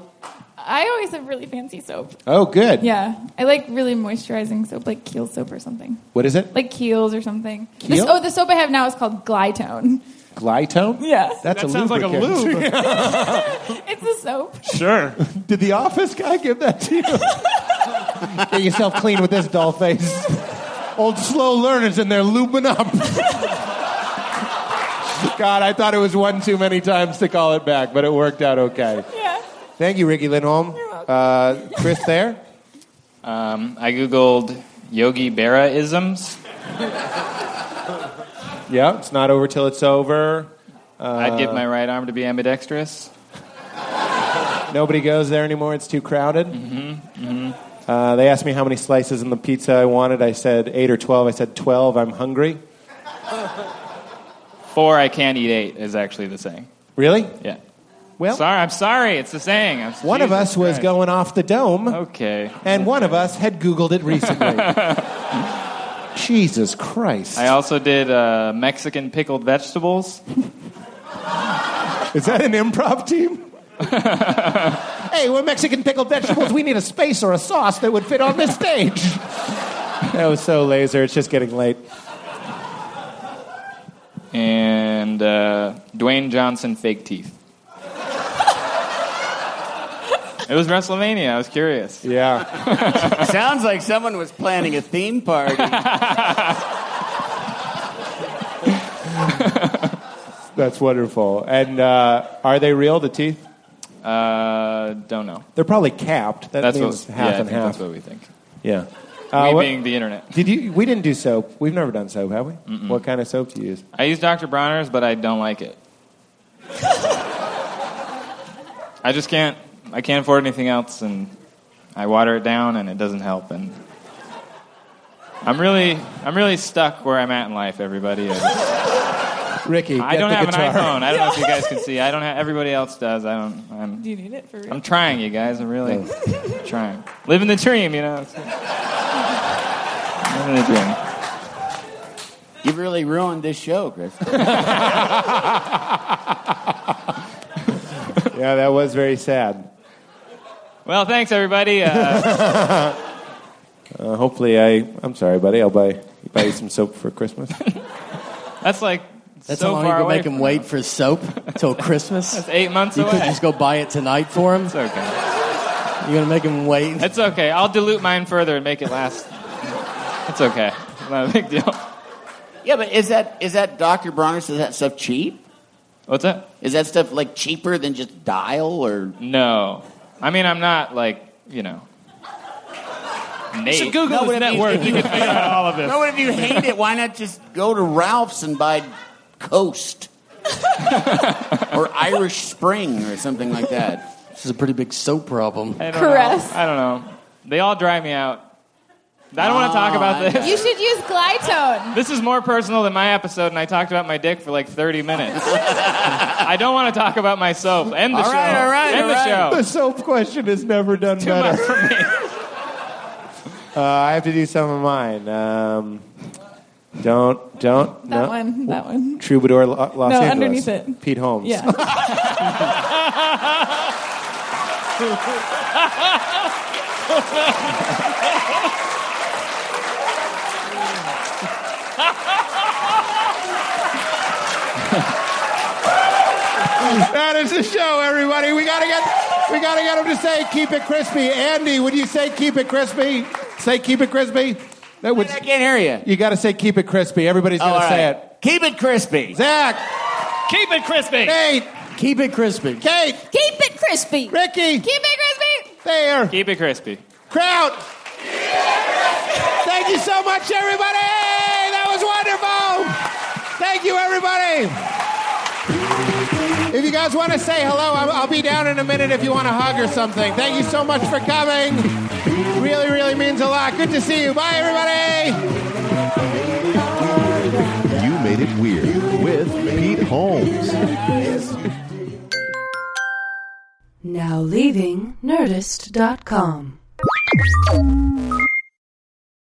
I always have really fancy soap.
Oh, good.
Yeah, I like really moisturizing soap, like Kiehl soap or something,
What is it?
like Kiehl's or something.
Kiehl?
This, oh, the soap I have now is called Glytone.
Glytone.
Yeah.
That's
That
a
sounds like a
lubricant.
lube.
[LAUGHS]
[LAUGHS]
It's a soap.
Sure.
Did the office guy give that to you? [LAUGHS] Get yourself clean with this doll face. Old slow learners in there lubing up. God, I thought it was one too many times to call it back, but it worked out okay.
Yeah.
Thank you, Ricky Lindholm. Uh, Chris Thayer?
Um, I googled Yogi Berra isms.
Yeah, it's not over till it's over. Uh,
I'd give my right arm to be ambidextrous.
[LAUGHS] Nobody goes there anymore. It's too crowded.
Mm-hmm,
Uh, they asked me how many slices in the pizza I wanted. I said eight or twelve. I said twelve. I'm hungry.
Four, I can't eat eight is actually the saying.
Really?
Yeah.
Well,
sorry, I'm sorry. It's the saying. I'm,
One of
Jesus
us was
Christ.
going off the dome.
Okay.
And one of us had Googled it
[LAUGHS]
recently. Jesus Christ.
I also did uh, Mexican pickled vegetables.
Is that an improv
[LAUGHS]
team? hey, we're Mexican pickled vegetables. We need a space or a sauce that would fit on this stage. That was so laser. It's just getting late.
and uh, Dwayne Johnson
[LAUGHS]
fake teeth. it was WrestleMania. I was curious. [LAUGHS]
Yeah.
Sounds like someone was planning a theme
[LAUGHS]
party.
That's wonderful. And uh, are they real, the teeth?
Uh, don't know.
They're probably capped. That
that's
means
what,
half
yeah, I
and
think
half.
That's what we think.
Yeah. Uh,
we
what-
being the internet.
Did you? We didn't do soap. We've never done soap, have we? What kind of soap do you use?
I use Dr. Bronner's, but I don't like
[LAUGHS]
it. I just can't. I can't afford anything else, and I water it down, and it doesn't help. And I'm really, I'm really stuck where I'm at in life, everybody. I,
Ricky,
I
get
don't
the
have
guitar.
an iPhone. I don't know if you
[LAUGHS]
guys can see. I don't have. Everybody else does. I don't. I'm,
Do you need it for real?
I'm trying, you guys. I'm really
[LAUGHS]
trying. Living the dream, you know. Living the dream.
You've really ruined this show, Chris.
Yeah, that was very sad.
Well, thanks everybody.
[LAUGHS]
Uh,
Uh, hopefully, I. I'm sorry, buddy. I'll buy buy you some soap for Christmas.
that's like
That's
so
how long you
far
go
away.
make him
from-
wait for soap till Christmas.
That's eight months
you
away.
could just go buy it tonight for him. It's
okay.
You're gonna make him wait.
It's okay. I'll dilute mine further and make it last. It's okay. Not a big deal.
yeah, but is that is that Dr. Bronner's? Is that stuff cheap?
What's that?
Is that stuff like cheaper than just Dial or
no? I mean, I'm not like you know. Nate.
should Google No, his but if net you- worth. if you- You can figure out all of this. No, but if you hate it, why not just go to Ralph's and buy Coast or Irish Spring or something like that?
This is a pretty big soap problem.
I don't know. I don't know. They all drive me out. I don't want to talk about this.
You should use Glytone.
This is more personal than my episode, and I talked about my dick for like 30 minutes. I don't want to talk about my soap. End the
All
show.
right, all right,
End
all
the
right.
show.
The soap question has never done better. [LAUGHS] uh, I have to do some of mine. Um, don't don't
That
no.
one. That one.
Troubadour, Lo- Los
No,
Angeles.
underneath it.
Pete Holmes. [LAUGHS]
Yeah.
that is the show, everybody. We gotta get we gotta get him to say keep it crispy. Andy, would you say keep it crispy? Say keep it crispy. That would, I
can't hear you.
You gotta say keep it crispy. Everybody's gonna
Oh, all
say
right.
it.
Keep it crispy.
Zach.
Keep it crispy.
Nate.
Keep it crispy.
Kate.
Keep it crispy.
Ricky.
Keep it crispy.
There.
Keep it crispy.
Crowd. Thank you so much, everybody. That was wonderful. Thank you, everybody. If you guys want to say hello, I'll, I'll be down in a minute if you want to hug or something. Thank you so much for coming. Really, really means a lot. Good to see you. Bye, everybody.
You made it weird with Pete Holmes.
Now leaving Nerdist.com.